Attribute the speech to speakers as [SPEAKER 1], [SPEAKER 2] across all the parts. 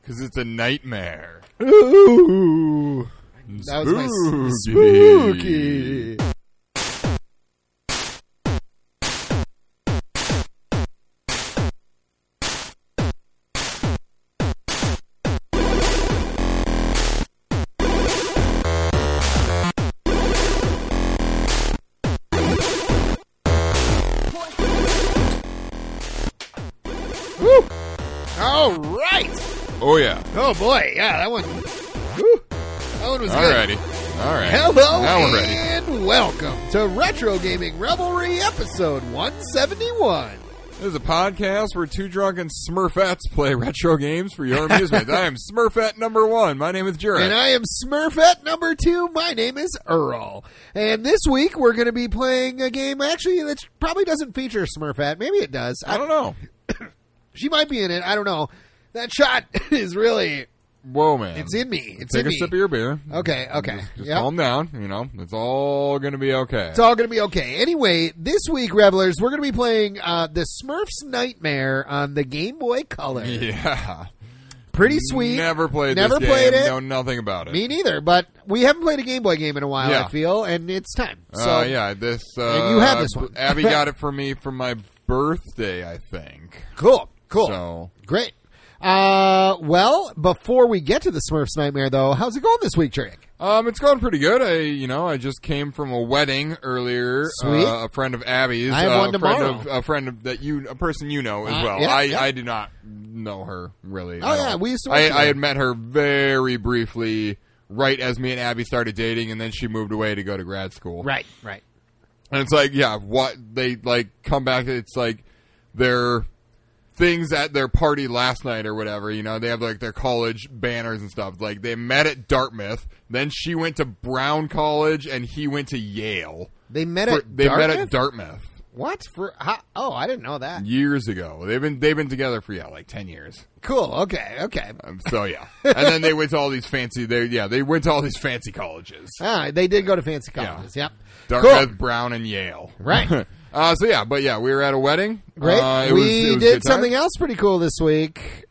[SPEAKER 1] because it's a nightmare.
[SPEAKER 2] Ooh. That was my s-
[SPEAKER 1] Spooky.
[SPEAKER 2] spooky. Woo. All right.
[SPEAKER 1] Oh yeah.
[SPEAKER 2] Oh boy, yeah, that one. Woo. That one was good.
[SPEAKER 1] Alrighty. All right.
[SPEAKER 2] Hello
[SPEAKER 1] Now we're ready.
[SPEAKER 2] and welcome to Retro Gaming Revelry episode 171.
[SPEAKER 1] This is a podcast where two drunken Smurfettes play retro games for your amusement. I am Smurfette number one. My name is Jared.
[SPEAKER 2] And I am Smurfette number two. My name is Earl. And this week we're going to be playing a game actually that probably doesn't feature Smurfette. Maybe it does.
[SPEAKER 1] I
[SPEAKER 2] I,
[SPEAKER 1] don't know.
[SPEAKER 2] she might be in it. I don't know. That shot is really,
[SPEAKER 1] Whoa, man.
[SPEAKER 2] it's in me. It's
[SPEAKER 1] Take
[SPEAKER 2] in
[SPEAKER 1] a
[SPEAKER 2] me.
[SPEAKER 1] sip of your beer.
[SPEAKER 2] okay, okay.
[SPEAKER 1] Just
[SPEAKER 2] Yep.
[SPEAKER 1] calm down. You know, it's all gonna be okay.
[SPEAKER 2] It's all going to be okay. Anyway, this week, Revelers, we're going to be playing uh, The Smurfs Nightmare on the Game Boy Color.
[SPEAKER 1] yeah.
[SPEAKER 2] Pretty sweet.
[SPEAKER 1] Never played.
[SPEAKER 2] Never
[SPEAKER 1] this
[SPEAKER 2] played
[SPEAKER 1] game,
[SPEAKER 2] it.
[SPEAKER 1] Know nothing about it.
[SPEAKER 2] Me neither, but we haven't played a Game Boy game in a while,
[SPEAKER 1] Yeah.
[SPEAKER 2] I feel, and it's time. So
[SPEAKER 1] uh, yeah, this. Uh,
[SPEAKER 2] And you have this one.
[SPEAKER 1] Abby got it for me for my birthday, I think.
[SPEAKER 2] cool, cool,
[SPEAKER 1] So
[SPEAKER 2] great. Uh, well, before we get to the Smurfs Nightmare, though, how's it going this week, Trick?
[SPEAKER 1] Um, it's going pretty good. I, you know, I just came from a wedding earlier.
[SPEAKER 2] Sweet.
[SPEAKER 1] Uh, a friend of Abby's.
[SPEAKER 2] I have
[SPEAKER 1] uh,
[SPEAKER 2] one
[SPEAKER 1] a friend
[SPEAKER 2] tomorrow.
[SPEAKER 1] of a friend of, that you, a person you know as
[SPEAKER 2] Uh,
[SPEAKER 1] well.
[SPEAKER 2] yeah,
[SPEAKER 1] I,
[SPEAKER 2] yeah.
[SPEAKER 1] I do not know her really.
[SPEAKER 2] Oh,
[SPEAKER 1] at
[SPEAKER 2] yeah,
[SPEAKER 1] all.
[SPEAKER 2] we used to work
[SPEAKER 1] I,
[SPEAKER 2] together.
[SPEAKER 1] I had met her very briefly, right as me and Abby started dating, and then she moved away to go to grad school.
[SPEAKER 2] Right, right.
[SPEAKER 1] And it's like, yeah, what they like come back. It's like their things at their party last night or whatever. You know, they have like their college banners and stuff. Like they met at Dartmouth. Then she went to Brown College and he went to Yale.
[SPEAKER 2] They met
[SPEAKER 1] For-
[SPEAKER 2] at
[SPEAKER 1] they
[SPEAKER 2] Dartmouth?
[SPEAKER 1] met at Dartmouth
[SPEAKER 2] what for? How? Oh, I didn't know that.
[SPEAKER 1] years ago. They've been they've been together for yeah like ten years.
[SPEAKER 2] Cool. Okay. Okay.
[SPEAKER 1] Um, so yeah, and then they went to all these fancy. They yeah they went to all these fancy colleges.
[SPEAKER 2] Ah, they did go to fancy colleges. Yep.
[SPEAKER 1] Dartmouth,
[SPEAKER 2] Cool.
[SPEAKER 1] Brown, and Yale.
[SPEAKER 2] Right.
[SPEAKER 1] uh, so yeah, but yeah, we were at a wedding.
[SPEAKER 2] Great.
[SPEAKER 1] Uh, it
[SPEAKER 2] we
[SPEAKER 1] was- it was a
[SPEAKER 2] did
[SPEAKER 1] good time.
[SPEAKER 2] something else pretty cool this week.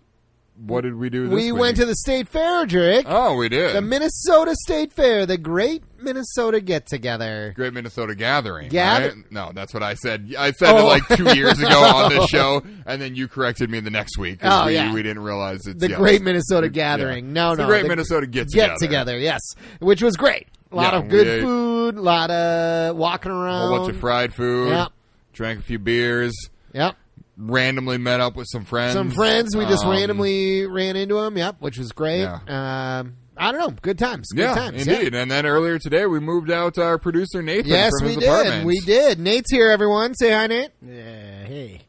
[SPEAKER 1] What did we do? This
[SPEAKER 2] we went to the state fair, Drake.
[SPEAKER 1] oh, we did
[SPEAKER 2] the Minnesota State Fair, the Great Minnesota Get Together.
[SPEAKER 1] Great Minnesota Gathering.
[SPEAKER 2] Gather-
[SPEAKER 1] right? No, that's what I said. I said it
[SPEAKER 2] Oh.
[SPEAKER 1] like two years ago on this show, and then you corrected me the next week. 'cause
[SPEAKER 2] Oh,
[SPEAKER 1] we,
[SPEAKER 2] yeah.
[SPEAKER 1] we didn't realize it's
[SPEAKER 2] The
[SPEAKER 1] yeah,
[SPEAKER 2] Great
[SPEAKER 1] it's-
[SPEAKER 2] Minnesota
[SPEAKER 1] yeah.
[SPEAKER 2] Gathering. No,
[SPEAKER 1] It's
[SPEAKER 2] no,
[SPEAKER 1] the Great
[SPEAKER 2] the
[SPEAKER 1] Minnesota get together.
[SPEAKER 2] Get together, yes, which was great. A lot
[SPEAKER 1] Yeah,
[SPEAKER 2] of good
[SPEAKER 1] we ate-
[SPEAKER 2] food, a lot of walking
[SPEAKER 1] A
[SPEAKER 2] around.
[SPEAKER 1] whole bunch of fried food.
[SPEAKER 2] Yep.
[SPEAKER 1] Drank a few beers.
[SPEAKER 2] Yep.
[SPEAKER 1] Randomly met up with some friends.
[SPEAKER 2] Some friends we just
[SPEAKER 1] Um,
[SPEAKER 2] randomly ran into them. Yep, which was great. Um, I don't know. Good times. Good
[SPEAKER 1] Yeah,
[SPEAKER 2] times. yeah.
[SPEAKER 1] indeed. And then earlier today, we moved out our producer Nathan
[SPEAKER 2] Yes,
[SPEAKER 1] from
[SPEAKER 2] we
[SPEAKER 1] his
[SPEAKER 2] did.
[SPEAKER 1] apartment.
[SPEAKER 2] We did. Nate's here. Everyone, say hi, Nate.
[SPEAKER 3] Yeah, hey.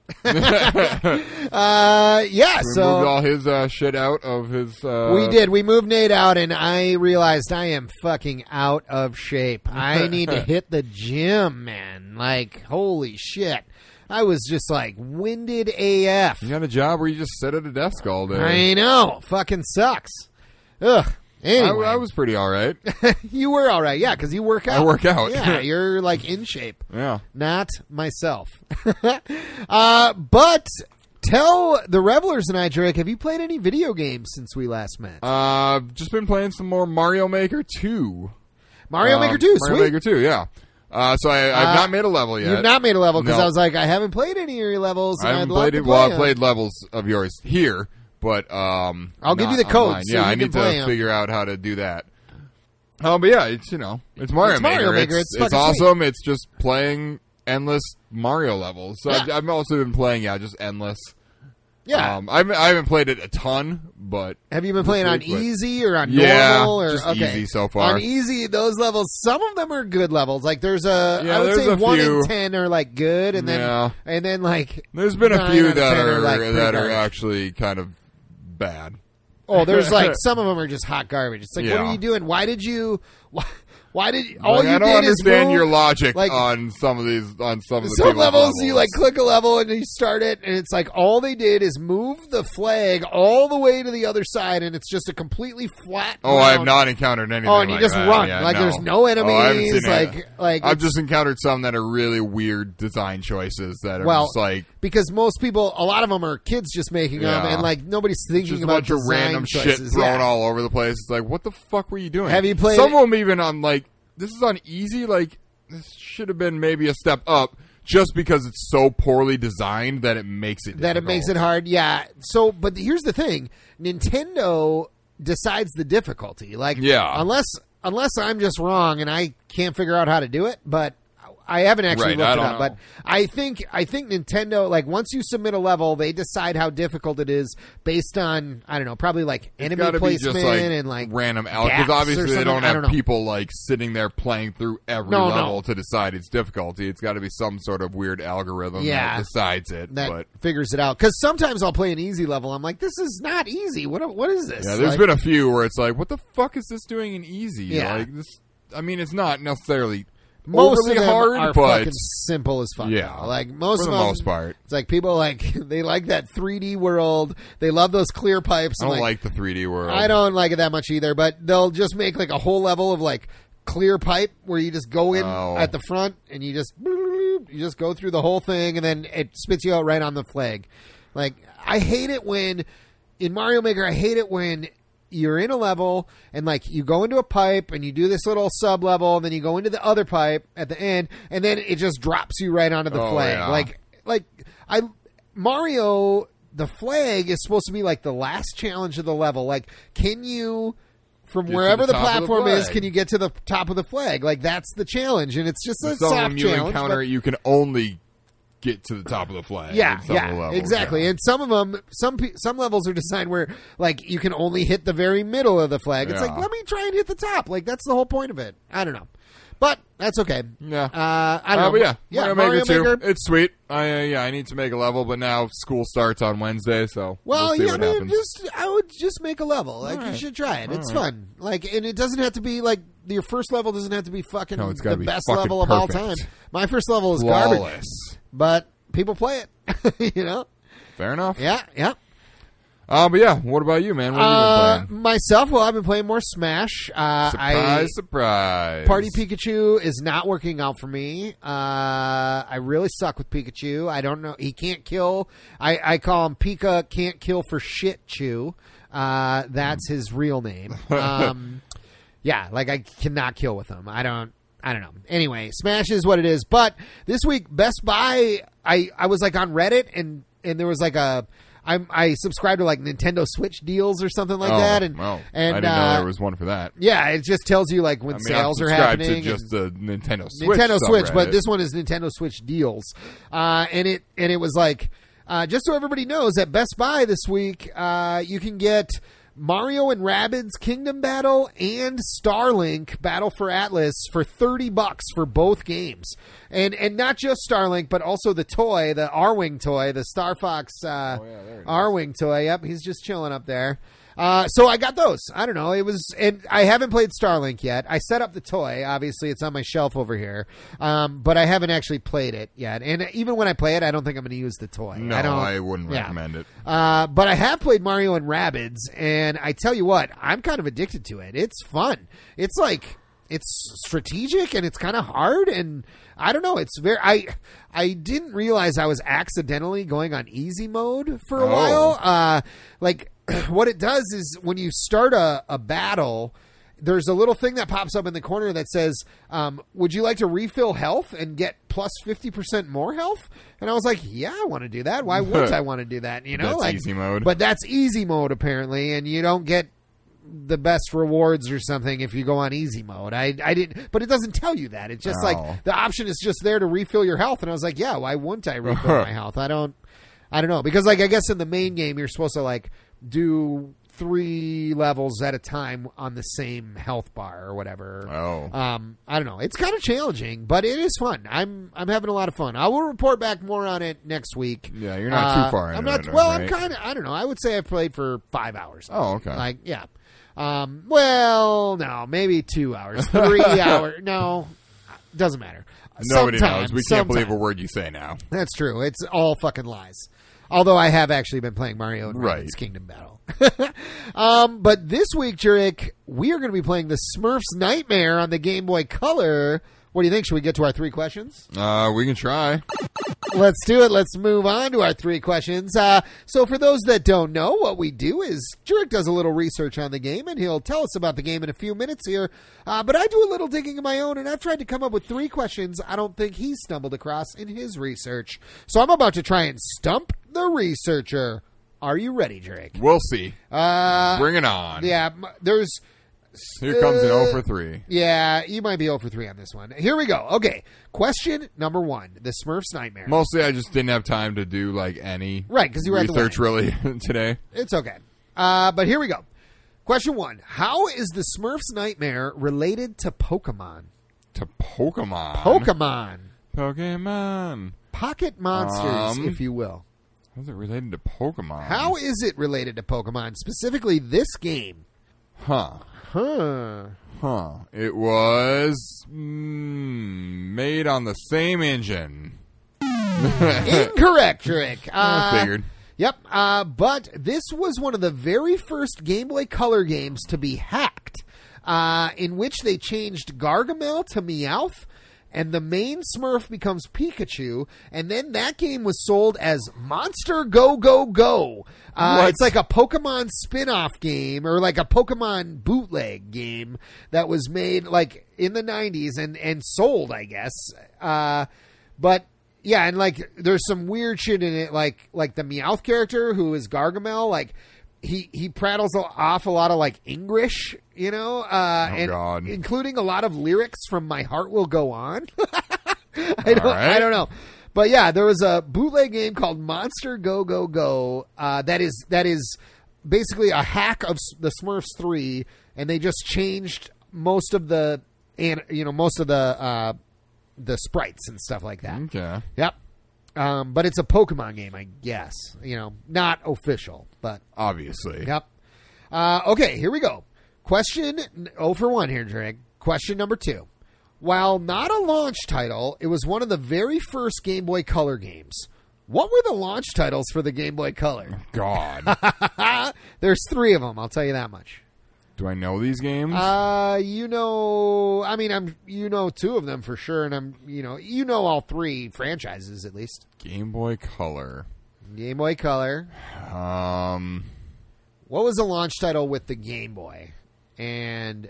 [SPEAKER 2] Uh, yeah.
[SPEAKER 1] We
[SPEAKER 2] so
[SPEAKER 1] moved all his uh, shit out of his. Uh,
[SPEAKER 2] We did. We moved Nate out, and I realized I am fucking out of shape. I need to hit the gym, man. Like, holy shit. I was just like winded AF.
[SPEAKER 1] You got a job where you just sit at a desk all day.
[SPEAKER 2] I know. Fucking sucks. Ugh. Anyway,
[SPEAKER 1] I, I was pretty all right.
[SPEAKER 2] you were all right. Yeah, because you work out.
[SPEAKER 1] work out.
[SPEAKER 2] Yeah, you're like in shape.
[SPEAKER 1] Yeah.
[SPEAKER 2] Not myself. uh, but tell the revelers and I, Drake, have you played any video games since we last met?
[SPEAKER 1] Uh, just been playing some more Mario Maker 2.
[SPEAKER 2] Mario
[SPEAKER 1] Um,
[SPEAKER 2] Maker 2,
[SPEAKER 1] Mario
[SPEAKER 2] sweet.
[SPEAKER 1] Maker 2, yeah. Uh, so I, I've
[SPEAKER 2] Uh,
[SPEAKER 1] not made a level yet.
[SPEAKER 2] You've not made a level because
[SPEAKER 1] No.
[SPEAKER 2] I was like, I haven't played any of your levels.
[SPEAKER 1] I
[SPEAKER 2] And
[SPEAKER 1] haven't
[SPEAKER 2] would love
[SPEAKER 1] played
[SPEAKER 2] to
[SPEAKER 1] it.
[SPEAKER 2] play
[SPEAKER 1] Well, I've
[SPEAKER 2] them.
[SPEAKER 1] played levels of yours here, but um,
[SPEAKER 2] I'll give
[SPEAKER 1] not
[SPEAKER 2] you the code
[SPEAKER 1] online.
[SPEAKER 2] so
[SPEAKER 1] yeah,
[SPEAKER 2] you
[SPEAKER 1] I
[SPEAKER 2] can
[SPEAKER 1] need to
[SPEAKER 2] play 'em.
[SPEAKER 1] figure out how to do that. Oh, but yeah, it's you know, it's Mario
[SPEAKER 2] It's
[SPEAKER 1] Maker.
[SPEAKER 2] Mario Maker.
[SPEAKER 1] It's,
[SPEAKER 2] It's fucking sweet.
[SPEAKER 1] awesome. It's just playing endless Mario levels. So I've,
[SPEAKER 2] Yeah.
[SPEAKER 1] I've also been playing, yeah, just endless.
[SPEAKER 2] Yeah.
[SPEAKER 1] um, I haven't, I haven't played it a ton, but
[SPEAKER 2] Have you been playing on
[SPEAKER 1] week, but-
[SPEAKER 2] easy or on
[SPEAKER 1] Yeah,
[SPEAKER 2] normal or
[SPEAKER 1] just
[SPEAKER 2] okay.
[SPEAKER 1] easy so far.
[SPEAKER 2] On easy, those levels, some of them are good levels. Like there's a,
[SPEAKER 1] Yeah,
[SPEAKER 2] I would
[SPEAKER 1] there's
[SPEAKER 2] say
[SPEAKER 1] a
[SPEAKER 2] one
[SPEAKER 1] few.
[SPEAKER 2] in ten are like good, and then
[SPEAKER 1] Yeah.
[SPEAKER 2] and then like
[SPEAKER 1] There's been a
[SPEAKER 2] nine
[SPEAKER 1] few
[SPEAKER 2] out of
[SPEAKER 1] that
[SPEAKER 2] 10
[SPEAKER 1] are,
[SPEAKER 2] like,
[SPEAKER 1] that
[SPEAKER 2] pretty
[SPEAKER 1] are
[SPEAKER 2] garbage.
[SPEAKER 1] actually kind of bad.
[SPEAKER 2] oh, there's like some of them are just hot garbage. It's like, what
[SPEAKER 1] Yeah.
[SPEAKER 2] are you doing? Why did you? Why, Why did all
[SPEAKER 1] Like,
[SPEAKER 2] you
[SPEAKER 1] I don't
[SPEAKER 2] did is
[SPEAKER 1] understand
[SPEAKER 2] roll-
[SPEAKER 1] your logic
[SPEAKER 2] like-
[SPEAKER 1] on some of these on some of the
[SPEAKER 2] some
[SPEAKER 1] people's
[SPEAKER 2] levels you like click a level and you start it and it's like all they did is move the flag all the way to the other side and it's just a completely flat
[SPEAKER 1] Oh, I have
[SPEAKER 2] ground.
[SPEAKER 1] not encountered anything.
[SPEAKER 2] oh and
[SPEAKER 1] like
[SPEAKER 2] you just
[SPEAKER 1] that.
[SPEAKER 2] run
[SPEAKER 1] Yeah,
[SPEAKER 2] like there's no
[SPEAKER 1] Oh,
[SPEAKER 2] enemies
[SPEAKER 1] I haven't seen
[SPEAKER 2] like
[SPEAKER 1] it.
[SPEAKER 2] like
[SPEAKER 1] I've
[SPEAKER 2] it's-
[SPEAKER 1] just encountered some that are really weird design choices that are
[SPEAKER 2] Well,
[SPEAKER 1] just like
[SPEAKER 2] because most people a lot of them are kids just making them
[SPEAKER 1] Yeah.
[SPEAKER 2] and like nobody's thinking
[SPEAKER 1] just a
[SPEAKER 2] about
[SPEAKER 1] bunch of
[SPEAKER 2] design
[SPEAKER 1] random shit
[SPEAKER 2] choices.
[SPEAKER 1] thrown
[SPEAKER 2] yeah.
[SPEAKER 1] all over the place. It's like, what the fuck were you doing?
[SPEAKER 2] Have you played
[SPEAKER 1] Some
[SPEAKER 2] it-
[SPEAKER 1] of them even on like this is on easy. Like this should have been maybe a step up, just because it's so poorly designed that it makes it
[SPEAKER 2] that it
[SPEAKER 1] difficult.
[SPEAKER 2] makes it hard. Yeah. So, but here's the thing: Nintendo decides the difficulty. Like,
[SPEAKER 1] Yeah.
[SPEAKER 2] unless unless I'm just wrong and I can't figure out how to do it, but I haven't actually
[SPEAKER 1] Right,
[SPEAKER 2] looked
[SPEAKER 1] I
[SPEAKER 2] it
[SPEAKER 1] don't
[SPEAKER 2] up.
[SPEAKER 1] know.
[SPEAKER 2] But I think I think Nintendo like once you submit a level, they decide how difficult it is based on I don't know, probably like
[SPEAKER 1] It's
[SPEAKER 2] enemy
[SPEAKER 1] gotta be just
[SPEAKER 2] placement
[SPEAKER 1] like
[SPEAKER 2] and like
[SPEAKER 1] random out
[SPEAKER 2] gaps
[SPEAKER 1] because
[SPEAKER 2] or
[SPEAKER 1] obviously they
[SPEAKER 2] something.
[SPEAKER 1] don't
[SPEAKER 2] I
[SPEAKER 1] have
[SPEAKER 2] don't know.
[SPEAKER 1] people like sitting there playing through every
[SPEAKER 2] No, no.
[SPEAKER 1] level to decide its difficulty. It's got to be some sort of weird algorithm
[SPEAKER 2] Yeah.
[SPEAKER 1] that decides it.
[SPEAKER 2] that
[SPEAKER 1] but
[SPEAKER 2] figures it out. Because sometimes I'll play an easy level. I'm like, this is not easy. What what is this?
[SPEAKER 1] yeah, there's
[SPEAKER 2] Like-
[SPEAKER 1] been a few where it's like, what the fuck is this doing in easy?
[SPEAKER 2] Yeah.
[SPEAKER 1] Like this, I mean, it's not necessarily
[SPEAKER 2] most
[SPEAKER 1] overly
[SPEAKER 2] of them
[SPEAKER 1] hard,
[SPEAKER 2] are
[SPEAKER 1] but
[SPEAKER 2] fucking simple as fuck.
[SPEAKER 1] Yeah.
[SPEAKER 2] though. like most
[SPEAKER 1] For the
[SPEAKER 2] of them,
[SPEAKER 1] most part.
[SPEAKER 2] it's like people like they like that 3D world. They love those clear pipes.
[SPEAKER 1] I
[SPEAKER 2] and
[SPEAKER 1] don't like, the 3D world.
[SPEAKER 2] I don't like it that much either. But they'll just make like a whole level of like clear pipe where you just go in
[SPEAKER 1] Oh.
[SPEAKER 2] at the front and you just you just go through the whole thing and then it spits you out right on the flag. Like I hate it when in Mario Maker, I hate it when you're in a level and like you go into a pipe and you do this little sub level and then you go into the other pipe at the end and then it just drops you right onto the
[SPEAKER 1] Oh,
[SPEAKER 2] flag.
[SPEAKER 1] yeah.
[SPEAKER 2] Like like I Mario the flag is supposed to be like the last challenge of the level. Like can you from
[SPEAKER 1] to
[SPEAKER 2] wherever
[SPEAKER 1] the
[SPEAKER 2] the,
[SPEAKER 1] top of the
[SPEAKER 2] platform is,
[SPEAKER 1] flag.
[SPEAKER 2] can you get to the top of the flag? Like that's the challenge and it's just a
[SPEAKER 1] Some of
[SPEAKER 2] soft
[SPEAKER 1] them you
[SPEAKER 2] challenge.
[SPEAKER 1] encounter,
[SPEAKER 2] but-
[SPEAKER 1] you can only get to the top of the flag. in
[SPEAKER 2] yeah,
[SPEAKER 1] some of the
[SPEAKER 2] yeah,
[SPEAKER 1] levels,
[SPEAKER 2] exactly.
[SPEAKER 1] yeah.
[SPEAKER 2] And some of them, some pe- some levels are designed where like you can only hit the very middle of the flag. It's
[SPEAKER 1] Yeah.
[SPEAKER 2] like let me try and hit the top. Like that's the whole point of it. I don't know, but that's okay.
[SPEAKER 1] Yeah.
[SPEAKER 2] uh, I don't
[SPEAKER 1] Uh,
[SPEAKER 2] know.
[SPEAKER 1] but yeah,
[SPEAKER 2] yeah,
[SPEAKER 1] Mario, Maker,
[SPEAKER 2] Maker.
[SPEAKER 1] 2. It's sweet. I uh, yeah, I need to make a level, but now school starts on Wednesday, so
[SPEAKER 2] Well,
[SPEAKER 1] we'll see
[SPEAKER 2] yeah, I
[SPEAKER 1] what
[SPEAKER 2] mean,
[SPEAKER 1] happens.
[SPEAKER 2] just I would just make a level. Like you
[SPEAKER 1] right.
[SPEAKER 2] should try it. it's
[SPEAKER 1] right.
[SPEAKER 2] fun. Like, and it doesn't have to be like your first level doesn't have to be fucking
[SPEAKER 1] No, it's
[SPEAKER 2] the
[SPEAKER 1] gotta be
[SPEAKER 2] best
[SPEAKER 1] fucking
[SPEAKER 2] level of all time.
[SPEAKER 1] perfect.
[SPEAKER 2] My first level is garbage,
[SPEAKER 1] Flawless.
[SPEAKER 2] but people play it. you know?
[SPEAKER 1] Fair enough.
[SPEAKER 2] Yeah, yeah.
[SPEAKER 1] Uh, but yeah, what about you, man? What have you
[SPEAKER 2] Uh,
[SPEAKER 1] been playing?
[SPEAKER 2] myself, well, I've been playing more Smash. Uh,
[SPEAKER 1] Surprise,
[SPEAKER 2] I,
[SPEAKER 1] surprise.
[SPEAKER 2] Party Pikachu is not working out for me. Uh, I really suck with Pikachu. I don't know. He can't kill. I, I call him Pika can't kill for shit chew. Uh, that's his real name. Um, yeah, like I cannot kill with him. I don't. I don't know. Anyway, Smash is what it is. But this week, Best Buy, I I was like on Reddit and and there was like a. I'm, I subscribe to like Nintendo Switch deals or something like
[SPEAKER 1] Oh,
[SPEAKER 2] that, and
[SPEAKER 1] well,
[SPEAKER 2] and
[SPEAKER 1] I didn't know
[SPEAKER 2] uh,
[SPEAKER 1] there was one for that.
[SPEAKER 2] yeah, it just tells you like when
[SPEAKER 1] I mean,
[SPEAKER 2] sales
[SPEAKER 1] I
[SPEAKER 2] are
[SPEAKER 1] subscribe
[SPEAKER 2] happening.
[SPEAKER 1] to just
[SPEAKER 2] and-
[SPEAKER 1] the Nintendo Switch.
[SPEAKER 2] Nintendo Switch, but
[SPEAKER 1] subreddit.
[SPEAKER 2] this one is Nintendo Switch deals, uh, and it and it was like uh, just so everybody knows at Best Buy this week uh, you can get Mario and Rabbids Kingdom Battle and Starlink Battle for Atlas for thirty bucks for both games, and and not just Starlink, but also the toy, the R Wing toy, the Star Fox uh,
[SPEAKER 1] Oh, yeah, there it is.
[SPEAKER 2] R Wing toy. Yep, he's just chilling up there. Uh, so I got those. I don't know. It was, and I haven't played Starlink yet. I set up the toy. Obviously, it's on my shelf over here, um, but I haven't actually played it yet. And even when I play it, I don't think I'm going to use the toy.
[SPEAKER 1] no,
[SPEAKER 2] I, don't,
[SPEAKER 1] wouldn't
[SPEAKER 2] yeah.
[SPEAKER 1] recommend it.
[SPEAKER 2] Uh, but I have played Mario and Rabbids, and I tell you what, I'm kind of addicted to it. It's fun. It's like it's strategic and it's kind of hard, and I don't know. It's very I I didn't realize I was accidentally going on easy mode for a
[SPEAKER 1] Oh.
[SPEAKER 2] while. Uh, like what it does is when you start a, a battle. There's a little thing that pops up in the corner that says, um, "Would you like to refill health and get plus fifty percent more health?" And I was like, "Yeah, I want to do that. Why wouldn't I want to do that?" You know,
[SPEAKER 1] That's
[SPEAKER 2] like
[SPEAKER 1] easy mode.
[SPEAKER 2] But that's easy mode apparently, and you don't get the best rewards or something if you go on easy mode. I I didn't, but it doesn't tell you that. It's just
[SPEAKER 1] Oh.
[SPEAKER 2] like the option is just there to refill your health, and I was like, yeah, why wouldn't I refill my health? I don't, I don't know because like I guess in the main game you're supposed to like do three levels at a time on the same health bar or whatever.
[SPEAKER 1] Oh.
[SPEAKER 2] Um, I don't know. It's kind of challenging, but it is fun. I'm I'm having a lot of fun. I will report back more on it next week.
[SPEAKER 1] Yeah, you're not
[SPEAKER 2] Uh,
[SPEAKER 1] too far.
[SPEAKER 2] I'm
[SPEAKER 1] into
[SPEAKER 2] not.
[SPEAKER 1] it,
[SPEAKER 2] well, I'm
[SPEAKER 1] right?
[SPEAKER 2] kind of. I don't know. I would say I've played for five hours.
[SPEAKER 1] Oh, okay.
[SPEAKER 2] Like yeah. Um, well, no, maybe two hours, three hours. No, doesn't matter.
[SPEAKER 1] Nobody
[SPEAKER 2] Sometime,
[SPEAKER 1] knows. We can't
[SPEAKER 2] sometime.
[SPEAKER 1] believe a word you say now.
[SPEAKER 2] That's true. It's all fucking lies. Although I have actually been playing Mario and
[SPEAKER 1] Right.
[SPEAKER 2] Rabbit's Kingdom Battle. um, but this week, Jurek, we are going to be playing the Smurfs Nightmare on the Game Boy Color. What do you think? Should we get to our three questions?
[SPEAKER 1] Uh, we can try.
[SPEAKER 2] Let's do it. Let's move on to our three questions. Uh, so, for those that don't know, what we do is Jurek does a little research on the game, and he'll tell us about the game in a few minutes here. Uh, but I do a little digging of my own, and I've tried to come up with three questions I don't think he stumbled across in his research. So, I'm about to try and stump the researcher. Are you ready, Jurek?
[SPEAKER 1] We'll see.
[SPEAKER 2] Uh,
[SPEAKER 1] Bring it on.
[SPEAKER 2] yeah, m- there's.
[SPEAKER 1] Here comes an
[SPEAKER 2] Uh,
[SPEAKER 1] 0 for 3.
[SPEAKER 2] Yeah, you might be 0 for 3 on this one. Here we go. Okay. Question number one The Smurfs Nightmare.
[SPEAKER 1] Mostly, I just didn't have time to do like any
[SPEAKER 2] Right, 'cause you were at the
[SPEAKER 1] research really today.
[SPEAKER 2] It's okay. Uh, but here we go. Question one How is the Smurfs Nightmare related to Pokemon?
[SPEAKER 1] To Pokemon.
[SPEAKER 2] Pokemon.
[SPEAKER 1] Pokemon.
[SPEAKER 2] Pocket monsters,
[SPEAKER 1] Um,
[SPEAKER 2] if you will.
[SPEAKER 1] How's it related to Pokemon?
[SPEAKER 2] How is it related to Pokemon, specifically this game?
[SPEAKER 1] Huh.
[SPEAKER 2] Huh.
[SPEAKER 1] Huh. It was mm, made on the same engine.
[SPEAKER 2] Incorrect, Trick. Uh,
[SPEAKER 1] I figured.
[SPEAKER 2] Yep. Uh, but this was one of the very first Game Boy Color games to be hacked, uh, in which they changed Gargamel to Meowth, and the main Smurf becomes Pikachu, and then that game was sold as Monster Go Go Go. Uh,
[SPEAKER 1] What?
[SPEAKER 2] It's like a Pokemon spin off game or like a Pokemon bootleg game that was made like in the 90s and, and sold, I guess. Uh, but yeah, and like there's some weird shit in it, like like the Meowth character who is Gargamel, like he he prattles a- off a lot of like English, you know, uh,
[SPEAKER 1] Oh,
[SPEAKER 2] and
[SPEAKER 1] God.
[SPEAKER 2] including a lot of lyrics from "My Heart Will Go On." I don't,
[SPEAKER 1] All right.
[SPEAKER 2] I don't know, but yeah, there was a bootleg game called Monster Go Go Go uh, that is that is basically a hack of S- the Smurfs three, and they just changed most of the and you know most of the uh, the sprites and stuff like that.
[SPEAKER 1] Okay.
[SPEAKER 2] Yep. Um, but it's a Pokemon game, I guess. You know, not official, but
[SPEAKER 1] Obviously.
[SPEAKER 2] yep. Uh, okay, here we go. Question n- 0 for 1 here, Drake. Question number 2. While not a launch title, it was one of the very first Game Boy Color games. What were the launch titles for the Game Boy Color?
[SPEAKER 1] God.
[SPEAKER 2] There's three of them, I'll tell you that much.
[SPEAKER 1] Do I know these games?
[SPEAKER 2] Uh, you know, I mean, I'm you know two of them for sure, and I'm you know you know all three franchises at least.
[SPEAKER 1] Game Boy Color.
[SPEAKER 2] Game Boy Color,
[SPEAKER 1] Um.
[SPEAKER 2] what was the launch title with the Game Boy? And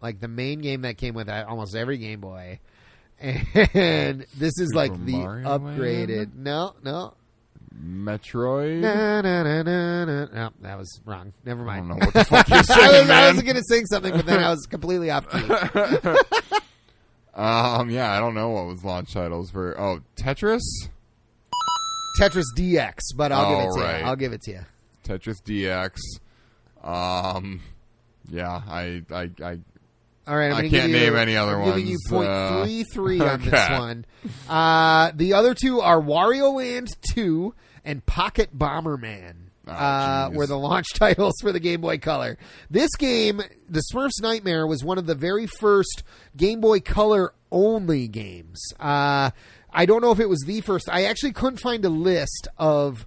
[SPEAKER 2] like the main game that came with that, almost every Game Boy. And this is
[SPEAKER 1] Super
[SPEAKER 2] like the
[SPEAKER 1] Mario
[SPEAKER 2] upgraded. No, no.
[SPEAKER 1] Metroid.
[SPEAKER 2] Na, na, na, na, na. No, that was wrong. Never
[SPEAKER 1] I don't
[SPEAKER 2] mind.
[SPEAKER 1] know what the fuck you're
[SPEAKER 2] I was,
[SPEAKER 1] saying,
[SPEAKER 2] I was
[SPEAKER 1] man.
[SPEAKER 2] going to sing something, but then I was completely off key.
[SPEAKER 1] Um. Yeah, I don't know what was launch titles for. Oh, Tetris.
[SPEAKER 2] Tetris DX, but I'll give it to
[SPEAKER 1] Alright.
[SPEAKER 2] you. I'll give it to you.
[SPEAKER 1] Tetris DX. Um. Yeah, I I I
[SPEAKER 2] All right,
[SPEAKER 1] I
[SPEAKER 2] I'm gonna
[SPEAKER 1] can't
[SPEAKER 2] give you-
[SPEAKER 1] name any other
[SPEAKER 2] I'm Giving you
[SPEAKER 1] ones,
[SPEAKER 2] point
[SPEAKER 1] uh,
[SPEAKER 2] three three on this
[SPEAKER 1] okay.
[SPEAKER 2] one. Uh, the other two are Wario Land Two and Pocket Bomberman. uh,
[SPEAKER 1] Oh, jeez.
[SPEAKER 2] were the launch titles for the Game Boy Color. This game, The Smurfs Nightmare, was one of the very first Game Boy Color only games. Uh, I don't know if it was the first. I actually couldn't find a list of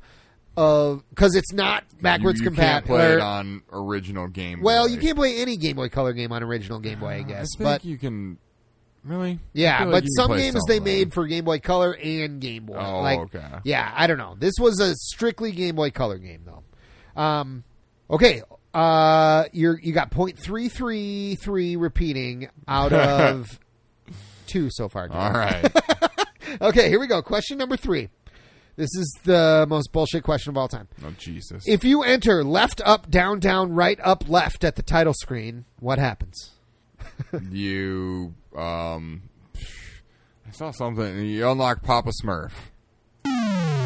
[SPEAKER 2] of because it's not backwards
[SPEAKER 1] you, you
[SPEAKER 2] compatible.
[SPEAKER 1] Can't play it on original Game.
[SPEAKER 2] Well,
[SPEAKER 1] Boy.
[SPEAKER 2] you can't play any Game Boy Color game on original Game Boy, I
[SPEAKER 1] I
[SPEAKER 2] guess.
[SPEAKER 1] think
[SPEAKER 2] but
[SPEAKER 1] you can. Really? I
[SPEAKER 2] yeah,
[SPEAKER 1] feel
[SPEAKER 2] but
[SPEAKER 1] like you can
[SPEAKER 2] some
[SPEAKER 1] play
[SPEAKER 2] games
[SPEAKER 1] some
[SPEAKER 2] they
[SPEAKER 1] of them.
[SPEAKER 2] made for Game Boy Color and Game Boy.
[SPEAKER 1] Oh,
[SPEAKER 2] like,
[SPEAKER 1] okay.
[SPEAKER 2] Yeah, I don't know. This was a strictly Game Boy Color game, though. Um, okay, uh, you're you got point three three three repeating out of two so far. Jim.
[SPEAKER 1] All right.
[SPEAKER 2] Okay, here we go. Question number three. This is the most bullshit question of all time.
[SPEAKER 1] oh Jesus.
[SPEAKER 2] If you enter left, up, down, down, right, up, left at the title screen, what happens?
[SPEAKER 1] you um, I saw something. You unlock Papa Smurf.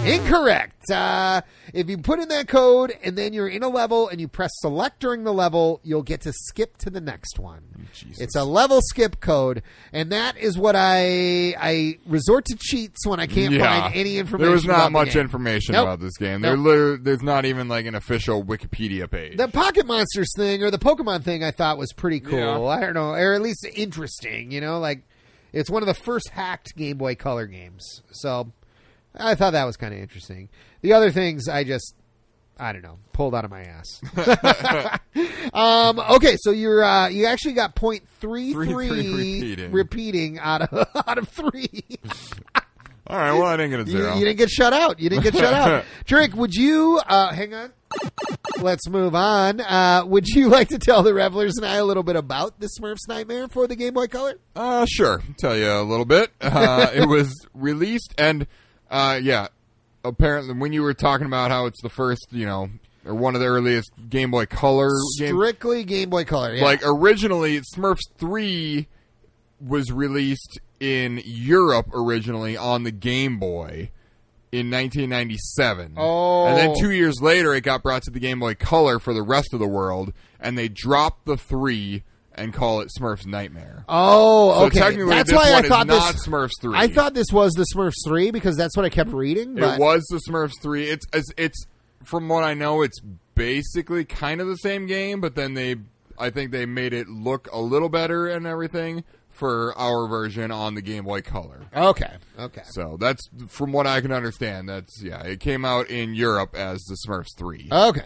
[SPEAKER 2] Incorrect. Uh, if you put in that code and then you're in a level and you press select during the level, you'll get to skip to the next one.
[SPEAKER 1] Oh, Jesus.
[SPEAKER 2] It's a level skip code, and that is what I I resort to cheats when I can't find any information.
[SPEAKER 1] There was
[SPEAKER 2] about
[SPEAKER 1] not
[SPEAKER 2] the
[SPEAKER 1] much
[SPEAKER 2] game.
[SPEAKER 1] information
[SPEAKER 2] Nope.
[SPEAKER 1] about this game.
[SPEAKER 2] Nope.
[SPEAKER 1] There literally, there's not even like an official Wikipedia page.
[SPEAKER 2] The Pocket Monsters thing or the Pokemon thing I thought was pretty cool.
[SPEAKER 1] Yeah.
[SPEAKER 2] I don't know, or at least interesting, you know, like it's one of the first hacked Game Boy Color games. So I thought that was kind of interesting. The other things I just I don't know, pulled out of my ass. um, okay, so you're uh, you actually got point three three
[SPEAKER 1] Three, three repeating.
[SPEAKER 2] repeating out of out of 3.
[SPEAKER 1] All right, well I didn't get a
[SPEAKER 2] You,
[SPEAKER 1] zero.
[SPEAKER 2] you didn't get shut out. You didn't get shut out. Drake, would you uh, hang on? Let's move on. Uh, would you like to tell the revelers and I a little bit about the Smurfs Nightmare for the Game Boy Color?
[SPEAKER 1] Uh, sure. Tell you a little bit. Uh, it was released, and uh, yeah, apparently when you were talking about how it's the first, you know, or one of the earliest Game Boy Color games,
[SPEAKER 2] Strictly Game Boy Color. Yeah.
[SPEAKER 1] like originally Smurfs Three was released in Europe originally on the Game Boy. In 1997,
[SPEAKER 2] Oh.
[SPEAKER 1] and then two years later, it got brought to the Game Boy Color for the rest of the world, and they dropped the three and call it Smurfs Nightmare.
[SPEAKER 2] oh,
[SPEAKER 1] So
[SPEAKER 2] okay.
[SPEAKER 1] technically,
[SPEAKER 2] that's
[SPEAKER 1] this
[SPEAKER 2] why
[SPEAKER 1] one
[SPEAKER 2] I thought
[SPEAKER 1] is not
[SPEAKER 2] this.
[SPEAKER 1] Smurfs three.
[SPEAKER 2] I thought this was the Smurfs three because that's what I kept reading. But
[SPEAKER 1] it was the Smurfs three. It's, it's it's from what I know, it's basically kind of the same game, but then they, I think they made it look a little better and everything for our version on the Game Boy Color.
[SPEAKER 2] okay, okay.
[SPEAKER 1] So that's from what I can understand. That's yeah, it came out in Europe as the Smurfs three.
[SPEAKER 2] Okay.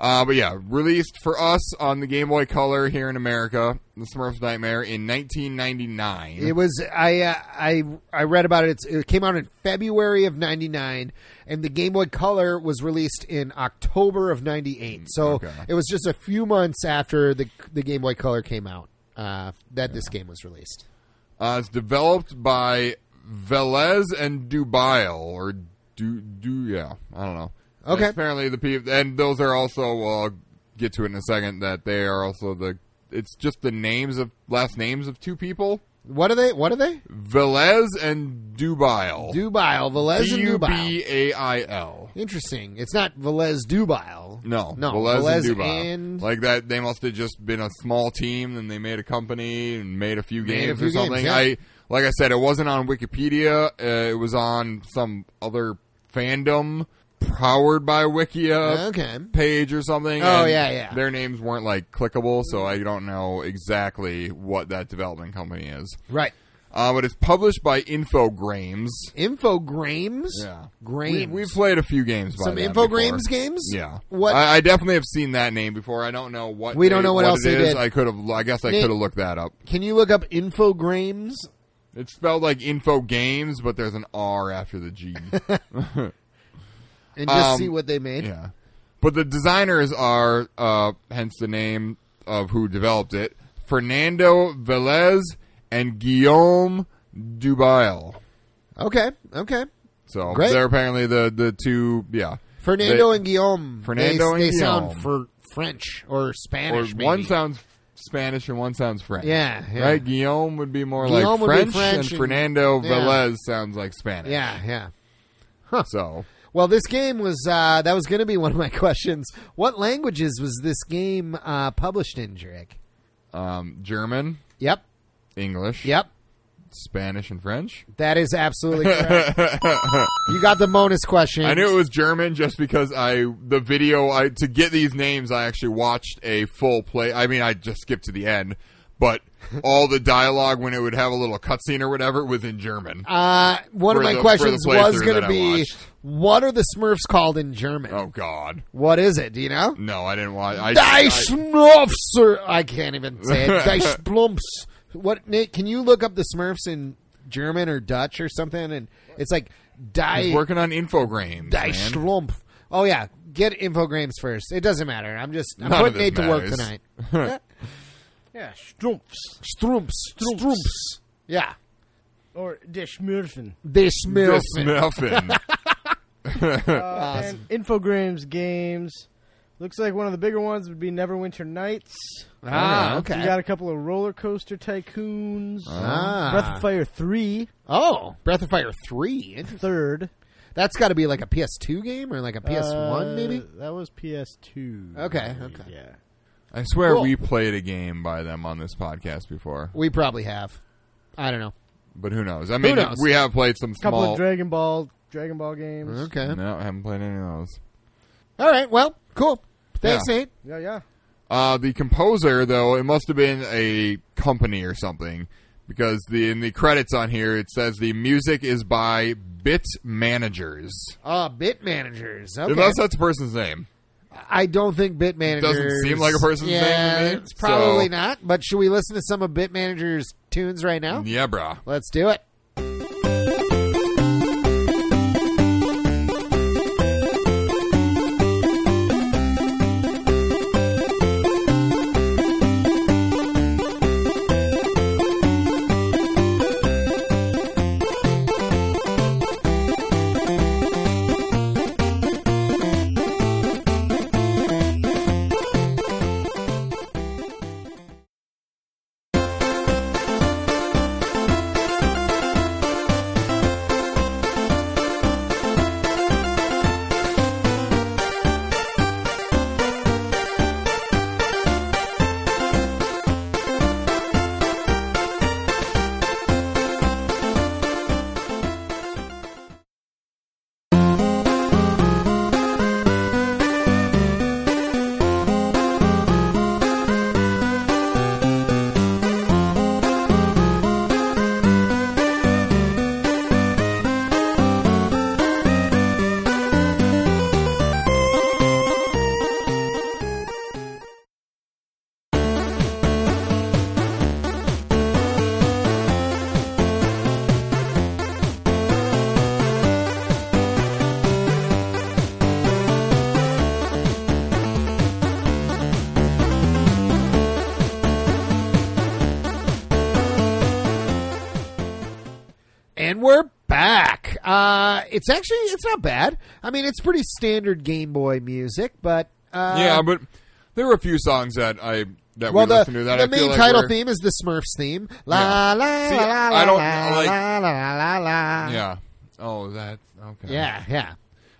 [SPEAKER 1] Uh, but yeah, released for us on the Game Boy Color here in America, the Smurfs Nightmare in 1999.
[SPEAKER 2] It was I uh, I I read about it. It's, it came out in February of '99, and the Game Boy Color was released in October of '98. So
[SPEAKER 1] Okay.
[SPEAKER 2] it was just a few months after the the Game Boy Color came out uh, that this game was released.
[SPEAKER 1] Uh, it's developed by Velez and Dubail, or do do yeah, I don't know.
[SPEAKER 2] Okay.
[SPEAKER 1] And apparently the people, and those are also. Well, I'll get to it in a second. That they are also the. It's just the names of last names of two people,
[SPEAKER 2] What are they? What are they?
[SPEAKER 1] Velez and Dubail.
[SPEAKER 2] Dubail, Velez, and Dubail.
[SPEAKER 1] B A I L.
[SPEAKER 2] Interesting. It's not Velez Dubail.
[SPEAKER 1] No,
[SPEAKER 2] no,
[SPEAKER 1] Velez, and
[SPEAKER 2] Velez
[SPEAKER 1] Dubail.
[SPEAKER 2] and-
[SPEAKER 1] like that, they must have just been a small team, and they made a company and made a few
[SPEAKER 2] Made a
[SPEAKER 1] games
[SPEAKER 2] few
[SPEAKER 1] or something.
[SPEAKER 2] games, yeah.
[SPEAKER 1] I, like I said, it wasn't on Wikipedia. Uh, it was on some other fandom powered by Wikia
[SPEAKER 2] Okay.
[SPEAKER 1] page or something.
[SPEAKER 2] Oh,
[SPEAKER 1] and
[SPEAKER 2] yeah, yeah.
[SPEAKER 1] Their names weren't like clickable, so I don't know exactly what that development company is.
[SPEAKER 2] Right.
[SPEAKER 1] Uh, but it's published by Infogrames.
[SPEAKER 2] Infogrames.
[SPEAKER 1] we,
[SPEAKER 2] Grames.
[SPEAKER 1] we played a few games. By
[SPEAKER 2] Some
[SPEAKER 1] that before.
[SPEAKER 2] Infogrames games.
[SPEAKER 1] Yeah,
[SPEAKER 2] What?
[SPEAKER 1] I, I definitely have seen that name before. I don't know what
[SPEAKER 2] We don't
[SPEAKER 1] they-
[SPEAKER 2] know what else
[SPEAKER 1] it
[SPEAKER 2] they
[SPEAKER 1] is.
[SPEAKER 2] did.
[SPEAKER 1] I could have. I guess I
[SPEAKER 2] Name-
[SPEAKER 1] could have looked that up.
[SPEAKER 2] Can you look up Infogrames?
[SPEAKER 1] It's spelled like Info Games, but there's an R after the G.
[SPEAKER 2] And just
[SPEAKER 1] Um,
[SPEAKER 2] see what they made.
[SPEAKER 1] yeah, but the designers are, uh, hence the name of who developed it: Fernando Velez and Guillaume Dubail.
[SPEAKER 2] Okay, okay.
[SPEAKER 1] So
[SPEAKER 2] Great.
[SPEAKER 1] they're apparently the the two. Yeah,
[SPEAKER 2] Fernando
[SPEAKER 1] They-
[SPEAKER 2] and Guillaume.
[SPEAKER 1] Fernando
[SPEAKER 2] they,
[SPEAKER 1] and
[SPEAKER 2] they sound
[SPEAKER 1] Guillaume.
[SPEAKER 2] for French or
[SPEAKER 1] or
[SPEAKER 2] Spanish. maybe.
[SPEAKER 1] one sounds Spanish and one sounds French.
[SPEAKER 2] Yeah, yeah.
[SPEAKER 1] Right, Guillaume would be more
[SPEAKER 2] Guillaume
[SPEAKER 1] like
[SPEAKER 2] would be
[SPEAKER 1] French,
[SPEAKER 2] French
[SPEAKER 1] and,
[SPEAKER 2] and-
[SPEAKER 1] Fernando
[SPEAKER 2] yeah.
[SPEAKER 1] Velez sounds like Spanish.
[SPEAKER 2] Yeah, yeah.
[SPEAKER 1] So
[SPEAKER 2] Well, this game was uh, that was going to be one of my questions. What languages was this game uh, published in, Drake?
[SPEAKER 1] um, German,
[SPEAKER 2] Yep,
[SPEAKER 1] English,
[SPEAKER 2] yep.
[SPEAKER 1] Spanish, and French.
[SPEAKER 2] That is absolutely correct. you got the bonus question.
[SPEAKER 1] I knew it was German just because I the video I to get these names I actually watched a full play. I mean I just skipped to the end, but all the dialogue when it would have a little cutscene or whatever was in German.
[SPEAKER 2] Uh, one of
[SPEAKER 1] For
[SPEAKER 2] my
[SPEAKER 1] the- for the
[SPEAKER 2] questions was
[SPEAKER 1] playthrough
[SPEAKER 2] going
[SPEAKER 1] that
[SPEAKER 2] to
[SPEAKER 1] I
[SPEAKER 2] be,
[SPEAKER 1] watched.
[SPEAKER 2] what are the Smurfs called in German?
[SPEAKER 1] Oh God,
[SPEAKER 2] What is it? Do you know?
[SPEAKER 1] no, I didn't watch. I,
[SPEAKER 2] Die
[SPEAKER 1] I-
[SPEAKER 2] Smurfs. Or, I can't even say it. Die Splumps. What? Nate, can you look up the Smurfs in German or Dutch or something? And it's like
[SPEAKER 1] I was
[SPEAKER 2] die
[SPEAKER 1] working on infogrames.
[SPEAKER 2] die
[SPEAKER 1] man.
[SPEAKER 2] Schlumpf. Oh yeah, get infogrames first. It doesn't matter. I'm just I'm
[SPEAKER 1] None of it
[SPEAKER 2] putting Nate to work
[SPEAKER 1] matters.
[SPEAKER 2] tonight. yeah, Strumpfs. Strumpfs.
[SPEAKER 3] Strumps.
[SPEAKER 2] Strumpfs. Yeah,
[SPEAKER 3] or Der Schmürfen.
[SPEAKER 2] the Smurfs.
[SPEAKER 1] The Smurfin.
[SPEAKER 3] And Infogrames games. Looks like one of the bigger ones would be Neverwinter Nights.
[SPEAKER 2] ah,
[SPEAKER 1] Yeah.
[SPEAKER 2] okay.
[SPEAKER 3] You got a couple of roller coaster tycoons.
[SPEAKER 2] ah.
[SPEAKER 3] Breath of Fire 3,
[SPEAKER 2] oh, Breath of Fire three.
[SPEAKER 3] third.
[SPEAKER 2] That's got to be like a PS2 game or like a PS1
[SPEAKER 3] Uh,
[SPEAKER 2] maybe.
[SPEAKER 3] That was PS2.
[SPEAKER 2] Okay, okay.
[SPEAKER 3] Yeah.
[SPEAKER 1] I swear
[SPEAKER 2] Cool.
[SPEAKER 1] we played a game by them on this podcast before,
[SPEAKER 2] We probably have. I don't know.
[SPEAKER 1] but who knows? I mean,
[SPEAKER 2] knows?
[SPEAKER 1] we have played some
[SPEAKER 3] A couple
[SPEAKER 1] small.
[SPEAKER 3] of Dragon Ball Dragon Ball games.
[SPEAKER 2] Okay.
[SPEAKER 1] no, I haven't played any of those.
[SPEAKER 2] All right. Well, cool. Thanks,
[SPEAKER 1] Yeah.
[SPEAKER 2] Nate.
[SPEAKER 3] Yeah, yeah.
[SPEAKER 1] Uh, the composer, though, it must have been a company or something because the in the credits on here it says the music is by Bit Managers.
[SPEAKER 2] Uh, bit managers. Okay.
[SPEAKER 1] Unless that's a person's name.
[SPEAKER 2] I don't think bit managers.
[SPEAKER 1] seem like a person's
[SPEAKER 2] yeah,
[SPEAKER 1] name to me,
[SPEAKER 2] It's probably
[SPEAKER 1] so-
[SPEAKER 2] not. But should we listen to some of bit managers' tunes right now?
[SPEAKER 1] Yeah, brah.
[SPEAKER 2] Let's do it. And we're back. Uh, it's actually it's not bad. I mean, it's pretty standard Game Boy music, but uh,
[SPEAKER 1] yeah, but there were a few songs that I that
[SPEAKER 2] Well,
[SPEAKER 1] we
[SPEAKER 2] the,
[SPEAKER 1] listened to that
[SPEAKER 2] the
[SPEAKER 1] I feel
[SPEAKER 2] main
[SPEAKER 1] like
[SPEAKER 2] title
[SPEAKER 1] were-
[SPEAKER 2] theme is the Smurfs theme. La la
[SPEAKER 1] See,
[SPEAKER 2] la la
[SPEAKER 1] I don't-
[SPEAKER 2] la,
[SPEAKER 1] like-
[SPEAKER 2] la la la la.
[SPEAKER 1] Yeah. Oh, that okay.
[SPEAKER 2] yeah, yeah,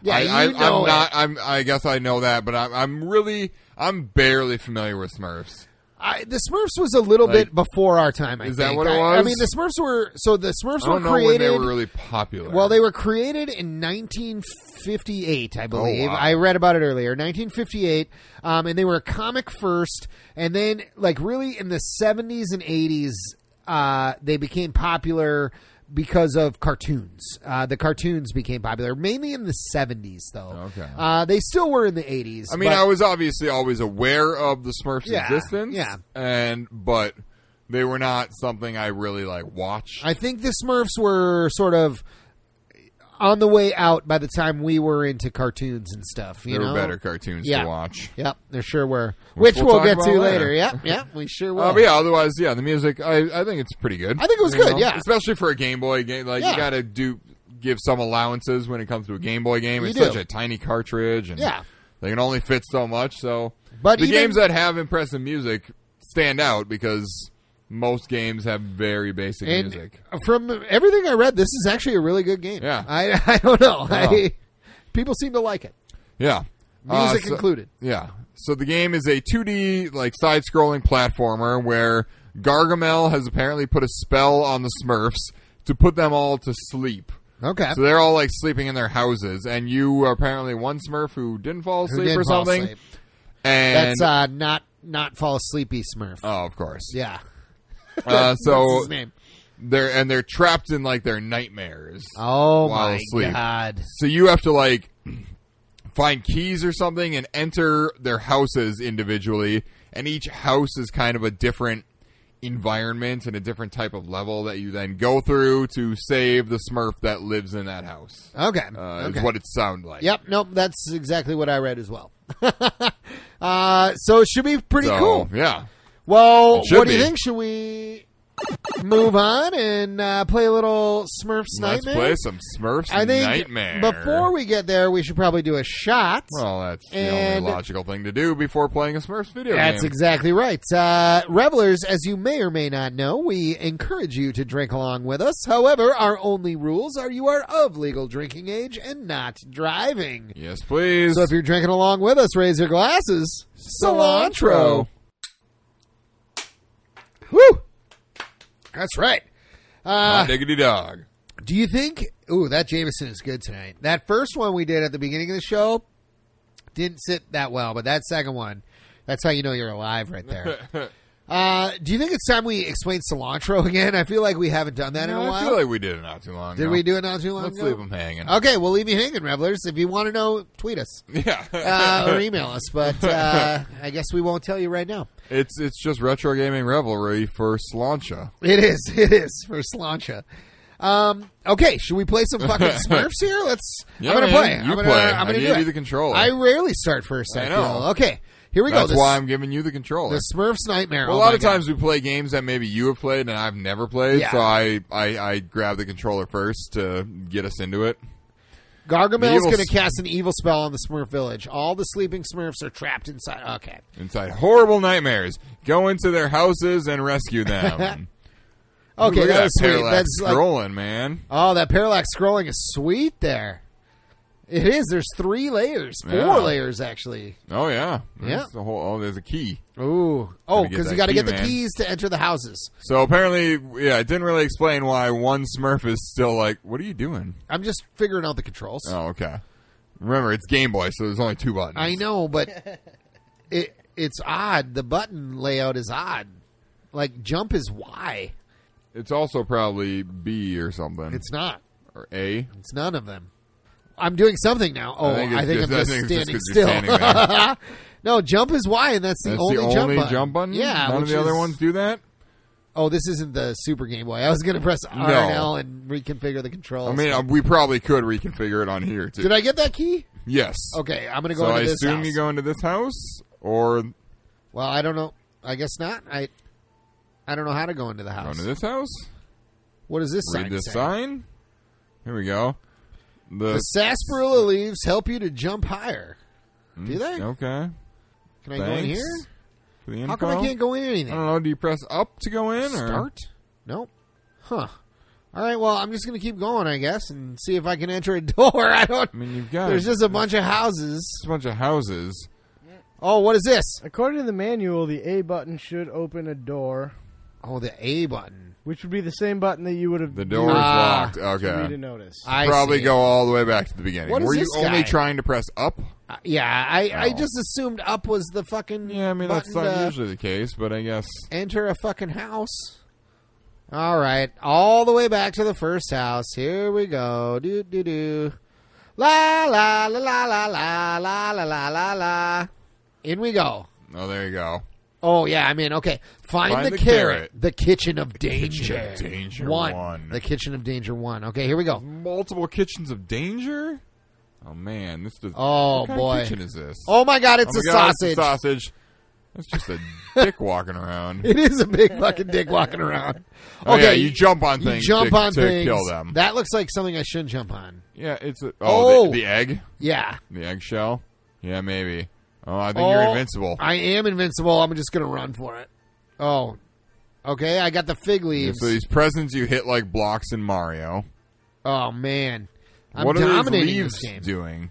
[SPEAKER 2] yeah.
[SPEAKER 1] I, I,
[SPEAKER 2] you know
[SPEAKER 1] I'm
[SPEAKER 2] it.
[SPEAKER 1] not. I'm. I guess I know that, but I'm, I'm really. I'm barely familiar with Smurfs.
[SPEAKER 2] I, the Smurfs was a little
[SPEAKER 1] Like-
[SPEAKER 2] bit before our time. I
[SPEAKER 1] Is that
[SPEAKER 2] think.
[SPEAKER 1] what it
[SPEAKER 2] I, I
[SPEAKER 1] was?
[SPEAKER 2] mean, the Smurfs were so the Smurfs
[SPEAKER 1] I don't
[SPEAKER 2] were
[SPEAKER 1] know when they
[SPEAKER 2] created.
[SPEAKER 1] were really popular.
[SPEAKER 2] Well, they were created in 1958, I believe.
[SPEAKER 1] Oh, wow.
[SPEAKER 2] I read about it earlier, 1958, um, and they were a comic first, and then like really in the 70s and 80s, uh, they became popular because of cartoons. Uh, the cartoons became popular mainly in the 70s, though.
[SPEAKER 1] Okay.
[SPEAKER 2] uh, they still were in the 80s.
[SPEAKER 1] I mean,
[SPEAKER 2] but-
[SPEAKER 1] I was obviously always aware of the Smurfs'
[SPEAKER 2] Yeah,
[SPEAKER 1] existence.
[SPEAKER 2] yeah.
[SPEAKER 1] And but they were not something I really like watched.
[SPEAKER 2] I think the Smurfs were sort of on the way out by the time we were into cartoons and stuff. You
[SPEAKER 1] there
[SPEAKER 2] know,
[SPEAKER 1] were better cartoons
[SPEAKER 2] Yeah.
[SPEAKER 1] to watch.
[SPEAKER 2] Yep, there sure were. Which,
[SPEAKER 1] we'll
[SPEAKER 2] we'll,
[SPEAKER 1] talk
[SPEAKER 2] get
[SPEAKER 1] about
[SPEAKER 2] to later.
[SPEAKER 1] later.
[SPEAKER 2] Yep, yep, we sure will.
[SPEAKER 1] Uh, but yeah, otherwise, yeah, the music I, I think it's pretty good.
[SPEAKER 2] I think it was
[SPEAKER 1] You
[SPEAKER 2] good, yeah.
[SPEAKER 1] especially for a Game Boy game. Like
[SPEAKER 2] Yeah.
[SPEAKER 1] you got to do give some allowances when it comes to a Game Boy game.
[SPEAKER 2] You
[SPEAKER 1] it's
[SPEAKER 2] do.
[SPEAKER 1] such a tiny cartridge, and
[SPEAKER 2] Yeah.
[SPEAKER 1] they can only fit so much. So,
[SPEAKER 2] But
[SPEAKER 1] the
[SPEAKER 2] even-
[SPEAKER 1] games that have impressive music stand out because most games have very basic
[SPEAKER 2] and
[SPEAKER 1] music.
[SPEAKER 2] from everything I read, this is actually a really good game.
[SPEAKER 1] Yeah.
[SPEAKER 2] I, I don't know.
[SPEAKER 1] Wow.
[SPEAKER 2] I, people seem to like it,
[SPEAKER 1] Yeah, Uh,
[SPEAKER 2] music
[SPEAKER 1] so-
[SPEAKER 2] included.
[SPEAKER 1] Yeah. So the game is a 2D like side-scrolling platformer where Gargamel has apparently put a spell on the Smurfs to put them all to sleep.
[SPEAKER 2] Okay,
[SPEAKER 1] So they're all like sleeping in their houses, and you are apparently one Smurf who didn't fall
[SPEAKER 2] Who
[SPEAKER 1] asleep
[SPEAKER 2] did
[SPEAKER 1] or
[SPEAKER 2] fall
[SPEAKER 1] something.
[SPEAKER 2] asleep?
[SPEAKER 1] And
[SPEAKER 2] That's uh, not not fall asleepy Smurf.
[SPEAKER 1] oh, of course,
[SPEAKER 2] yeah,
[SPEAKER 1] Uh,
[SPEAKER 2] What's
[SPEAKER 1] so
[SPEAKER 2] his name.
[SPEAKER 1] they're and they're trapped in like their nightmares.
[SPEAKER 2] Oh
[SPEAKER 1] while
[SPEAKER 2] my
[SPEAKER 1] asleep.
[SPEAKER 2] god.
[SPEAKER 1] So you have to like find keys or something and enter their houses individually, and each house is kind of a different environment and a different type of level that you then go through to save the Smurf that lives in that house.
[SPEAKER 2] Okay,
[SPEAKER 1] Uh,
[SPEAKER 2] okay.
[SPEAKER 1] Is what it sounds like.
[SPEAKER 2] Yep, nope, that's exactly what I read as well. uh, so it should be pretty
[SPEAKER 1] So,
[SPEAKER 2] cool.
[SPEAKER 1] Yeah.
[SPEAKER 2] Well,
[SPEAKER 1] Should
[SPEAKER 2] what do you
[SPEAKER 1] be.
[SPEAKER 2] think? Should we move on and uh, play a little Smurfs
[SPEAKER 1] Let's
[SPEAKER 2] Nightmare.
[SPEAKER 1] play some Smurfs
[SPEAKER 2] I think
[SPEAKER 1] Nightmare.
[SPEAKER 2] before we get there, we should probably do a shot.
[SPEAKER 1] Well, that's the
[SPEAKER 2] And-
[SPEAKER 1] only logical thing to do before playing a Smurfs video
[SPEAKER 2] That's
[SPEAKER 1] game.
[SPEAKER 2] exactly right. Uh, revelers, as you may or may not know, we encourage you to drink along with us. However, our only rules are you are of legal drinking age and not driving.
[SPEAKER 1] yes, please.
[SPEAKER 2] So if you're drinking along with us, raise your glasses. Cilantro. Woo! That's right.
[SPEAKER 1] Hot diggity dog.
[SPEAKER 2] Do you think? Ooh, that Jameson is good tonight. That first one we did at the beginning of the show didn't sit that well, but that second one, that's how you know you're alive right there. uh, do you think it's time we explain cilantro again? I feel like we haven't done that in a
[SPEAKER 1] I
[SPEAKER 2] while.
[SPEAKER 1] feel like we did it not too long
[SPEAKER 2] did
[SPEAKER 1] ago.
[SPEAKER 2] we do it not too long
[SPEAKER 1] Let's
[SPEAKER 2] ago?
[SPEAKER 1] leave them hanging.
[SPEAKER 2] Okay, we'll leave you hanging, revelers. If you want to know, tweet us
[SPEAKER 1] Yeah.
[SPEAKER 2] uh, or email us, but uh, I guess we won't tell you right now.
[SPEAKER 1] it's it's just retro gaming revelry for Slancha.
[SPEAKER 2] It is. It is for Slancha. Um, okay, should we play some fucking Smurfs here? Let's.
[SPEAKER 1] Yeah,
[SPEAKER 2] I'm gonna
[SPEAKER 1] man,
[SPEAKER 2] play.
[SPEAKER 1] you
[SPEAKER 2] I'm gonna,
[SPEAKER 1] play.
[SPEAKER 2] I'm
[SPEAKER 1] I
[SPEAKER 2] gonna
[SPEAKER 1] gave
[SPEAKER 2] do it.
[SPEAKER 1] you the controller.
[SPEAKER 2] I rarely start first. I,
[SPEAKER 1] I
[SPEAKER 2] feel.
[SPEAKER 1] know.
[SPEAKER 2] Okay, here we go.
[SPEAKER 1] That's
[SPEAKER 2] This-
[SPEAKER 1] why I'm giving you the controller.
[SPEAKER 2] the Smurfs nightmare.
[SPEAKER 1] Well, a
[SPEAKER 2] Oh
[SPEAKER 1] lot
[SPEAKER 2] my
[SPEAKER 1] of
[SPEAKER 2] God.
[SPEAKER 1] times we play games that maybe you have played and I've never played,
[SPEAKER 2] Yeah.
[SPEAKER 1] so I, I, I grab the controller first to get us into it.
[SPEAKER 2] Gargamel's
[SPEAKER 1] evil
[SPEAKER 2] gonna
[SPEAKER 1] s-
[SPEAKER 2] cast an evil spell on the Smurf village. All the sleeping Smurfs are trapped inside. Okay,
[SPEAKER 1] Inside horrible nightmares. Go into their houses and rescue them.
[SPEAKER 2] okay,
[SPEAKER 1] Look
[SPEAKER 2] that
[SPEAKER 1] at
[SPEAKER 2] was sweet.
[SPEAKER 1] parallax
[SPEAKER 2] That's like,
[SPEAKER 1] scrolling, man.
[SPEAKER 2] oh, that parallax scrolling is sweet. There, it is. There's three layers, four
[SPEAKER 1] Yeah.
[SPEAKER 2] layers actually.
[SPEAKER 1] Oh yeah,
[SPEAKER 2] Yeah.
[SPEAKER 1] That's the whole. Oh, there's a key.
[SPEAKER 2] Ooh, oh,
[SPEAKER 1] get
[SPEAKER 2] because
[SPEAKER 1] that
[SPEAKER 2] you got to
[SPEAKER 1] key,
[SPEAKER 2] get the
[SPEAKER 1] man.
[SPEAKER 2] keys to enter the houses.
[SPEAKER 1] So apparently, yeah, it didn't really explain why one Smurf is still like, "What are you doing?"
[SPEAKER 2] I'm just figuring out the controls.
[SPEAKER 1] Oh, okay. Remember, it's Game Boy, so there's only two buttons.
[SPEAKER 2] I know, but it it's odd. The button layout is odd. Like jump is Y.
[SPEAKER 1] It's also probably B or something.
[SPEAKER 2] It's not.
[SPEAKER 1] or A.
[SPEAKER 2] It's none of them. I'm doing something now. Oh, I think,
[SPEAKER 1] it's
[SPEAKER 2] I'm just
[SPEAKER 1] I think
[SPEAKER 2] standing
[SPEAKER 1] it's
[SPEAKER 2] still.
[SPEAKER 1] just 'cause you're standing there.
[SPEAKER 2] no, jump is Y, and that's the
[SPEAKER 1] That's
[SPEAKER 2] only,
[SPEAKER 1] the only
[SPEAKER 2] jump, button.
[SPEAKER 1] jump button.
[SPEAKER 2] Yeah,
[SPEAKER 1] none of
[SPEAKER 2] which
[SPEAKER 1] the other
[SPEAKER 2] is-
[SPEAKER 1] ones do that.
[SPEAKER 2] Oh, this isn't the Super Game Boy. I was going to press R and L and reconfigure the controls.
[SPEAKER 1] I mean, uh, we probably could reconfigure it on here too.
[SPEAKER 2] did I get that key?
[SPEAKER 1] Yes.
[SPEAKER 2] Okay, I'm going to go
[SPEAKER 1] So
[SPEAKER 2] into
[SPEAKER 1] I
[SPEAKER 2] this
[SPEAKER 1] assume
[SPEAKER 2] house.
[SPEAKER 1] you go into this house, or go
[SPEAKER 2] Well, I don't know. I guess not. I I don't know how to go into the house.
[SPEAKER 1] into this house.
[SPEAKER 2] What does this sign
[SPEAKER 1] Read this
[SPEAKER 2] say?
[SPEAKER 1] sign. Here we go. The,
[SPEAKER 2] The sarsaparilla leaves help you to jump higher. Do they?
[SPEAKER 1] okay.
[SPEAKER 2] Can I go in
[SPEAKER 1] Mm, Thanks
[SPEAKER 2] here?
[SPEAKER 1] For the info.
[SPEAKER 2] How come I can't go in anything?
[SPEAKER 1] I don't know. Do you press up to go in or
[SPEAKER 2] Start? Nope. Huh. All right. Well, I'm just gonna keep going, I guess, and see if I can enter a door. I don't.
[SPEAKER 1] I mean, you've got
[SPEAKER 2] There's
[SPEAKER 1] just
[SPEAKER 2] just a bunch of houses.
[SPEAKER 1] a bunch of houses.
[SPEAKER 2] Oh, what is this?
[SPEAKER 3] According to the manual, the A button should open a door,
[SPEAKER 2] Oh, the A button.
[SPEAKER 3] which would be the same button that you would have
[SPEAKER 1] The door
[SPEAKER 2] Ah,
[SPEAKER 1] is
[SPEAKER 3] used
[SPEAKER 1] locked.
[SPEAKER 3] for me to
[SPEAKER 1] Okay.
[SPEAKER 3] notice.
[SPEAKER 2] I
[SPEAKER 1] Probably
[SPEAKER 2] see.
[SPEAKER 1] go all the way back to the beginning.
[SPEAKER 2] What is
[SPEAKER 1] Were you
[SPEAKER 2] this guy?
[SPEAKER 1] only trying to press up?
[SPEAKER 2] Uh, yeah, I, I
[SPEAKER 1] Oh.
[SPEAKER 2] just assumed up was the fucking.
[SPEAKER 1] Yeah, I mean that's
[SPEAKER 2] button
[SPEAKER 1] not
[SPEAKER 2] to
[SPEAKER 1] usually the case, but I guess
[SPEAKER 2] Enter a fucking house. All right, all the way back to the first house. Here we go. Do do do. La la la la la la la la la la la. In we go.
[SPEAKER 1] Oh, there you go.
[SPEAKER 2] Oh yeah, I mean, okay. Find,
[SPEAKER 1] Find
[SPEAKER 2] the,
[SPEAKER 1] the
[SPEAKER 2] carrot,
[SPEAKER 1] carrot.
[SPEAKER 2] the kitchen of danger.
[SPEAKER 1] kitchen of danger one.
[SPEAKER 2] the kitchen of danger one. Okay, here we go.
[SPEAKER 1] Multiple kitchens of danger. Oh man, this does.
[SPEAKER 2] Oh,
[SPEAKER 1] what kind
[SPEAKER 2] boy.
[SPEAKER 1] of kitchen is this?
[SPEAKER 2] Oh my god, it's
[SPEAKER 1] Oh,
[SPEAKER 2] a
[SPEAKER 1] my God,
[SPEAKER 2] sausage.
[SPEAKER 1] It's a sausage. That's just a dick walking around.
[SPEAKER 2] It is a big fucking dick walking around.
[SPEAKER 1] Oh,
[SPEAKER 2] okay,
[SPEAKER 1] yeah, you jump on
[SPEAKER 2] you
[SPEAKER 1] things.
[SPEAKER 2] jump
[SPEAKER 1] to,
[SPEAKER 2] on
[SPEAKER 1] to
[SPEAKER 2] things.
[SPEAKER 1] kill them.
[SPEAKER 2] That looks like something I shouldn't jump on.
[SPEAKER 1] yeah, it's a, oh,
[SPEAKER 2] Oh.
[SPEAKER 1] The, the egg,
[SPEAKER 2] Yeah.
[SPEAKER 1] the eggshell. Yeah, maybe. Oh, I think you're
[SPEAKER 2] Oh,
[SPEAKER 1] invincible.
[SPEAKER 2] I am invincible. I'm just gonna run for it. Oh, okay. I got the fig leaves.
[SPEAKER 1] so these presents you hit like blocks in Mario.
[SPEAKER 2] Oh man, I'm
[SPEAKER 1] what are these
[SPEAKER 2] dominating
[SPEAKER 1] leaves
[SPEAKER 2] this game.
[SPEAKER 1] doing?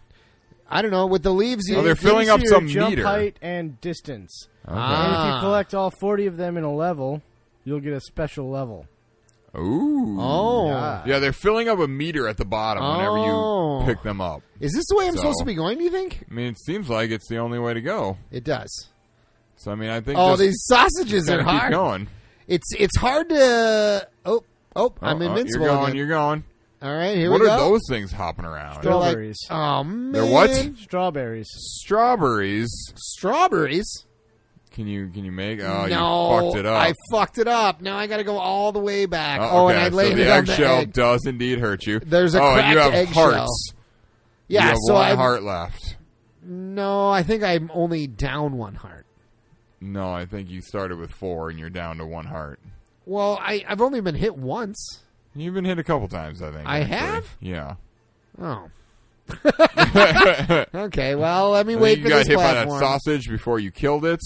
[SPEAKER 2] I don't know with the leaves. You,
[SPEAKER 1] Oh, they're
[SPEAKER 3] It gives
[SPEAKER 1] filling up
[SPEAKER 3] you
[SPEAKER 1] some
[SPEAKER 3] jump
[SPEAKER 1] meter.
[SPEAKER 3] height and distance.
[SPEAKER 2] Ah.
[SPEAKER 3] And if you collect all 40 of them in a level, you'll get a special level.
[SPEAKER 1] Ooh.
[SPEAKER 2] oh,
[SPEAKER 1] Yeah, they're filling up a meter at the bottom whenever
[SPEAKER 2] Oh.
[SPEAKER 1] you pick them up.
[SPEAKER 2] is this the way I'm
[SPEAKER 1] So-
[SPEAKER 2] supposed to be going? Do you think
[SPEAKER 1] I mean, it seems like it's the only way to go.
[SPEAKER 2] it does?
[SPEAKER 1] So I mean, I think
[SPEAKER 2] Oh,
[SPEAKER 1] just
[SPEAKER 2] these sausages
[SPEAKER 1] gotta
[SPEAKER 2] are
[SPEAKER 1] keep
[SPEAKER 2] hard.
[SPEAKER 1] going.
[SPEAKER 2] It's it's hard to. Oh, oh,
[SPEAKER 1] Oh,
[SPEAKER 2] I'm
[SPEAKER 1] oh,
[SPEAKER 2] invincible.
[SPEAKER 1] you're going.
[SPEAKER 2] again.
[SPEAKER 1] You're going.
[SPEAKER 2] All right, here
[SPEAKER 1] what
[SPEAKER 2] we
[SPEAKER 1] are
[SPEAKER 2] go.
[SPEAKER 1] those things hopping around?
[SPEAKER 2] They're like-
[SPEAKER 3] Strawberries.
[SPEAKER 2] oh man,
[SPEAKER 1] They're what?
[SPEAKER 3] Strawberries.
[SPEAKER 1] Strawberries.
[SPEAKER 2] Strawberries.
[SPEAKER 1] Can you can you make? Oh,
[SPEAKER 2] no,
[SPEAKER 1] you fucked it up.
[SPEAKER 2] I fucked it up. Now I got to go all the way back.
[SPEAKER 1] Oh,
[SPEAKER 2] Oh,
[SPEAKER 1] okay,
[SPEAKER 2] and I laid
[SPEAKER 1] so the
[SPEAKER 2] it on the
[SPEAKER 1] eggshell
[SPEAKER 2] egg.
[SPEAKER 1] does indeed hurt you.
[SPEAKER 2] There's a
[SPEAKER 1] oh, and you
[SPEAKER 2] cracked
[SPEAKER 1] have
[SPEAKER 2] eggshell.
[SPEAKER 1] hearts.
[SPEAKER 2] Yeah,
[SPEAKER 1] you have
[SPEAKER 2] so
[SPEAKER 1] one
[SPEAKER 2] I
[SPEAKER 1] heart left.
[SPEAKER 2] no, I think I'm only down one heart.
[SPEAKER 1] No, I think you started with four and you're down to one heart.
[SPEAKER 2] Well, I, I've only been hit once.
[SPEAKER 1] You've been hit a couple times, I think.
[SPEAKER 2] I
[SPEAKER 1] actually.
[SPEAKER 2] have?
[SPEAKER 1] Yeah.
[SPEAKER 2] Oh. okay, well, let me
[SPEAKER 1] I
[SPEAKER 2] wait
[SPEAKER 1] think
[SPEAKER 2] for
[SPEAKER 1] you got
[SPEAKER 2] this
[SPEAKER 1] hit by
[SPEAKER 2] platform.
[SPEAKER 1] that sausage before you killed it.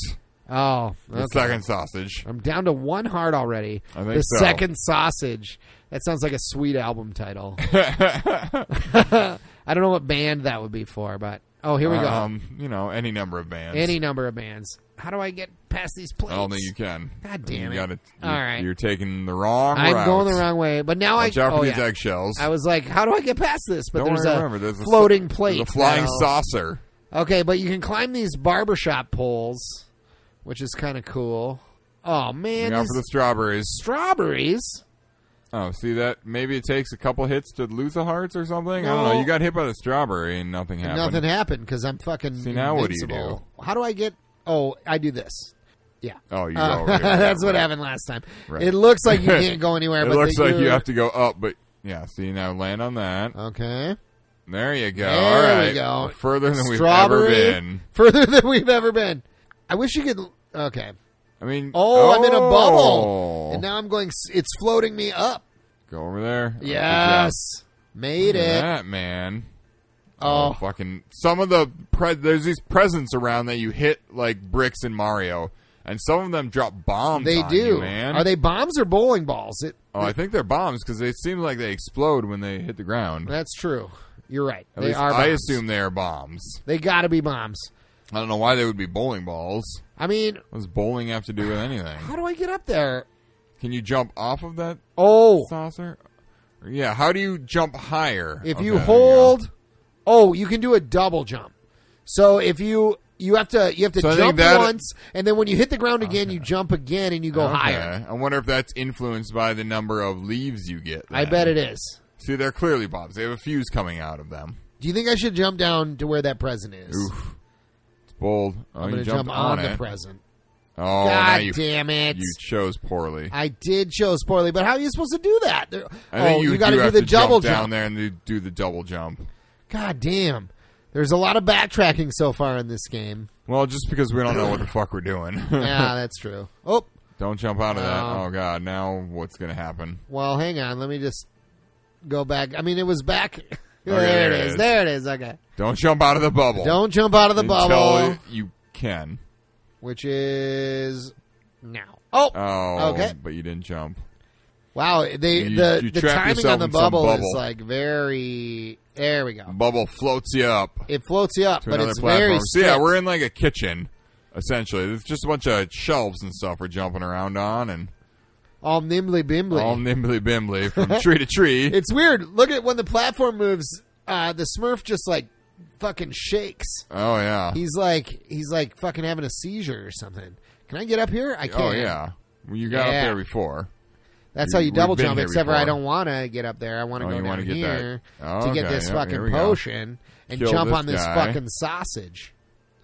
[SPEAKER 2] Oh,
[SPEAKER 1] The
[SPEAKER 2] okay.
[SPEAKER 1] second sausage.
[SPEAKER 2] I'm down to one heart already.
[SPEAKER 1] I think
[SPEAKER 2] the
[SPEAKER 1] so.
[SPEAKER 2] second sausage. That sounds like a sweet album title. I don't know what band that would be for, but oh, here we go.
[SPEAKER 1] Um, you know, any number of bands.
[SPEAKER 2] Any number of bands. How do I get past these plates?
[SPEAKER 1] I don't think you can.
[SPEAKER 2] God damn
[SPEAKER 1] you
[SPEAKER 2] it.
[SPEAKER 1] Gotta,
[SPEAKER 2] All
[SPEAKER 1] you're,
[SPEAKER 2] right.
[SPEAKER 1] you're taking the wrong
[SPEAKER 2] I'm
[SPEAKER 1] route.
[SPEAKER 2] going the wrong way, but now
[SPEAKER 1] Watch
[SPEAKER 2] I.
[SPEAKER 1] out for
[SPEAKER 2] oh,
[SPEAKER 1] these
[SPEAKER 2] yeah.
[SPEAKER 1] eggshells.
[SPEAKER 2] I was like, how do I get past this? But
[SPEAKER 1] Don't
[SPEAKER 2] there's,
[SPEAKER 1] worry,
[SPEAKER 2] a
[SPEAKER 1] remember, there's a
[SPEAKER 2] floating plate.
[SPEAKER 1] the flying
[SPEAKER 2] now.
[SPEAKER 1] saucer.
[SPEAKER 2] Okay, but you can climb these barbershop poles, which is kind of cool. Oh man,
[SPEAKER 1] Look out
[SPEAKER 2] these
[SPEAKER 1] for the strawberries.
[SPEAKER 2] strawberries.
[SPEAKER 1] Oh, see that? Maybe it takes a couple hits to lose the hearts or something. I don't know.
[SPEAKER 2] No.
[SPEAKER 1] You got hit by the strawberry and nothing happened.
[SPEAKER 2] Nothing happened because I'm fucking.
[SPEAKER 1] See, now what do you
[SPEAKER 2] invincible. How do I get? Oh, I do this. Yeah.
[SPEAKER 1] Oh, you
[SPEAKER 2] Uh,
[SPEAKER 1] go over here.
[SPEAKER 2] that's what
[SPEAKER 1] Right.
[SPEAKER 2] happened last time.
[SPEAKER 1] Right.
[SPEAKER 2] It looks like you can't go anywhere.
[SPEAKER 1] It
[SPEAKER 2] but
[SPEAKER 1] looks
[SPEAKER 2] that
[SPEAKER 1] like you
[SPEAKER 2] you're-
[SPEAKER 1] have to go up, but yeah. See now, land on that.
[SPEAKER 2] Okay.
[SPEAKER 1] There you go.
[SPEAKER 2] There
[SPEAKER 1] All
[SPEAKER 2] we
[SPEAKER 1] right,
[SPEAKER 2] go.
[SPEAKER 1] We're further than
[SPEAKER 2] Strawberry.
[SPEAKER 1] we've ever been.
[SPEAKER 2] Further than we've ever been. I wish you could. Okay.
[SPEAKER 1] I mean,
[SPEAKER 2] Oh, I'm in a bubble,
[SPEAKER 1] Oh.
[SPEAKER 2] and now I'm going. s- It's floating me up.
[SPEAKER 1] go over there. Oh, Good
[SPEAKER 2] Yes.
[SPEAKER 1] job.
[SPEAKER 2] Made
[SPEAKER 1] Look at
[SPEAKER 2] it.
[SPEAKER 1] that man.
[SPEAKER 2] Oh.
[SPEAKER 1] fucking! Some of the pre- there's these presents around that you hit like bricks in Mario, and some of them drop bombs.
[SPEAKER 2] They
[SPEAKER 1] on
[SPEAKER 2] do.
[SPEAKER 1] you, man.
[SPEAKER 2] Are they bombs or bowling balls? It,
[SPEAKER 1] Oh, I think they're bombs because they seem like they explode when they hit the ground.
[SPEAKER 2] that's true. You're right.
[SPEAKER 1] At
[SPEAKER 2] they
[SPEAKER 1] least
[SPEAKER 2] are.
[SPEAKER 1] I
[SPEAKER 2] bombs.
[SPEAKER 1] assume they are bombs.
[SPEAKER 2] they got to be bombs.
[SPEAKER 1] I don't know why they would be bowling balls.
[SPEAKER 2] I mean,
[SPEAKER 1] What does bowling have to do with anything?
[SPEAKER 2] how do I get up there?
[SPEAKER 1] Can you jump off of that
[SPEAKER 2] Oh,
[SPEAKER 1] saucer? Yeah. How do you jump higher?
[SPEAKER 2] if
[SPEAKER 1] Okay,
[SPEAKER 2] you
[SPEAKER 1] there
[SPEAKER 2] hold, oh, you can do a double jump. So if you you have to you have to
[SPEAKER 1] So I think
[SPEAKER 2] jump
[SPEAKER 1] that-
[SPEAKER 2] once, and then when you hit the ground again, you jump again and you
[SPEAKER 1] go.
[SPEAKER 2] go
[SPEAKER 1] Okay.
[SPEAKER 2] higher.
[SPEAKER 1] I wonder if that's influenced by the number of leaves you get.
[SPEAKER 2] I
[SPEAKER 1] then.
[SPEAKER 2] bet it is.
[SPEAKER 1] See, they're clearly bombs. They have a fuse coming out of them.
[SPEAKER 2] Do you think I should jump down to where that present is?
[SPEAKER 1] Oof. It's bold. Oh,
[SPEAKER 2] I'm
[SPEAKER 1] you
[SPEAKER 2] going to
[SPEAKER 1] jumped
[SPEAKER 2] jump on, the
[SPEAKER 1] it.
[SPEAKER 2] present.
[SPEAKER 1] Oh, now
[SPEAKER 2] God
[SPEAKER 1] you,
[SPEAKER 2] damn it!
[SPEAKER 1] you chose poorly.
[SPEAKER 2] I did show poorly, but how are you supposed to do that? There-
[SPEAKER 1] I think
[SPEAKER 2] oh,
[SPEAKER 1] you,
[SPEAKER 2] got
[SPEAKER 1] do
[SPEAKER 2] to
[SPEAKER 1] have
[SPEAKER 2] the
[SPEAKER 1] to
[SPEAKER 2] double
[SPEAKER 1] jump down there and you do the double jump.
[SPEAKER 2] God damn. There's a lot of backtracking so far in this game.
[SPEAKER 1] Well, just because we don't know what the fuck we're doing.
[SPEAKER 2] Yeah, that's true. Oh,
[SPEAKER 1] don't jump out of that.
[SPEAKER 2] No.
[SPEAKER 1] Oh god, now what's gonna happen?
[SPEAKER 2] well, hang on. Let me just go back. I mean, it was back. there,
[SPEAKER 1] there
[SPEAKER 2] it
[SPEAKER 1] it
[SPEAKER 2] is.
[SPEAKER 1] is.
[SPEAKER 2] There it is. Okay.
[SPEAKER 1] Don't jump out of the bubble.
[SPEAKER 2] Don't jump out of the
[SPEAKER 1] Until
[SPEAKER 2] bubble,
[SPEAKER 1] You can.
[SPEAKER 2] which is now. Oh,
[SPEAKER 1] Oh,
[SPEAKER 2] Okay.
[SPEAKER 1] But you didn't jump.
[SPEAKER 2] wow. They,
[SPEAKER 1] You-
[SPEAKER 2] the
[SPEAKER 1] you
[SPEAKER 2] the
[SPEAKER 1] trapped
[SPEAKER 2] timing
[SPEAKER 1] yourself
[SPEAKER 2] on the
[SPEAKER 1] in some
[SPEAKER 2] bubble,
[SPEAKER 1] bubble.
[SPEAKER 2] is like very. There we go.
[SPEAKER 1] Bubble floats you up
[SPEAKER 2] It floats you up,
[SPEAKER 1] to
[SPEAKER 2] but
[SPEAKER 1] another
[SPEAKER 2] it's very.
[SPEAKER 1] platform. So yeah,
[SPEAKER 2] strict.
[SPEAKER 1] we're in like a kitchen, essentially. There's just a bunch of shelves and stuff we're jumping around on, and
[SPEAKER 2] all nimbly bimbly.
[SPEAKER 1] all nimbly bimbly from tree to tree.
[SPEAKER 2] It's weird. Look at when the platform moves. Uh, the Smurf just like fucking shakes.
[SPEAKER 1] Oh yeah.
[SPEAKER 2] He's like he's like fucking having a seizure or something. Can I get up here? I can't.
[SPEAKER 1] Oh yeah. Well, you got
[SPEAKER 2] Yeah.
[SPEAKER 1] up there before.
[SPEAKER 2] That's
[SPEAKER 1] You-
[SPEAKER 2] how you
[SPEAKER 1] we've
[SPEAKER 2] double
[SPEAKER 1] been
[SPEAKER 2] jump.
[SPEAKER 1] here
[SPEAKER 2] Except for I
[SPEAKER 1] before.
[SPEAKER 2] don't want to get up there. I want to
[SPEAKER 1] Oh,
[SPEAKER 2] go
[SPEAKER 1] you
[SPEAKER 2] down
[SPEAKER 1] wanna get that-
[SPEAKER 2] here
[SPEAKER 1] Oh,
[SPEAKER 2] to get
[SPEAKER 1] okay.
[SPEAKER 2] this
[SPEAKER 1] Yep, here
[SPEAKER 2] fucking
[SPEAKER 1] we go.
[SPEAKER 2] potion and
[SPEAKER 1] Kill
[SPEAKER 2] jump
[SPEAKER 1] this
[SPEAKER 2] on this
[SPEAKER 1] guy.
[SPEAKER 2] fucking sausage.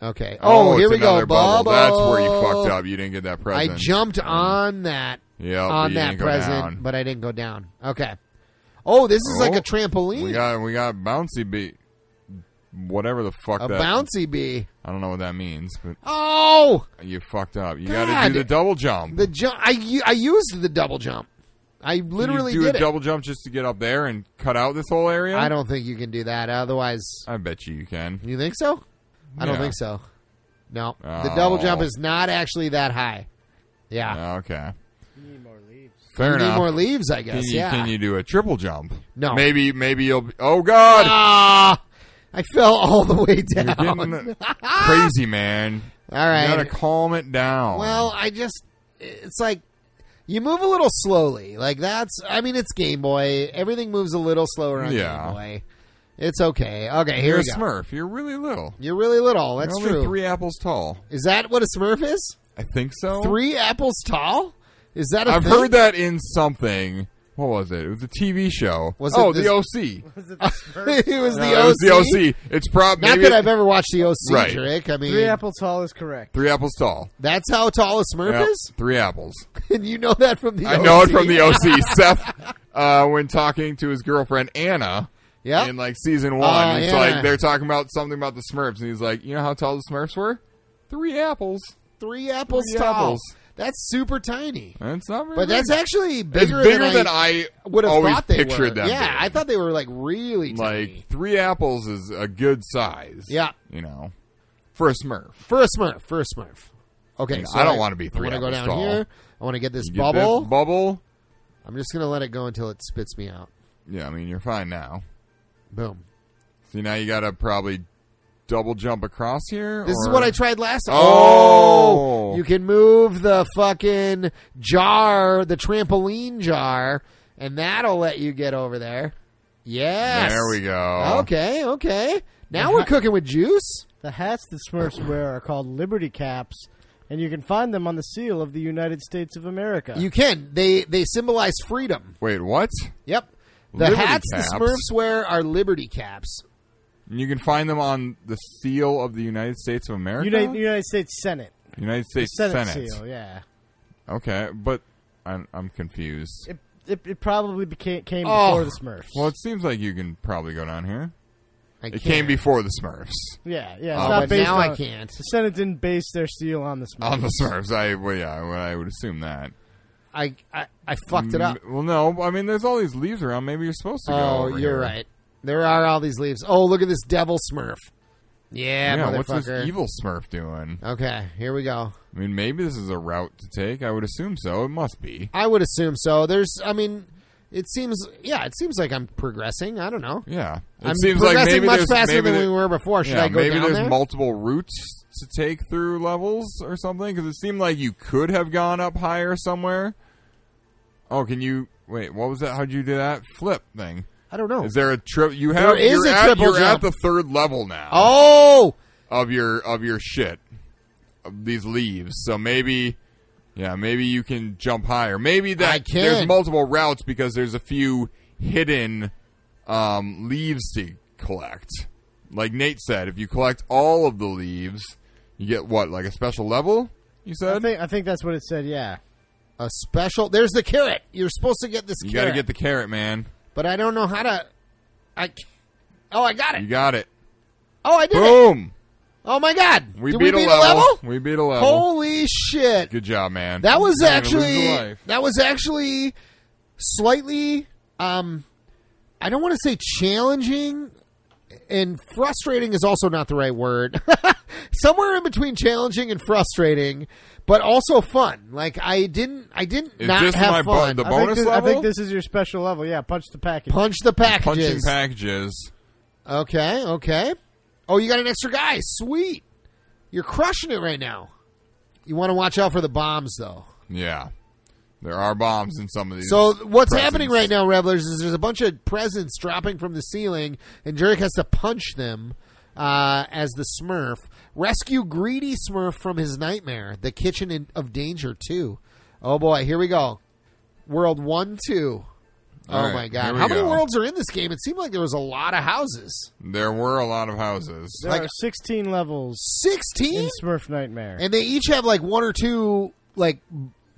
[SPEAKER 2] Okay.
[SPEAKER 1] Oh,
[SPEAKER 2] Oh, here
[SPEAKER 1] it's
[SPEAKER 2] we go.
[SPEAKER 1] another bubble.
[SPEAKER 2] Bubble.
[SPEAKER 1] That's where you fucked up. You didn't get that
[SPEAKER 2] I
[SPEAKER 1] present.
[SPEAKER 2] jumped on that
[SPEAKER 1] Yep, but
[SPEAKER 2] on
[SPEAKER 1] you
[SPEAKER 2] that
[SPEAKER 1] didn't go down.
[SPEAKER 2] present, but I didn't go down. Okay. Oh, this is like
[SPEAKER 1] Oh,
[SPEAKER 2] a trampoline.
[SPEAKER 1] We got we got bouncy beat. Whatever the fuck
[SPEAKER 2] a
[SPEAKER 1] that.
[SPEAKER 2] bouncy bee.
[SPEAKER 1] I don't know what that means, but
[SPEAKER 2] Oh,
[SPEAKER 1] you fucked up. You
[SPEAKER 2] God.
[SPEAKER 1] got to do the double jump.
[SPEAKER 2] the jump! I, u- I used the double jump. I
[SPEAKER 1] Can you
[SPEAKER 2] literally
[SPEAKER 1] do
[SPEAKER 2] did
[SPEAKER 1] a
[SPEAKER 2] it.
[SPEAKER 1] double jump just to get up there and cut out this whole area.
[SPEAKER 2] I don't think you can do that. Otherwise,
[SPEAKER 1] I bet you you can.
[SPEAKER 2] you think so? I don't
[SPEAKER 1] Yeah.
[SPEAKER 2] think so. No, the double
[SPEAKER 1] Oh.
[SPEAKER 2] jump is not actually that high. Yeah,
[SPEAKER 1] Okay.
[SPEAKER 3] You need more leaves.
[SPEAKER 1] Fair
[SPEAKER 2] you need
[SPEAKER 1] enough.
[SPEAKER 2] more leaves, I guess.
[SPEAKER 1] can, you,
[SPEAKER 2] yeah.
[SPEAKER 1] can you do a triple jump?
[SPEAKER 2] No.
[SPEAKER 1] Maybe maybe you'll. Be, oh God.
[SPEAKER 2] Ah, I fell all the way
[SPEAKER 1] You're
[SPEAKER 2] down.
[SPEAKER 1] getting crazy, man.
[SPEAKER 2] all
[SPEAKER 1] You
[SPEAKER 2] right.
[SPEAKER 1] gotta calm it down.
[SPEAKER 2] Well, I just it's like you move a little slowly. Like that's I mean it's Game Boy. Everything moves a little slower on
[SPEAKER 1] Yeah.
[SPEAKER 2] Game Boy. It's okay. Okay, here
[SPEAKER 1] you're a
[SPEAKER 2] we go.
[SPEAKER 1] Smurf. You're really little.
[SPEAKER 2] You're really little. That's
[SPEAKER 1] You're only
[SPEAKER 2] true.
[SPEAKER 1] Three apples tall.
[SPEAKER 2] Is that what a Smurf is?
[SPEAKER 1] I think so.
[SPEAKER 2] Three apples tall? Is that a
[SPEAKER 1] I've
[SPEAKER 2] thing?
[SPEAKER 1] heard that in something. What was it? It was a TV show.
[SPEAKER 2] Was
[SPEAKER 1] oh,
[SPEAKER 2] it this-
[SPEAKER 1] the OC.
[SPEAKER 3] Was it the Smurf?
[SPEAKER 2] it was
[SPEAKER 1] No,
[SPEAKER 2] the
[SPEAKER 1] it
[SPEAKER 2] OC.
[SPEAKER 1] was the OC. It's probably
[SPEAKER 2] Not that I've ever watched the OC,
[SPEAKER 1] Right.
[SPEAKER 2] Drake. I mean,
[SPEAKER 3] Three apple tall is correct.
[SPEAKER 1] three apples tall.
[SPEAKER 2] that's how tall a Smurf
[SPEAKER 1] Yep,
[SPEAKER 2] is,
[SPEAKER 1] three apples.
[SPEAKER 2] and you know that from the.
[SPEAKER 1] I know it from the OC. Seth, uh, when talking to his girlfriend Anna
[SPEAKER 2] Yeah.
[SPEAKER 1] in like season one,
[SPEAKER 2] Oh,
[SPEAKER 1] it's
[SPEAKER 2] Anna.
[SPEAKER 1] like they're talking about something about the Smurfs, and he's like, "You know how tall the Smurfs were? Three apples."
[SPEAKER 2] Three apples
[SPEAKER 1] Three
[SPEAKER 2] tall.
[SPEAKER 1] apples.
[SPEAKER 2] That's super tiny.
[SPEAKER 1] It's not very
[SPEAKER 2] But that's
[SPEAKER 1] big.
[SPEAKER 2] actually
[SPEAKER 1] it's
[SPEAKER 2] bigger,
[SPEAKER 1] bigger than, I,
[SPEAKER 2] would have
[SPEAKER 1] always
[SPEAKER 2] thought they
[SPEAKER 1] pictured
[SPEAKER 2] were.
[SPEAKER 1] them.
[SPEAKER 2] yeah,
[SPEAKER 1] being.
[SPEAKER 2] I thought they were like really tiny.
[SPEAKER 1] like three apples is a good size.
[SPEAKER 2] Yeah.
[SPEAKER 1] you know, for a Smurf.
[SPEAKER 2] for a Smurf, for a Smurf. Okay,
[SPEAKER 1] Yeah,
[SPEAKER 2] so
[SPEAKER 1] I don't wanna be
[SPEAKER 2] I
[SPEAKER 1] three
[SPEAKER 2] want to go
[SPEAKER 1] apples
[SPEAKER 2] down
[SPEAKER 1] tall.
[SPEAKER 2] here. I want to get this
[SPEAKER 1] You get this
[SPEAKER 2] bubble.
[SPEAKER 1] bubble.
[SPEAKER 2] I'm just gonna let it go until it spits me out.
[SPEAKER 1] Yeah, I mean you're fine now.
[SPEAKER 2] Boom.
[SPEAKER 1] See now you got to probably double jump across here.
[SPEAKER 2] This is
[SPEAKER 1] or-
[SPEAKER 2] what I tried last time.
[SPEAKER 1] Oh.
[SPEAKER 2] you can move the fucking jar, the trampoline jar, and that'll let you get over there. Yes.
[SPEAKER 1] There we go.
[SPEAKER 2] Okay, okay. Now we're cooking with juice.
[SPEAKER 3] The hats the Smurfs wear are called Liberty Caps, and you can find them on the seal of the United States of America.
[SPEAKER 2] You can. They they symbolize freedom.
[SPEAKER 1] Wait, what?
[SPEAKER 2] Yep. The
[SPEAKER 1] Liberty
[SPEAKER 2] hats
[SPEAKER 1] caps.
[SPEAKER 2] the Smurfs wear are liberty caps.
[SPEAKER 1] And you can find them on the seal of the United States of America,
[SPEAKER 3] United, United States Senate.
[SPEAKER 1] United States
[SPEAKER 3] Senate, seal, yeah.
[SPEAKER 1] Okay, but I'm, I'm confused.
[SPEAKER 3] It, it, it probably became, came
[SPEAKER 2] Oh.
[SPEAKER 3] before the Smurfs.
[SPEAKER 1] Well, it seems like you can probably go down here.
[SPEAKER 2] I
[SPEAKER 1] It came before the Smurfs.
[SPEAKER 3] yeah, yeah. It's
[SPEAKER 1] Oh,
[SPEAKER 3] not
[SPEAKER 2] but
[SPEAKER 3] based
[SPEAKER 2] now
[SPEAKER 3] on,
[SPEAKER 2] I can't.
[SPEAKER 3] The Senate didn't base their seal on the Smurfs.
[SPEAKER 1] On the Smurfs, I well, yeah, well, I would assume that.
[SPEAKER 2] I, I I fucked it up.
[SPEAKER 1] M- Well, no, I mean, there's all these leaves around. Maybe you're supposed to go.
[SPEAKER 2] Oh,
[SPEAKER 1] Mm, over
[SPEAKER 2] you're
[SPEAKER 1] here.
[SPEAKER 2] right. There are all these leaves. Oh, look at this devil Smurf. Yeah,
[SPEAKER 1] Yeah,
[SPEAKER 2] motherfucker.
[SPEAKER 1] what's this evil Smurf doing?
[SPEAKER 2] okay, here we go.
[SPEAKER 1] I mean, maybe this is a route to take. I would assume so. It must be.
[SPEAKER 2] I would assume so. There's, I mean, it seems, yeah, it seems like I'm progressing. I don't know.
[SPEAKER 1] Yeah, it
[SPEAKER 2] I'm
[SPEAKER 1] seems like
[SPEAKER 2] progressing
[SPEAKER 1] maybe
[SPEAKER 2] much
[SPEAKER 1] there's,
[SPEAKER 2] faster
[SPEAKER 1] maybe
[SPEAKER 2] than
[SPEAKER 1] there-
[SPEAKER 2] we were before. Should
[SPEAKER 1] yeah,
[SPEAKER 2] I go
[SPEAKER 1] maybe
[SPEAKER 2] down
[SPEAKER 1] there's
[SPEAKER 2] there?
[SPEAKER 1] multiple routes to take through levels or something because it seemed like you could have gone up higher somewhere. Oh, can you wait? What was that? How'd you do that flip thing?
[SPEAKER 2] I don't know.
[SPEAKER 1] Is there a trip? You have
[SPEAKER 2] Oh. There is
[SPEAKER 1] you're
[SPEAKER 2] a
[SPEAKER 1] at,
[SPEAKER 2] triple
[SPEAKER 1] You're
[SPEAKER 2] jump.
[SPEAKER 1] at the third level now.
[SPEAKER 2] oh,
[SPEAKER 1] of your of your shit of these leaves. So maybe yeah, maybe you can jump higher. Maybe that
[SPEAKER 2] I can.
[SPEAKER 1] there's multiple routes because there's a few hidden um, leaves to collect. Like Nate said, if you collect all of the leaves, you get what, like a special level? You
[SPEAKER 3] I
[SPEAKER 1] said?
[SPEAKER 3] think, I think that's what it said, yeah.
[SPEAKER 2] a special. There's the carrot. You're supposed to get this
[SPEAKER 1] you
[SPEAKER 2] carrot,
[SPEAKER 1] gotta get the carrot, man.
[SPEAKER 2] but I don't know how to. I. c- Oh, I got
[SPEAKER 1] You
[SPEAKER 2] it.
[SPEAKER 1] got it.
[SPEAKER 2] Oh, I did it.
[SPEAKER 1] Boom!
[SPEAKER 2] Oh my god.
[SPEAKER 1] We
[SPEAKER 2] Did
[SPEAKER 1] beat,
[SPEAKER 2] we
[SPEAKER 1] a
[SPEAKER 2] beat
[SPEAKER 1] level.
[SPEAKER 2] A level?
[SPEAKER 1] We beat a level.
[SPEAKER 2] Holy shit.
[SPEAKER 1] Good job, man.
[SPEAKER 2] That was
[SPEAKER 1] You're gonna lose
[SPEAKER 2] actually
[SPEAKER 1] your life.
[SPEAKER 2] that was actually slightly um I don't want to say challenging and frustrating is also not the right word. Somewhere in between challenging and frustrating, but also fun. Like I didn't I didn't
[SPEAKER 1] Is
[SPEAKER 2] not
[SPEAKER 1] this my
[SPEAKER 2] have
[SPEAKER 1] bu-
[SPEAKER 2] fun.
[SPEAKER 1] the
[SPEAKER 3] I
[SPEAKER 1] bu- Bonus
[SPEAKER 3] think this,
[SPEAKER 1] level?
[SPEAKER 3] I think this is your special level. Yeah, punch the package.
[SPEAKER 2] Punch the
[SPEAKER 1] punching
[SPEAKER 2] packages.
[SPEAKER 1] packages.
[SPEAKER 2] okay, okay. Oh, you got an extra guy. Sweet. You're crushing it right now. You want to watch out for the bombs though.
[SPEAKER 1] Yeah. There are bombs in some of these.
[SPEAKER 2] So what's
[SPEAKER 1] presents.
[SPEAKER 2] happening right now, revelers, is there's a bunch of presents dropping from the ceiling, and Jerick has to punch them uh, as the Smurf rescue greedy Smurf from his nightmare, the kitchen in, of danger too. Oh boy, here we go. World one, two.
[SPEAKER 1] All
[SPEAKER 2] oh
[SPEAKER 1] right,
[SPEAKER 2] my
[SPEAKER 1] here
[SPEAKER 2] god,
[SPEAKER 1] we
[SPEAKER 2] how many
[SPEAKER 1] go.
[SPEAKER 2] worlds are in this game? It seemed like there was a lot of houses,
[SPEAKER 1] There were a lot of houses.
[SPEAKER 3] there
[SPEAKER 2] like-
[SPEAKER 3] are 16 levels
[SPEAKER 2] sixteen,
[SPEAKER 3] in Smurf Nightmare.
[SPEAKER 2] and they each have like one or two. Like,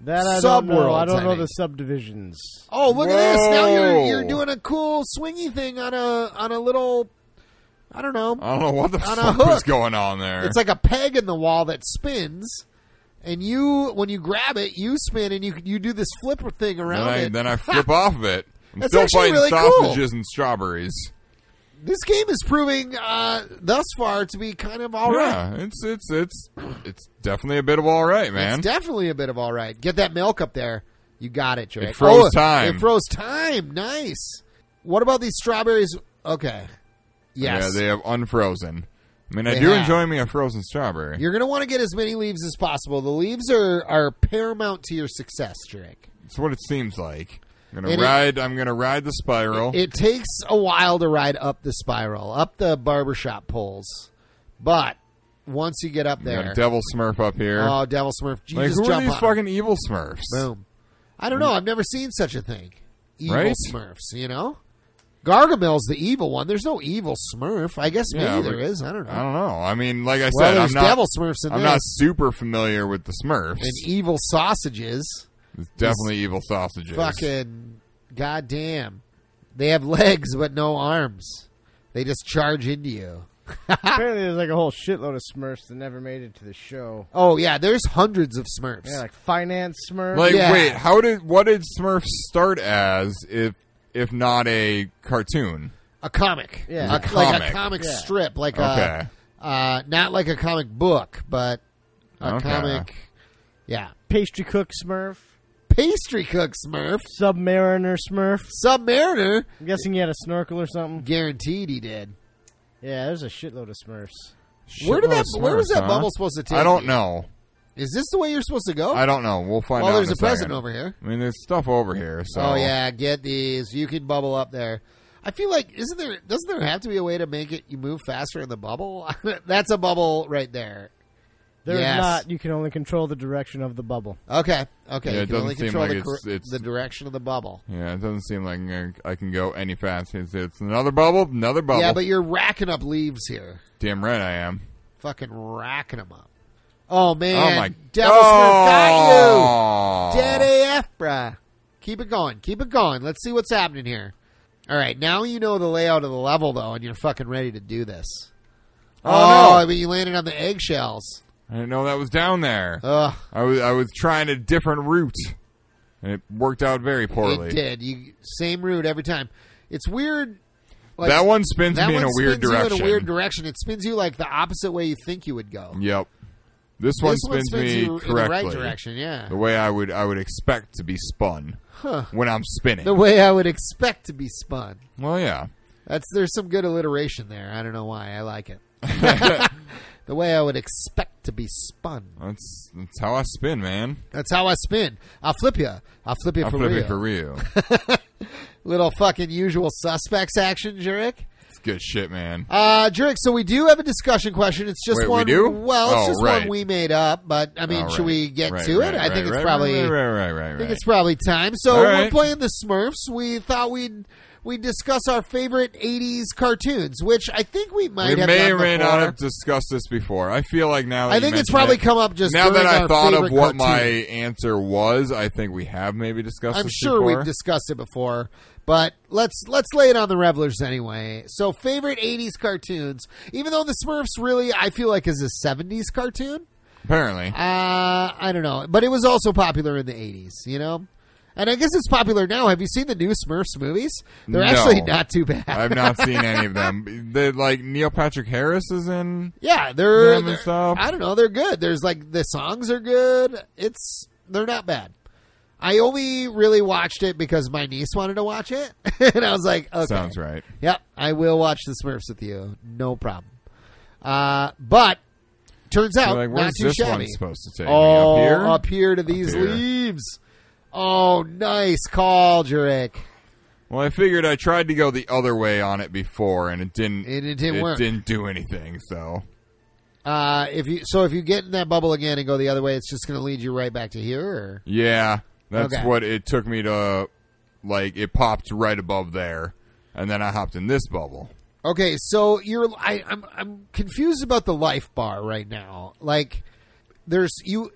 [SPEAKER 3] that I don't know.
[SPEAKER 2] Subworlds,
[SPEAKER 3] I don't
[SPEAKER 2] I
[SPEAKER 3] know
[SPEAKER 2] think.
[SPEAKER 3] the subdivisions.
[SPEAKER 2] oh look at this! Now you're
[SPEAKER 1] Whoa.
[SPEAKER 2] you're doing a cool swingy thing on a on a little. I don't know.
[SPEAKER 1] I don't know what the
[SPEAKER 2] On a
[SPEAKER 1] fuck
[SPEAKER 2] hook.
[SPEAKER 1] was going on there.
[SPEAKER 2] It's like a peg in the wall that spins, and you when you grab it, you spin and you you do this flipper thing
[SPEAKER 1] then,
[SPEAKER 2] around
[SPEAKER 1] I,
[SPEAKER 2] it.
[SPEAKER 1] then I flip off of it. I'm
[SPEAKER 2] That's
[SPEAKER 1] still
[SPEAKER 2] actually
[SPEAKER 1] fighting
[SPEAKER 2] really cool.
[SPEAKER 1] sausages and strawberries.
[SPEAKER 2] this game is proving uh, thus far to be kind of all right.
[SPEAKER 1] yeah, it's it's it's it's definitely a bit of all right, man.
[SPEAKER 2] It's definitely a bit of all right. Get that milk up there. You got it, Drake.
[SPEAKER 1] It froze time.
[SPEAKER 2] It froze time. Nice. What about these strawberries? Okay. Yes.
[SPEAKER 1] Yeah, they have unfrozen. I mean,
[SPEAKER 2] They
[SPEAKER 1] I do
[SPEAKER 2] have.
[SPEAKER 1] enjoy me a frozen strawberry.
[SPEAKER 2] You're going to want to get as many leaves as possible. The leaves are, are paramount to your success, Drake.
[SPEAKER 1] It's what it seems like. I'm gonna
[SPEAKER 2] And it-
[SPEAKER 1] ride. I'm gonna ride the spiral.
[SPEAKER 2] It takes a while to ride up the spiral, up the barbershop poles. But once you get up
[SPEAKER 1] We got
[SPEAKER 2] there,
[SPEAKER 1] a devil Smurf up here.
[SPEAKER 2] oh, Devil Smurf, you
[SPEAKER 1] like
[SPEAKER 2] just
[SPEAKER 1] who are
[SPEAKER 2] jump
[SPEAKER 1] these
[SPEAKER 2] on.
[SPEAKER 1] fucking evil Smurfs?
[SPEAKER 2] Boom. I don't know. I've never seen such a thing. Evil
[SPEAKER 1] Right?
[SPEAKER 2] Smurfs, you know? Gargamel's the evil one. There's no evil Smurf. I guess
[SPEAKER 1] Yeah,
[SPEAKER 2] maybe there
[SPEAKER 1] but-
[SPEAKER 2] is. I don't know.
[SPEAKER 1] I don't know. I mean, like I
[SPEAKER 2] well,
[SPEAKER 1] said,
[SPEAKER 2] there's
[SPEAKER 1] I'm not.
[SPEAKER 2] Devil Smurfs in
[SPEAKER 1] I'm
[SPEAKER 2] this.
[SPEAKER 1] not super familiar with the Smurfs.
[SPEAKER 2] and e- evil sausages.
[SPEAKER 1] It's definitely evil sausages.
[SPEAKER 2] Fucking goddamn. They have legs but no arms. They just charge into you.
[SPEAKER 3] Apparently, there's like a whole shitload of Smurfs that never made it to the show.
[SPEAKER 2] Oh yeah, there's hundreds of Smurfs.
[SPEAKER 3] Yeah, like finance Smurf.
[SPEAKER 1] Like,
[SPEAKER 2] Yeah.
[SPEAKER 1] wait, how did what did Smurfs start as if if not a cartoon?
[SPEAKER 2] A comic.
[SPEAKER 3] Yeah.
[SPEAKER 2] A-
[SPEAKER 1] A
[SPEAKER 2] like a
[SPEAKER 1] comic.
[SPEAKER 2] comic
[SPEAKER 3] Yeah.
[SPEAKER 2] strip, like
[SPEAKER 1] Okay.
[SPEAKER 2] a uh, not like a comic book, but a
[SPEAKER 1] Okay.
[SPEAKER 2] comic. Yeah,
[SPEAKER 3] pastry cook Smurf,
[SPEAKER 2] pastry cook Smurf,
[SPEAKER 3] submariner Smurf.
[SPEAKER 2] Submariner.
[SPEAKER 3] I'm guessing he had a snorkel or something.
[SPEAKER 2] Guaranteed, he did.
[SPEAKER 3] Yeah, there's a shitload of Smurfs.
[SPEAKER 2] Where
[SPEAKER 1] Shitload
[SPEAKER 2] did that?
[SPEAKER 1] of
[SPEAKER 2] where was
[SPEAKER 1] Smurfs,
[SPEAKER 2] that
[SPEAKER 1] huh?
[SPEAKER 2] bubble supposed to take?
[SPEAKER 1] I don't
[SPEAKER 2] you?
[SPEAKER 1] know.
[SPEAKER 2] Is this the way you're supposed to go?
[SPEAKER 1] I don't know. We'll find
[SPEAKER 2] well,
[SPEAKER 1] out.
[SPEAKER 2] there's
[SPEAKER 1] in
[SPEAKER 2] a,
[SPEAKER 1] a,
[SPEAKER 2] present
[SPEAKER 1] second.
[SPEAKER 2] over here.
[SPEAKER 1] I mean, there's stuff over here. So
[SPEAKER 2] Oh yeah, get these. You can bubble up there. I feel like isn't there? Doesn't there have to be a way to make it you move faster in the bubble? That's a bubble right there.
[SPEAKER 3] There's
[SPEAKER 2] Yes.
[SPEAKER 3] not. You can only control the direction of the bubble.
[SPEAKER 2] Okay, okay.
[SPEAKER 1] Yeah,
[SPEAKER 2] you
[SPEAKER 1] it
[SPEAKER 2] can only
[SPEAKER 1] doesn't seem
[SPEAKER 2] control
[SPEAKER 1] like
[SPEAKER 2] the, cor-
[SPEAKER 1] it's- it's-
[SPEAKER 2] the direction of the bubble.
[SPEAKER 1] Yeah, it doesn't seem like I can go any faster. It's, it's another bubble, another bubble.
[SPEAKER 2] Yeah, but you're racking up leaves here.
[SPEAKER 1] damn right I am.
[SPEAKER 2] Fucking racking them up. Oh man!
[SPEAKER 1] oh my
[SPEAKER 2] Devil Smurf
[SPEAKER 1] oh.
[SPEAKER 2] got you. Dead AF, bruh. Keep it going. Keep it going. Let's see what's happening here. All right, now you know the layout of the level though, and you're fucking ready to do this.
[SPEAKER 1] Oh,
[SPEAKER 2] I mean, you landed on the eggshells.
[SPEAKER 1] I didn't know that was down there.
[SPEAKER 2] Ugh,
[SPEAKER 1] I was I was trying a different route, and it worked out very poorly.
[SPEAKER 2] it did. You same route every time. It's weird. Like,
[SPEAKER 1] that one spins
[SPEAKER 2] that
[SPEAKER 1] me in
[SPEAKER 2] one
[SPEAKER 1] a weird
[SPEAKER 2] spins
[SPEAKER 1] direction.
[SPEAKER 2] You in a weird direction. It spins you like the opposite way you think you would go.
[SPEAKER 1] yep. This one
[SPEAKER 2] this
[SPEAKER 1] spins,
[SPEAKER 2] one spins
[SPEAKER 1] me
[SPEAKER 2] you
[SPEAKER 1] correctly.
[SPEAKER 2] in the right direction. Yeah,
[SPEAKER 1] The way I would I would expect to be spun
[SPEAKER 2] Huh.
[SPEAKER 1] when I'm spinning.
[SPEAKER 2] the way I would expect to be spun.
[SPEAKER 1] well, yeah.
[SPEAKER 2] That's there's some good alliteration there. I don't know why. I like it. the way I would expect to be spun.
[SPEAKER 1] That's that's how I spin, man.
[SPEAKER 2] That's how I spin. I'll flip you. I'll flip you
[SPEAKER 1] I'm
[SPEAKER 2] for
[SPEAKER 1] flipping
[SPEAKER 2] real.
[SPEAKER 1] for real.
[SPEAKER 2] Little fucking usual suspects action, Jurek.
[SPEAKER 1] It's good shit, man.
[SPEAKER 2] Uh, Jurek, so we do have a discussion question. It's just
[SPEAKER 1] Wait, we
[SPEAKER 2] one.
[SPEAKER 1] do?
[SPEAKER 2] Well, it's
[SPEAKER 1] Oh,
[SPEAKER 2] just one
[SPEAKER 1] right.
[SPEAKER 2] we made up, but I mean,
[SPEAKER 1] All
[SPEAKER 2] should
[SPEAKER 1] right.
[SPEAKER 2] we get
[SPEAKER 1] Right,
[SPEAKER 2] to
[SPEAKER 1] right,
[SPEAKER 2] it? I think
[SPEAKER 1] right,
[SPEAKER 2] it's
[SPEAKER 1] right,
[SPEAKER 2] probably.
[SPEAKER 1] right, right, right, right,
[SPEAKER 2] I think
[SPEAKER 1] right.
[SPEAKER 2] it's probably time. So
[SPEAKER 1] All
[SPEAKER 2] we're
[SPEAKER 1] right.
[SPEAKER 2] playing the Smurfs. We thought we'd we discuss our favorite '80s cartoons, which I think we might
[SPEAKER 1] we
[SPEAKER 2] have
[SPEAKER 1] may
[SPEAKER 2] done
[SPEAKER 1] or may
[SPEAKER 2] before.
[SPEAKER 1] not have discussed this before. I feel like now. that
[SPEAKER 2] I
[SPEAKER 1] you
[SPEAKER 2] think it's
[SPEAKER 1] mention
[SPEAKER 2] probably
[SPEAKER 1] it,
[SPEAKER 2] come up just
[SPEAKER 1] now that
[SPEAKER 2] during
[SPEAKER 1] I
[SPEAKER 2] our
[SPEAKER 1] thought of
[SPEAKER 2] favorite
[SPEAKER 1] what my
[SPEAKER 2] cartoon.
[SPEAKER 1] answer was. I think we have maybe discussed.
[SPEAKER 2] I'm
[SPEAKER 1] this
[SPEAKER 2] sure
[SPEAKER 1] before.
[SPEAKER 2] we've discussed it before, but let's let's lay it on the revelers anyway. So favorite '80s cartoons, even though the Smurfs really I feel like is a '70s cartoon.
[SPEAKER 1] apparently.
[SPEAKER 2] Uh, I don't know, but it was also popular in the '80s, you know. And I guess it's popular now. Have you seen the new Smurfs movies? They're
[SPEAKER 1] No.
[SPEAKER 2] actually not too bad.
[SPEAKER 1] I've not seen any of them. They, like Neil Patrick Harris is in.
[SPEAKER 2] yeah, they're,
[SPEAKER 1] Them and
[SPEAKER 2] they're-
[SPEAKER 1] stuff.
[SPEAKER 2] I don't know. They're good. There's like the songs are good. It's they're not bad. I only really watched it because my niece wanted to watch it, and I was like, okay,
[SPEAKER 1] Sounds right.
[SPEAKER 2] Yep, I will watch the Smurfs with you. No problem. Uh, but turns out
[SPEAKER 1] You're like,
[SPEAKER 2] Oh, not
[SPEAKER 1] where's
[SPEAKER 2] too
[SPEAKER 1] this
[SPEAKER 2] shabby.
[SPEAKER 1] one supposed to take
[SPEAKER 2] oh,
[SPEAKER 1] me up here?
[SPEAKER 2] to these
[SPEAKER 1] here.
[SPEAKER 2] leaves. Oh, nice call, Jurek.
[SPEAKER 1] Well, I figured I tried to go the other way on it before, and it didn't.
[SPEAKER 2] And it didn't work.
[SPEAKER 1] didn't do anything. So
[SPEAKER 2] Uh, if you so if you get in that bubble again and go the other way, it's just going to lead you right back to here. Or?
[SPEAKER 1] yeah, that's
[SPEAKER 2] Okay.
[SPEAKER 1] what it took me to. Like it popped right above there, and then I hopped in this bubble.
[SPEAKER 2] Okay, so you're I, I'm I'm confused about the life bar right now. Like, there's you.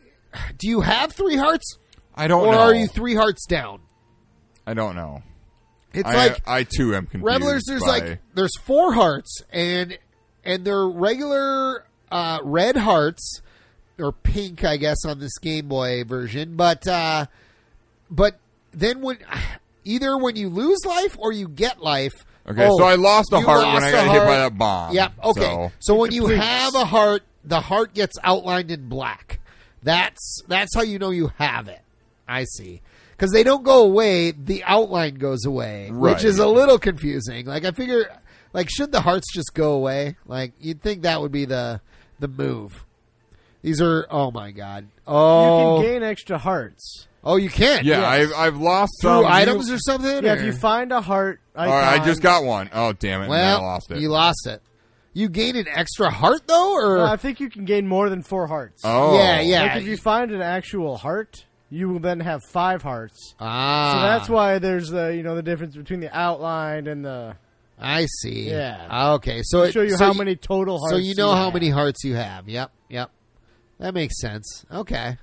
[SPEAKER 2] Do you have three hearts,
[SPEAKER 1] I don't
[SPEAKER 2] or
[SPEAKER 1] know.
[SPEAKER 2] are you three hearts down?
[SPEAKER 1] I don't know.
[SPEAKER 2] It's
[SPEAKER 1] I,
[SPEAKER 2] like
[SPEAKER 1] I too am confused.
[SPEAKER 2] Revelers, there's
[SPEAKER 1] by-
[SPEAKER 2] like there's four hearts and and they're regular uh, red hearts or pink, I guess, on this Game Boy version. But uh, but then when either when you lose life or you get life.
[SPEAKER 1] Okay,
[SPEAKER 2] oh,
[SPEAKER 1] so I lost a
[SPEAKER 2] you
[SPEAKER 1] heart when
[SPEAKER 2] lost
[SPEAKER 1] I
[SPEAKER 2] a
[SPEAKER 1] got hit by
[SPEAKER 2] heart.
[SPEAKER 1] that bomb.
[SPEAKER 2] Yep. Okay. So,
[SPEAKER 1] Um, So,
[SPEAKER 2] when you
[SPEAKER 3] Please.
[SPEAKER 2] have a heart, the heart gets outlined in black. That's that's how you know you have it. I see. Because they don't go away, the outline goes away, which
[SPEAKER 1] Right.
[SPEAKER 2] is a little confusing. Like I figure, like should the hearts just go away? Like you'd think that would be the the move. These are oh my god oh
[SPEAKER 3] You can gain extra hearts.
[SPEAKER 2] oh you can
[SPEAKER 1] yeah, um,
[SPEAKER 3] Yes.
[SPEAKER 1] I've I've lost
[SPEAKER 2] through
[SPEAKER 1] some
[SPEAKER 2] items
[SPEAKER 1] You,
[SPEAKER 2] or something.
[SPEAKER 3] Yeah,
[SPEAKER 2] or-
[SPEAKER 3] if you find a heart icon,
[SPEAKER 1] all right, I just got one. Oh damn it! and
[SPEAKER 2] well,
[SPEAKER 1] I lost it.
[SPEAKER 2] You lost it. You gain an extra heart though, or
[SPEAKER 3] No, I think you can gain more than four hearts.
[SPEAKER 1] oh
[SPEAKER 2] yeah, yeah.
[SPEAKER 3] Like if you find an actual heart, you will then have five hearts.
[SPEAKER 2] Ah,
[SPEAKER 3] So that's why there's the you know the difference between the outline and the
[SPEAKER 2] I see.
[SPEAKER 3] Yeah.
[SPEAKER 2] Ah, Okay. So it
[SPEAKER 3] show you
[SPEAKER 2] so
[SPEAKER 3] how
[SPEAKER 2] y-
[SPEAKER 3] many total hearts.
[SPEAKER 2] So you know how
[SPEAKER 3] have.
[SPEAKER 2] many hearts you have. Yep. Yep. That makes sense. Okay.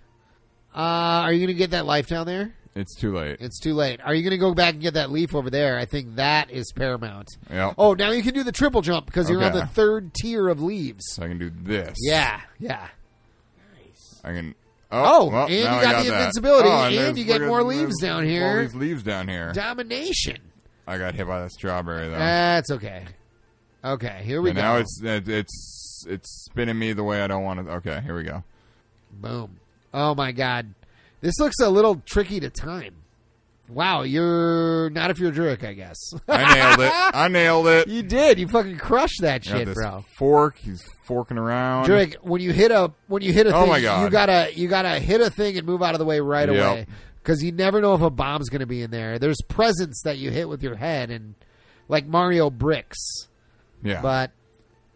[SPEAKER 2] Uh, are you gonna get that life down there?
[SPEAKER 1] It's too late.
[SPEAKER 2] It's too late. Are you going to go back and get that leaf over there? I think that is paramount.
[SPEAKER 1] Yep.
[SPEAKER 2] Oh, now you can do the triple jump because you're on
[SPEAKER 1] Okay.
[SPEAKER 2] the third tier of leaves.
[SPEAKER 1] So I can do this.
[SPEAKER 2] Yeah, yeah.
[SPEAKER 1] I can.
[SPEAKER 2] Oh,
[SPEAKER 1] Oh, well,
[SPEAKER 2] and you
[SPEAKER 1] now I
[SPEAKER 2] got the
[SPEAKER 1] that. Oh,
[SPEAKER 2] invincibility, and
[SPEAKER 1] there's-
[SPEAKER 2] you get
[SPEAKER 1] look at-
[SPEAKER 2] more leaves
[SPEAKER 1] there's
[SPEAKER 2] down
[SPEAKER 1] all
[SPEAKER 2] here.
[SPEAKER 1] these leaves down here.
[SPEAKER 2] Domination.
[SPEAKER 1] I got hit by that strawberry though.
[SPEAKER 2] That's okay. Okay, here we
[SPEAKER 1] and
[SPEAKER 2] go.
[SPEAKER 1] now it's it, it's it's spinning me the way I don't want to. Okay, here we go.
[SPEAKER 2] Boom. Oh my god. This looks a little tricky to time. Wow, you're not if you're a jerk, I guess.
[SPEAKER 1] I nailed it. I nailed it.
[SPEAKER 2] you did. You fucking crushed that
[SPEAKER 1] I got
[SPEAKER 2] shit,
[SPEAKER 1] this
[SPEAKER 2] bro.
[SPEAKER 1] fork. He's forking around.
[SPEAKER 2] Drake, when you hit a when you hit a
[SPEAKER 1] Oh
[SPEAKER 2] thing,
[SPEAKER 1] my God.
[SPEAKER 2] you gotta you gotta hit a thing and move out of the way right
[SPEAKER 1] Yep.
[SPEAKER 2] away because you never know if a bomb's gonna be in there. There's presents that you hit with your head and like Mario bricks,
[SPEAKER 1] Yeah.
[SPEAKER 2] but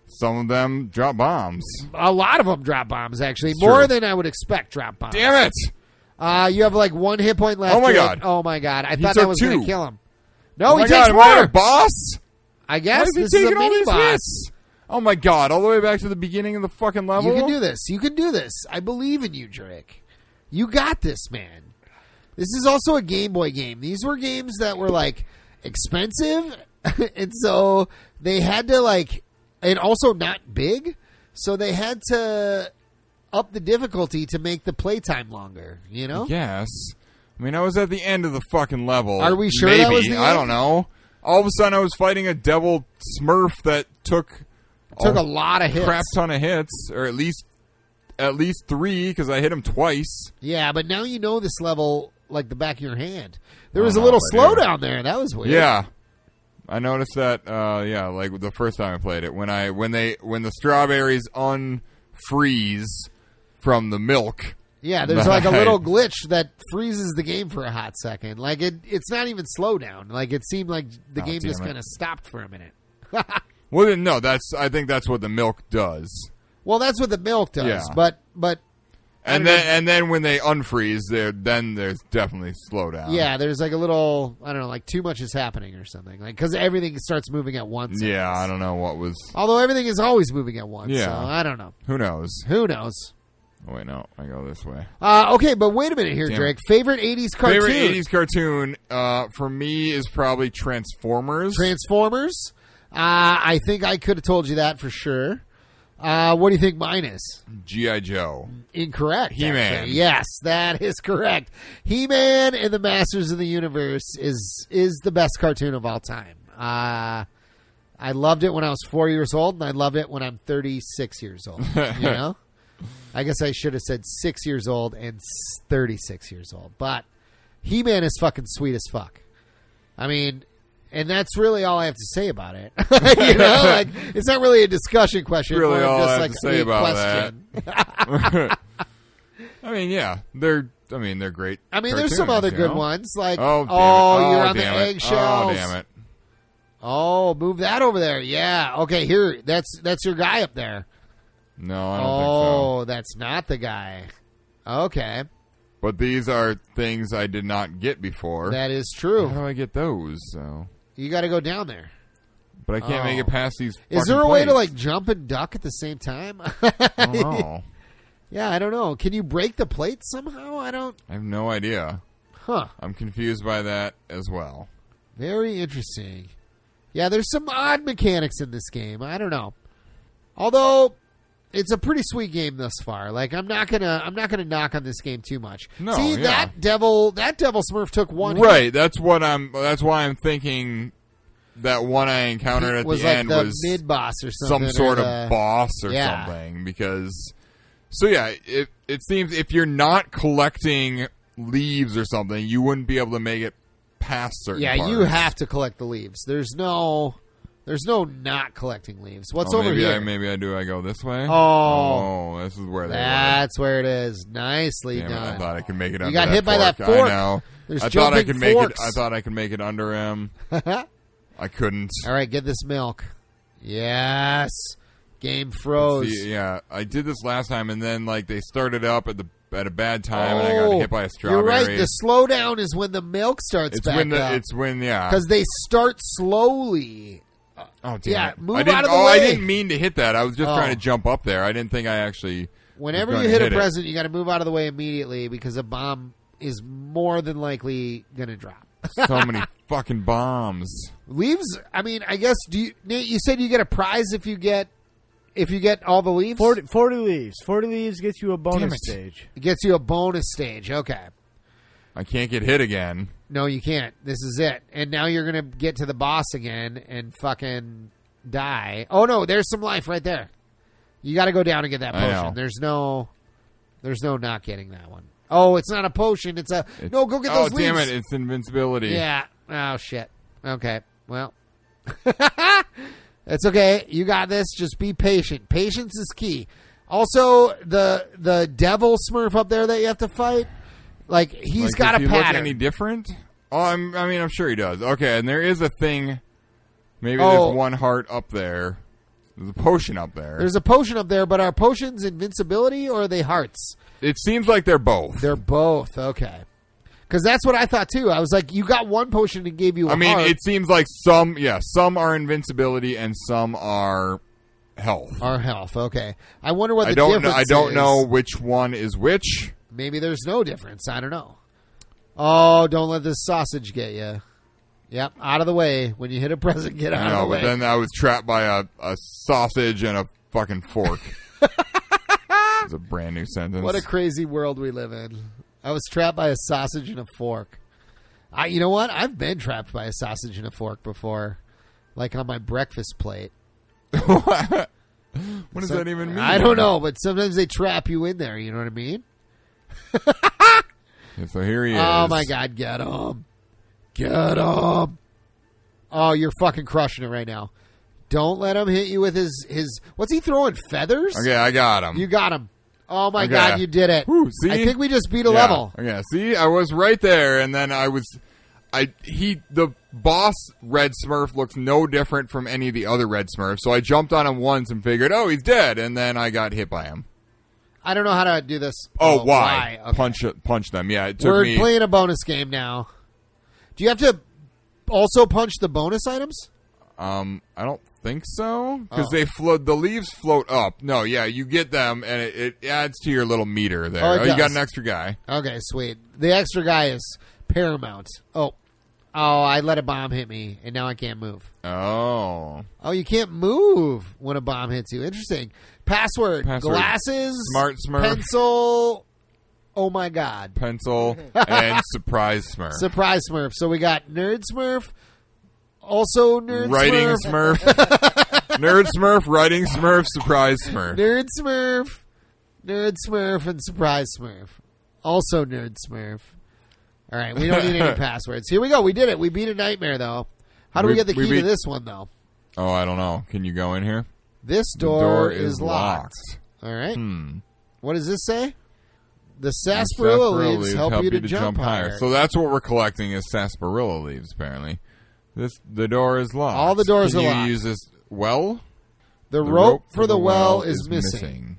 [SPEAKER 1] Some of them drop bombs.
[SPEAKER 2] a lot of them drop bombs actually
[SPEAKER 1] It's
[SPEAKER 2] more
[SPEAKER 1] true.
[SPEAKER 2] than I would expect drop bombs.
[SPEAKER 1] Damn it!
[SPEAKER 2] Uh, you have like one hit point left.
[SPEAKER 1] Oh my
[SPEAKER 2] You're
[SPEAKER 1] God.
[SPEAKER 2] like, oh my god! I thought
[SPEAKER 1] took
[SPEAKER 2] that was gonna
[SPEAKER 1] two. Oh,
[SPEAKER 2] kill him. No,
[SPEAKER 1] my
[SPEAKER 2] Oh, he takes
[SPEAKER 1] God, am I a
[SPEAKER 2] more.
[SPEAKER 1] boss.
[SPEAKER 2] I
[SPEAKER 1] Why
[SPEAKER 2] guess
[SPEAKER 1] is he
[SPEAKER 2] this is a
[SPEAKER 1] taking all
[SPEAKER 2] mini
[SPEAKER 1] these
[SPEAKER 2] boss.
[SPEAKER 1] hits? Oh my god! All the way back to the beginning of the fucking level.
[SPEAKER 2] You can do this. You can do this. I believe in you, Drake. You got this, man. This is also a Game Boy game. These were games that were like expensive, and so they had to like, and also not big, so they had to up the difficulty to make the playtime longer. You know?
[SPEAKER 1] Yes. I mean, I was at the end of the fucking level.
[SPEAKER 2] Are we sure
[SPEAKER 1] Maybe.
[SPEAKER 2] that was the
[SPEAKER 1] I
[SPEAKER 2] end?
[SPEAKER 1] don't know. All of a sudden, I was fighting a devil Smurf that took
[SPEAKER 2] Took a lot of hits.
[SPEAKER 1] Oh, crap ton of hits, or at least at least three, because I hit him twice.
[SPEAKER 2] Yeah, but now you know this level like the back of your hand. There
[SPEAKER 1] Oh,
[SPEAKER 2] was a
[SPEAKER 1] no,
[SPEAKER 2] little
[SPEAKER 1] I do.
[SPEAKER 2] slowdown there. That was weird.
[SPEAKER 1] Yeah. I noticed that. Uh, yeah, like the first time I played it, when I when they when the strawberries unfreeze from the milk.
[SPEAKER 2] Yeah, there's like a little
[SPEAKER 1] Right.
[SPEAKER 2] glitch that freezes the game for a hot second. Like it it's not even slowdown. Like it seemed like the
[SPEAKER 1] Oh,
[SPEAKER 2] game just
[SPEAKER 1] damn it.
[SPEAKER 2] kind of stopped for a minute.
[SPEAKER 1] Well, then, no, that's I think that's what the milk does.
[SPEAKER 2] Well, that's what the milk does,
[SPEAKER 1] Yeah.
[SPEAKER 2] but but
[SPEAKER 1] And
[SPEAKER 2] I don't
[SPEAKER 1] then and then when they unfreeze, there then there's definitely slowdown.
[SPEAKER 2] yeah, there's like a little I don't know, like too much is happening or something. Like cuz everything starts moving at once.
[SPEAKER 1] Yeah, I don't know what was.
[SPEAKER 2] Although everything is always moving at once.
[SPEAKER 1] Yeah.
[SPEAKER 2] So I don't know.
[SPEAKER 1] Who knows?
[SPEAKER 2] Who knows?
[SPEAKER 1] Oh, wait, no, I go this way.
[SPEAKER 2] Uh, okay, but wait a minute here,
[SPEAKER 1] Damn.
[SPEAKER 2] Drake. Favorite 80s cartoon?
[SPEAKER 1] Favorite eighties cartoon uh, for me is probably Transformers.
[SPEAKER 2] Transformers. Uh, I think I could have told you that for sure. Uh, what do you think mine is?
[SPEAKER 1] GI Joe.
[SPEAKER 2] Incorrect.
[SPEAKER 1] He-Man.
[SPEAKER 2] actually. Yes, that is correct. He Man and the Masters of the Universe is is the best cartoon of all time. Uh, I loved it when I was four years old, and I love it when I'm 36 years old. You know, I guess I should have said six years old and s- 36 years old. But He Man is fucking sweet as fuck. I mean, and that's really all I have to say about it. you know, like it's not really a discussion question.
[SPEAKER 1] Really
[SPEAKER 2] more of
[SPEAKER 1] all I
[SPEAKER 2] just
[SPEAKER 1] have
[SPEAKER 2] like
[SPEAKER 1] to say
[SPEAKER 2] a
[SPEAKER 1] about that.
[SPEAKER 2] question.
[SPEAKER 1] I mean, yeah, they're. I mean, they're great.
[SPEAKER 2] I mean, there's some
[SPEAKER 1] cartoons,
[SPEAKER 2] other
[SPEAKER 1] you
[SPEAKER 2] good
[SPEAKER 1] know?
[SPEAKER 2] ones like
[SPEAKER 1] Oh,
[SPEAKER 2] oh,
[SPEAKER 1] damn it.
[SPEAKER 2] you're
[SPEAKER 1] Oh,
[SPEAKER 2] on the
[SPEAKER 1] damn it.
[SPEAKER 2] eggshells.
[SPEAKER 1] Oh, damn it!
[SPEAKER 2] Oh, move that over there. Yeah. Okay, here. That's that's your guy up there.
[SPEAKER 1] No, I don't think so.
[SPEAKER 2] Oh, that's not the guy. Okay,
[SPEAKER 1] But these are things I did not get before.
[SPEAKER 2] that is
[SPEAKER 1] How
[SPEAKER 2] true.
[SPEAKER 1] do I get those? So,
[SPEAKER 2] You got to go down there.
[SPEAKER 1] but I can't
[SPEAKER 2] Oh.
[SPEAKER 1] make it past these.
[SPEAKER 2] Is
[SPEAKER 1] fucking
[SPEAKER 2] there a way
[SPEAKER 1] plates.
[SPEAKER 2] to
[SPEAKER 1] Oh,
[SPEAKER 2] like jump and duck at the same time?
[SPEAKER 1] I don't know.
[SPEAKER 2] yeah, I don't know. Can you break the plate somehow? I don't.
[SPEAKER 1] I have no idea.
[SPEAKER 2] Huh.
[SPEAKER 1] I'm confused by that as well.
[SPEAKER 2] Very interesting. Yeah, there's some odd mechanics in this game. I don't know. Although it's a pretty sweet game thus far. Like I'm not gonna I'm not gonna knock on this game too much.
[SPEAKER 1] No,
[SPEAKER 2] See
[SPEAKER 1] yeah.
[SPEAKER 2] that devil that devil Smurf took one hit.
[SPEAKER 1] Right. That's what I'm. That's why I'm thinking that one I encountered at
[SPEAKER 2] was
[SPEAKER 1] the
[SPEAKER 2] like
[SPEAKER 1] end
[SPEAKER 2] the
[SPEAKER 1] was
[SPEAKER 2] mid boss or something.
[SPEAKER 1] some sort
[SPEAKER 2] or
[SPEAKER 1] of
[SPEAKER 2] the-
[SPEAKER 1] boss or
[SPEAKER 2] yeah.
[SPEAKER 1] something. Because so yeah, it it seems if you're not collecting leaves or something, you wouldn't be able to make it past certain.
[SPEAKER 2] Yeah,
[SPEAKER 1] parts.
[SPEAKER 2] you have to collect the leaves. There's no there's no not collecting leaves. What's
[SPEAKER 1] Oh,
[SPEAKER 2] over
[SPEAKER 1] maybe
[SPEAKER 2] here?
[SPEAKER 1] I, maybe I do. I go this way.
[SPEAKER 2] Oh.
[SPEAKER 1] Oh, this is where they. were.
[SPEAKER 2] That's where it is. Nicely
[SPEAKER 1] Damn it,
[SPEAKER 2] done.
[SPEAKER 1] I thought I could make it. Under
[SPEAKER 2] got
[SPEAKER 1] that
[SPEAKER 2] hit by that fork.
[SPEAKER 1] I know.
[SPEAKER 2] There's
[SPEAKER 1] I thought I
[SPEAKER 2] jumping
[SPEAKER 1] could make
[SPEAKER 2] forks.
[SPEAKER 1] it. I thought I could make it under him. I couldn't.
[SPEAKER 2] All right, get this milk. Yes. Game froze.
[SPEAKER 1] See, yeah, I did this last time, and then like they started up at the at a bad time, and I got
[SPEAKER 2] Oh,
[SPEAKER 1] hit by a strawberry.
[SPEAKER 2] You're right. The slowdown is when the milk starts
[SPEAKER 1] it's
[SPEAKER 2] back
[SPEAKER 1] when the
[SPEAKER 2] up
[SPEAKER 1] it's when yeah.
[SPEAKER 2] because they start slowly.
[SPEAKER 1] oh damn
[SPEAKER 2] yeah,
[SPEAKER 1] it.
[SPEAKER 2] move
[SPEAKER 1] I didn't,
[SPEAKER 2] out of the
[SPEAKER 1] oh, I
[SPEAKER 2] way.
[SPEAKER 1] didn't mean to hit that. I was just
[SPEAKER 2] Oh.
[SPEAKER 1] trying to jump up there. I didn't think I actually. was
[SPEAKER 2] Whenever
[SPEAKER 1] gonna
[SPEAKER 2] you hit,
[SPEAKER 1] hit
[SPEAKER 2] a
[SPEAKER 1] it.
[SPEAKER 2] present, you got to move out of the way immediately because a bomb is more than likely going to drop.
[SPEAKER 1] so many fucking bombs.
[SPEAKER 2] Leaves. I mean, I guess. Do you, Nate? You said you get a prize if you get if you get all the leaves.
[SPEAKER 3] 40, 40 leaves. 40 leaves gets you a
[SPEAKER 2] Damn
[SPEAKER 3] bonus
[SPEAKER 2] it.
[SPEAKER 3] stage.
[SPEAKER 2] It gets you a bonus stage. Okay.
[SPEAKER 1] I can't get hit again.
[SPEAKER 2] No, you can't. This is it. And now you're gonna get to the boss again and fucking die. Oh no, there's some life right there. You got to go down and get that
[SPEAKER 1] I know.
[SPEAKER 2] potion. There's no, there's no not getting that one. Oh, it's not a potion. It's a
[SPEAKER 1] It's-
[SPEAKER 2] no. Go get
[SPEAKER 1] oh,
[SPEAKER 2] those leaves.
[SPEAKER 1] damn it! It's invincibility.
[SPEAKER 2] Yeah. Oh shit. Okay. Well, it's okay. You got this. Just be patient. Patience is key. Also, the the devil Smurf up there that you have to fight, like he's
[SPEAKER 1] Like,
[SPEAKER 2] got
[SPEAKER 1] does
[SPEAKER 2] a
[SPEAKER 1] he
[SPEAKER 2] pattern.
[SPEAKER 1] Look any different? Oh, I'm, I mean, I'm sure he does. Okay, and there is a thing. Maybe
[SPEAKER 2] Oh.
[SPEAKER 1] there's one heart up there. There's a potion up there.
[SPEAKER 2] There's a potion up there, but are potions invincibility or are they hearts?
[SPEAKER 1] it seems like they're both.
[SPEAKER 2] They're both. Okay. Because that's what I thought too. I was like, you got one potion and gave you. I
[SPEAKER 1] I mean,
[SPEAKER 2] heart.
[SPEAKER 1] it seems like some, yeah, some are invincibility and some are health.
[SPEAKER 2] our health. Okay. I wonder what the
[SPEAKER 1] I don't know.
[SPEAKER 2] difference
[SPEAKER 1] I don't
[SPEAKER 2] is.
[SPEAKER 1] know which one is which.
[SPEAKER 2] Maybe there's no difference. I don't know. Oh, don't let this sausage get you. Yep, out of the way. When you hit a present, get out
[SPEAKER 1] I
[SPEAKER 2] of the
[SPEAKER 1] know,
[SPEAKER 2] way.
[SPEAKER 1] but then I was trapped by a, a sausage and a fucking fork. It's a brand new sentence.
[SPEAKER 2] what a crazy world we live in. I was trapped by a sausage and a fork. I, you know what? I've been trapped by a sausage and a fork before, like on my breakfast plate.
[SPEAKER 1] what does that even mean?
[SPEAKER 2] I don't know, but sometimes they trap you in there. You know what I mean?
[SPEAKER 1] Yeah, so here he is.
[SPEAKER 2] Oh my god, get him. Get him. Oh, you're fucking crushing it right now. Don't let him hit you with his his what's he throwing feathers?
[SPEAKER 1] Okay, I got him.
[SPEAKER 2] You got him. Oh my
[SPEAKER 1] Okay.
[SPEAKER 2] god, you did it.
[SPEAKER 1] Whew, see?
[SPEAKER 2] I think we just beat a
[SPEAKER 1] yeah.
[SPEAKER 2] level.
[SPEAKER 1] Yeah, see, I was right there, and then I was, I he the boss Red Smurf looks no different from any of the other Red Smurfs. So I jumped on him once and figured, oh, he's dead, and then I got hit by him.
[SPEAKER 2] I don't know how to do this.
[SPEAKER 1] Oh, why?
[SPEAKER 2] Okay.
[SPEAKER 1] Punch punch them? Yeah, it took
[SPEAKER 2] We're
[SPEAKER 1] me.
[SPEAKER 2] playing a bonus game now. Do you have to also punch the bonus items?
[SPEAKER 1] Um, I don't think so because
[SPEAKER 2] Oh.
[SPEAKER 1] they float. The leaves float up. No, yeah, you get them, and it, it adds to your little meter there.
[SPEAKER 2] Oh, it
[SPEAKER 1] you got
[SPEAKER 2] does.
[SPEAKER 1] an extra guy.
[SPEAKER 2] Okay, sweet. The extra guy is paramount. Oh. Oh, I let a bomb hit me and now I can't move.
[SPEAKER 1] Oh,
[SPEAKER 2] Oh, you can't move when a bomb hits you. Interesting. Password,
[SPEAKER 1] Password.
[SPEAKER 2] glasses,
[SPEAKER 1] Smart Smurf.
[SPEAKER 2] pencil. Oh my god.
[SPEAKER 1] pencil and surprise smurf.
[SPEAKER 2] Surprise Smurf. So we got Nerd Smurf, also Nerd
[SPEAKER 1] writing
[SPEAKER 2] Smurf,
[SPEAKER 1] Smurf, nerd Smurf, writing Smurf, surprise Smurf.
[SPEAKER 2] Nerd Smurf, Nerd Smurf, and Surprise Smurf. Also Nerd Smurf. All right, we don't need any passwords. Here we go. We did it. We beat a nightmare though. How do we,
[SPEAKER 1] We-
[SPEAKER 2] get the key
[SPEAKER 1] we beat-
[SPEAKER 2] to this one though?
[SPEAKER 1] Oh, I don't know. Can you go in here?
[SPEAKER 2] This
[SPEAKER 1] The
[SPEAKER 2] door, is locked. All right. What does this say? The sarsaparilla,
[SPEAKER 1] Sarsaparilla
[SPEAKER 2] leaves help, you to, jump, higher.
[SPEAKER 1] So that's what we're collecting is sarsaparilla leaves. Apparently, this the door is locked.
[SPEAKER 2] All the doors
[SPEAKER 1] Can
[SPEAKER 2] are
[SPEAKER 1] you
[SPEAKER 2] locked.
[SPEAKER 1] Use this well.
[SPEAKER 2] the,
[SPEAKER 1] The
[SPEAKER 2] rope for the well is missing.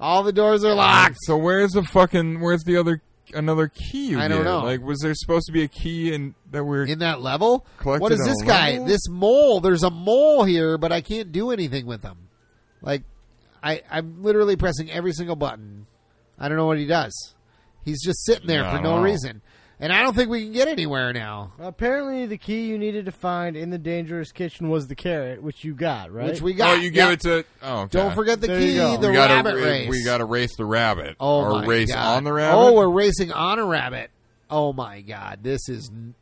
[SPEAKER 2] All the doors are locked.
[SPEAKER 1] So where's the fucking? Where's the other? Another key? You
[SPEAKER 2] I don't
[SPEAKER 1] did?
[SPEAKER 2] know.
[SPEAKER 1] Like, was there supposed to be a key and that we're?
[SPEAKER 2] In that level,
[SPEAKER 1] Collected
[SPEAKER 2] what is
[SPEAKER 1] on
[SPEAKER 2] this
[SPEAKER 1] a
[SPEAKER 2] guy?
[SPEAKER 1] level?
[SPEAKER 2] This mole. There's a mole here, but I can't do anything with him. Like, I I'm literally pressing every single button. I don't know what he does. He's just sitting there
[SPEAKER 1] Yeah, I
[SPEAKER 2] for
[SPEAKER 1] don't
[SPEAKER 2] no
[SPEAKER 1] know.
[SPEAKER 2] reason, and I don't think we can get anywhere now.
[SPEAKER 3] Apparently, the key you needed to find in the dangerous kitchen was the carrot, which you got, right?
[SPEAKER 2] Which we
[SPEAKER 1] oh,
[SPEAKER 2] got.
[SPEAKER 1] you give
[SPEAKER 2] Yeah.
[SPEAKER 1] it to. Oh, okay.
[SPEAKER 2] Don't forget the
[SPEAKER 3] There you
[SPEAKER 2] key.
[SPEAKER 3] go.
[SPEAKER 2] The
[SPEAKER 1] we gotta,
[SPEAKER 2] rabbit
[SPEAKER 1] ra-
[SPEAKER 2] race.
[SPEAKER 1] We got to race the rabbit.
[SPEAKER 2] Oh
[SPEAKER 1] or
[SPEAKER 2] my
[SPEAKER 1] race
[SPEAKER 2] God.
[SPEAKER 1] on the rabbit.
[SPEAKER 2] Oh, we're racing on a rabbit. Oh my god, this is. n-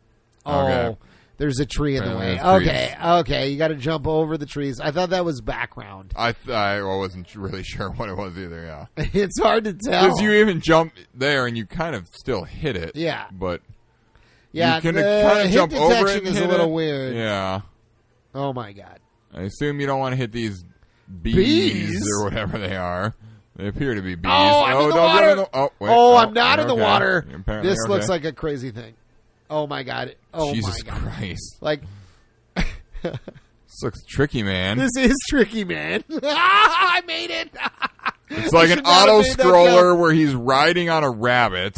[SPEAKER 2] Oh,
[SPEAKER 1] Okay.
[SPEAKER 2] there's a tree in the way.
[SPEAKER 1] Apparently there's
[SPEAKER 2] Okay, okay, you got to jump over the trees. I thought that was background.
[SPEAKER 1] I th- I wasn't really sure what it was either. Yeah,
[SPEAKER 2] it's hard to tell.
[SPEAKER 1] because you even jump there and you kind of still hit it.
[SPEAKER 2] Yeah.
[SPEAKER 1] but
[SPEAKER 2] yeah,
[SPEAKER 1] you can
[SPEAKER 2] the
[SPEAKER 1] kind of
[SPEAKER 2] hit
[SPEAKER 1] jump
[SPEAKER 2] detection
[SPEAKER 1] over it. and
[SPEAKER 2] is a
[SPEAKER 1] hit
[SPEAKER 2] little
[SPEAKER 1] it.
[SPEAKER 2] weird.
[SPEAKER 1] Yeah,
[SPEAKER 2] Oh my god.
[SPEAKER 1] I assume you don't want to hit these bees,
[SPEAKER 2] Bees?
[SPEAKER 1] or whatever they are. They appear to be bees.
[SPEAKER 2] Oh, I'm in the
[SPEAKER 1] don't
[SPEAKER 2] water.
[SPEAKER 1] go in the- oh, wait.
[SPEAKER 2] oh, I'm not in the
[SPEAKER 1] okay.
[SPEAKER 2] water.
[SPEAKER 1] Apparently,
[SPEAKER 2] This
[SPEAKER 1] okay.
[SPEAKER 2] looks like a crazy thing. Oh my god. Oh
[SPEAKER 1] Jesus
[SPEAKER 2] my god.
[SPEAKER 1] Christ.
[SPEAKER 2] Like
[SPEAKER 1] This looks tricky, man.
[SPEAKER 2] this is tricky, man. I made it.
[SPEAKER 1] it's like
[SPEAKER 2] should
[SPEAKER 1] an
[SPEAKER 2] not
[SPEAKER 1] auto
[SPEAKER 2] have made that
[SPEAKER 1] scroller where he's riding on a rabbit.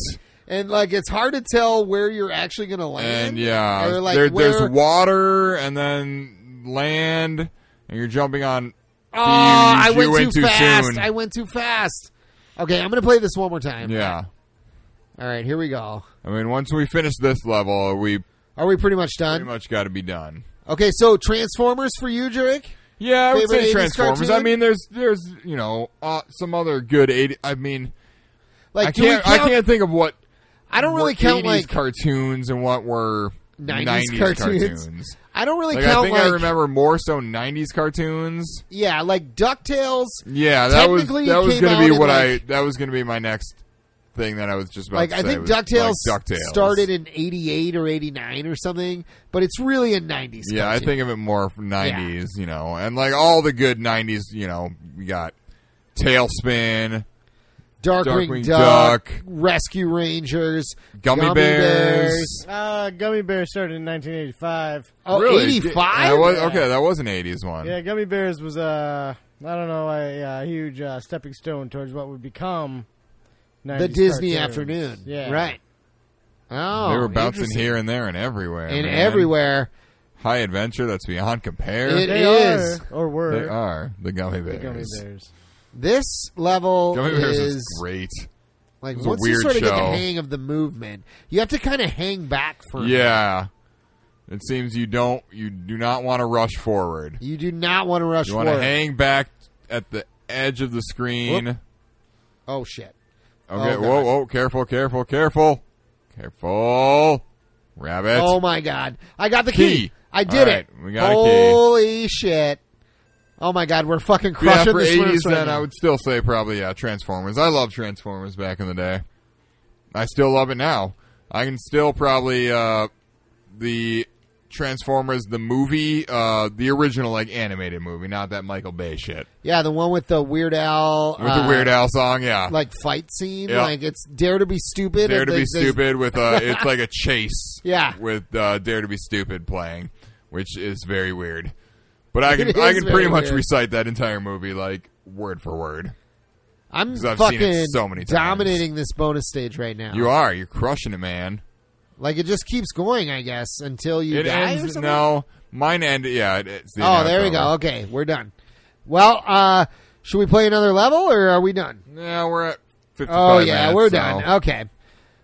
[SPEAKER 2] and like it's hard to tell where you're actually going to land.
[SPEAKER 1] And yeah,
[SPEAKER 2] or like
[SPEAKER 1] there-
[SPEAKER 2] where,
[SPEAKER 1] there's water and then land, and you're jumping on.
[SPEAKER 2] oh, I
[SPEAKER 1] you
[SPEAKER 2] went
[SPEAKER 1] went
[SPEAKER 2] too
[SPEAKER 1] too
[SPEAKER 2] fast.
[SPEAKER 1] soon.
[SPEAKER 2] I went too fast. Okay, I'm going to play this one more time.
[SPEAKER 1] Yeah,
[SPEAKER 2] All right, here we go.
[SPEAKER 1] I mean, once we finish this level, we
[SPEAKER 2] Are we pretty much done?
[SPEAKER 1] pretty much got to be done.
[SPEAKER 2] Okay, so Transformers for you, Jurek?
[SPEAKER 1] Yeah, I would
[SPEAKER 2] Favorite
[SPEAKER 1] say
[SPEAKER 2] 80s
[SPEAKER 1] Transformers. I
[SPEAKER 2] cartoon?
[SPEAKER 1] mean, there's there's you know uh, some other good eighty. I mean,
[SPEAKER 2] Like,
[SPEAKER 1] I
[SPEAKER 2] do we
[SPEAKER 1] can't
[SPEAKER 2] count-
[SPEAKER 1] I can't think of what
[SPEAKER 2] I don't really
[SPEAKER 1] what
[SPEAKER 2] count
[SPEAKER 1] 80s
[SPEAKER 2] like
[SPEAKER 1] cartoons and what were
[SPEAKER 2] 90s
[SPEAKER 1] 90s,
[SPEAKER 2] cartoons.
[SPEAKER 1] cartoons.
[SPEAKER 2] I don't really
[SPEAKER 1] Like I
[SPEAKER 2] count
[SPEAKER 1] think
[SPEAKER 2] like
[SPEAKER 1] I remember more so 90s cartoons.
[SPEAKER 2] yeah, like Ducktales.
[SPEAKER 1] Yeah, that was
[SPEAKER 2] Technically,
[SPEAKER 1] that
[SPEAKER 2] it
[SPEAKER 1] was
[SPEAKER 2] came
[SPEAKER 1] going
[SPEAKER 2] out
[SPEAKER 1] to
[SPEAKER 2] in,
[SPEAKER 1] be what I
[SPEAKER 2] like-
[SPEAKER 1] that was going to be my next thing that I was just about
[SPEAKER 2] Like
[SPEAKER 1] to
[SPEAKER 2] I
[SPEAKER 1] say
[SPEAKER 2] think
[SPEAKER 1] was,
[SPEAKER 2] DuckTales,
[SPEAKER 1] like, DuckTales
[SPEAKER 2] started in '88 or '89 or something, but it's really a '90s.
[SPEAKER 1] Yeah, I
[SPEAKER 2] cartoon.
[SPEAKER 1] think of it more from 90s, you know. And like all the good 90s, you know, we got Tailspin,
[SPEAKER 2] Darkwing,
[SPEAKER 1] Darkwing
[SPEAKER 2] Duck,
[SPEAKER 1] Duck,
[SPEAKER 2] Rescue Rangers,
[SPEAKER 1] Gummy, Bears.
[SPEAKER 3] Uh, Gummy Bears started in 1985.
[SPEAKER 2] Oh,
[SPEAKER 1] Really?
[SPEAKER 2] 85?
[SPEAKER 1] That was-
[SPEAKER 3] Yeah.
[SPEAKER 1] okay, that was an 80s one.
[SPEAKER 3] Yeah, Gummy Bears was uh, I don't know, a, uh huge uh, stepping stone towards what would become 90s
[SPEAKER 2] the Disney
[SPEAKER 3] cartoons.
[SPEAKER 2] Afternoon.
[SPEAKER 3] Yeah,
[SPEAKER 2] right. Oh,
[SPEAKER 1] they were bouncing
[SPEAKER 2] interesting.
[SPEAKER 1] here and there and everywhere.
[SPEAKER 2] and
[SPEAKER 1] man.
[SPEAKER 2] everywhere.
[SPEAKER 1] High Adventure, that's beyond compare.
[SPEAKER 2] It-
[SPEAKER 3] They
[SPEAKER 2] is.
[SPEAKER 3] are, or were
[SPEAKER 1] they are the Gummy
[SPEAKER 3] the
[SPEAKER 1] Bears.
[SPEAKER 3] Gummy Bears.
[SPEAKER 2] This level
[SPEAKER 1] Gummy Bears
[SPEAKER 2] is,
[SPEAKER 1] is great.
[SPEAKER 2] like
[SPEAKER 1] It's a
[SPEAKER 2] once you
[SPEAKER 1] weird
[SPEAKER 2] sort of get
[SPEAKER 1] show.
[SPEAKER 2] the hang of the movement, you have to kind of hang back for. a minute.
[SPEAKER 1] Yeah. It seems you don't you do not want to rush forward.
[SPEAKER 2] you do not want to rush
[SPEAKER 1] You want to
[SPEAKER 2] forward.
[SPEAKER 1] hang back at the edge of the screen.
[SPEAKER 2] Whoop. Oh shit!
[SPEAKER 1] Okay,
[SPEAKER 2] Oh, God.
[SPEAKER 1] whoa, whoa, careful, careful, careful. Careful. Rabbit.
[SPEAKER 2] oh my god! I got the key.
[SPEAKER 1] Key.
[SPEAKER 2] I did
[SPEAKER 1] All
[SPEAKER 2] it.
[SPEAKER 1] right, we got a key.
[SPEAKER 2] Holy shit! Oh my god, we're fucking
[SPEAKER 1] yeah,
[SPEAKER 2] crushing
[SPEAKER 1] for
[SPEAKER 2] this
[SPEAKER 1] eighties
[SPEAKER 2] race right
[SPEAKER 1] then
[SPEAKER 2] now.
[SPEAKER 1] I would still say probably yeah, Transformers. I love Transformers back in the day. I still love it now. I can still probably uh the Transformers the movie, uh the original like animated movie, not that Michael Bay shit.
[SPEAKER 2] Yeah, the one with the Weird Al.
[SPEAKER 1] With
[SPEAKER 2] uh,
[SPEAKER 1] the Weird Al song, yeah.
[SPEAKER 2] like fight scene.
[SPEAKER 1] Yeah.
[SPEAKER 2] Like it's Dare to be stupid.
[SPEAKER 1] Dare
[SPEAKER 2] and
[SPEAKER 1] to
[SPEAKER 2] they-
[SPEAKER 1] be
[SPEAKER 2] they-
[SPEAKER 1] stupid with uh it's like a chase.
[SPEAKER 2] Yeah.
[SPEAKER 1] With uh Dare to be stupid playing, which is very weird. But I
[SPEAKER 2] It
[SPEAKER 1] can I
[SPEAKER 2] is
[SPEAKER 1] can pretty
[SPEAKER 2] very
[SPEAKER 1] much
[SPEAKER 2] weird.
[SPEAKER 1] recite that entire movie like word for word.
[SPEAKER 2] I'm
[SPEAKER 1] 'Cause I've
[SPEAKER 2] fucking
[SPEAKER 1] seen it so many times.
[SPEAKER 2] dominating this bonus stage right now.
[SPEAKER 1] You are, you're crushing it, man.
[SPEAKER 2] Like it just keeps going, I guess, until you
[SPEAKER 1] It
[SPEAKER 2] die or
[SPEAKER 1] ends
[SPEAKER 2] something.
[SPEAKER 1] no mine ended yeah, it, it's the
[SPEAKER 2] oh, there we go. Okay, we're done. Well, uh should we play another level or are we done?
[SPEAKER 1] Yeah, we're at fifty
[SPEAKER 2] Oh
[SPEAKER 1] five.
[SPEAKER 2] yeah, we're done. Okay.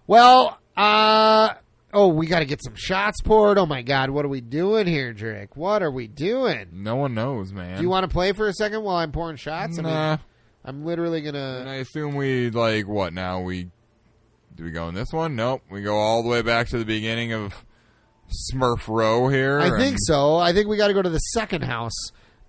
[SPEAKER 2] Well, uh oh, we got to get some shots poured. Oh my god, what are we doing here, Drake? What are we doing?
[SPEAKER 1] No one knows, man.
[SPEAKER 2] Do you want to play for a second while I'm pouring shots? I mean,
[SPEAKER 1] nah.
[SPEAKER 2] I'm literally going
[SPEAKER 1] And
[SPEAKER 2] to
[SPEAKER 1] I assume we like what now we do we go in this one? Nope. We go all the way back to the beginning of Smurf Row here.
[SPEAKER 2] I think
[SPEAKER 1] and-
[SPEAKER 2] so. I think we got to go to the second house.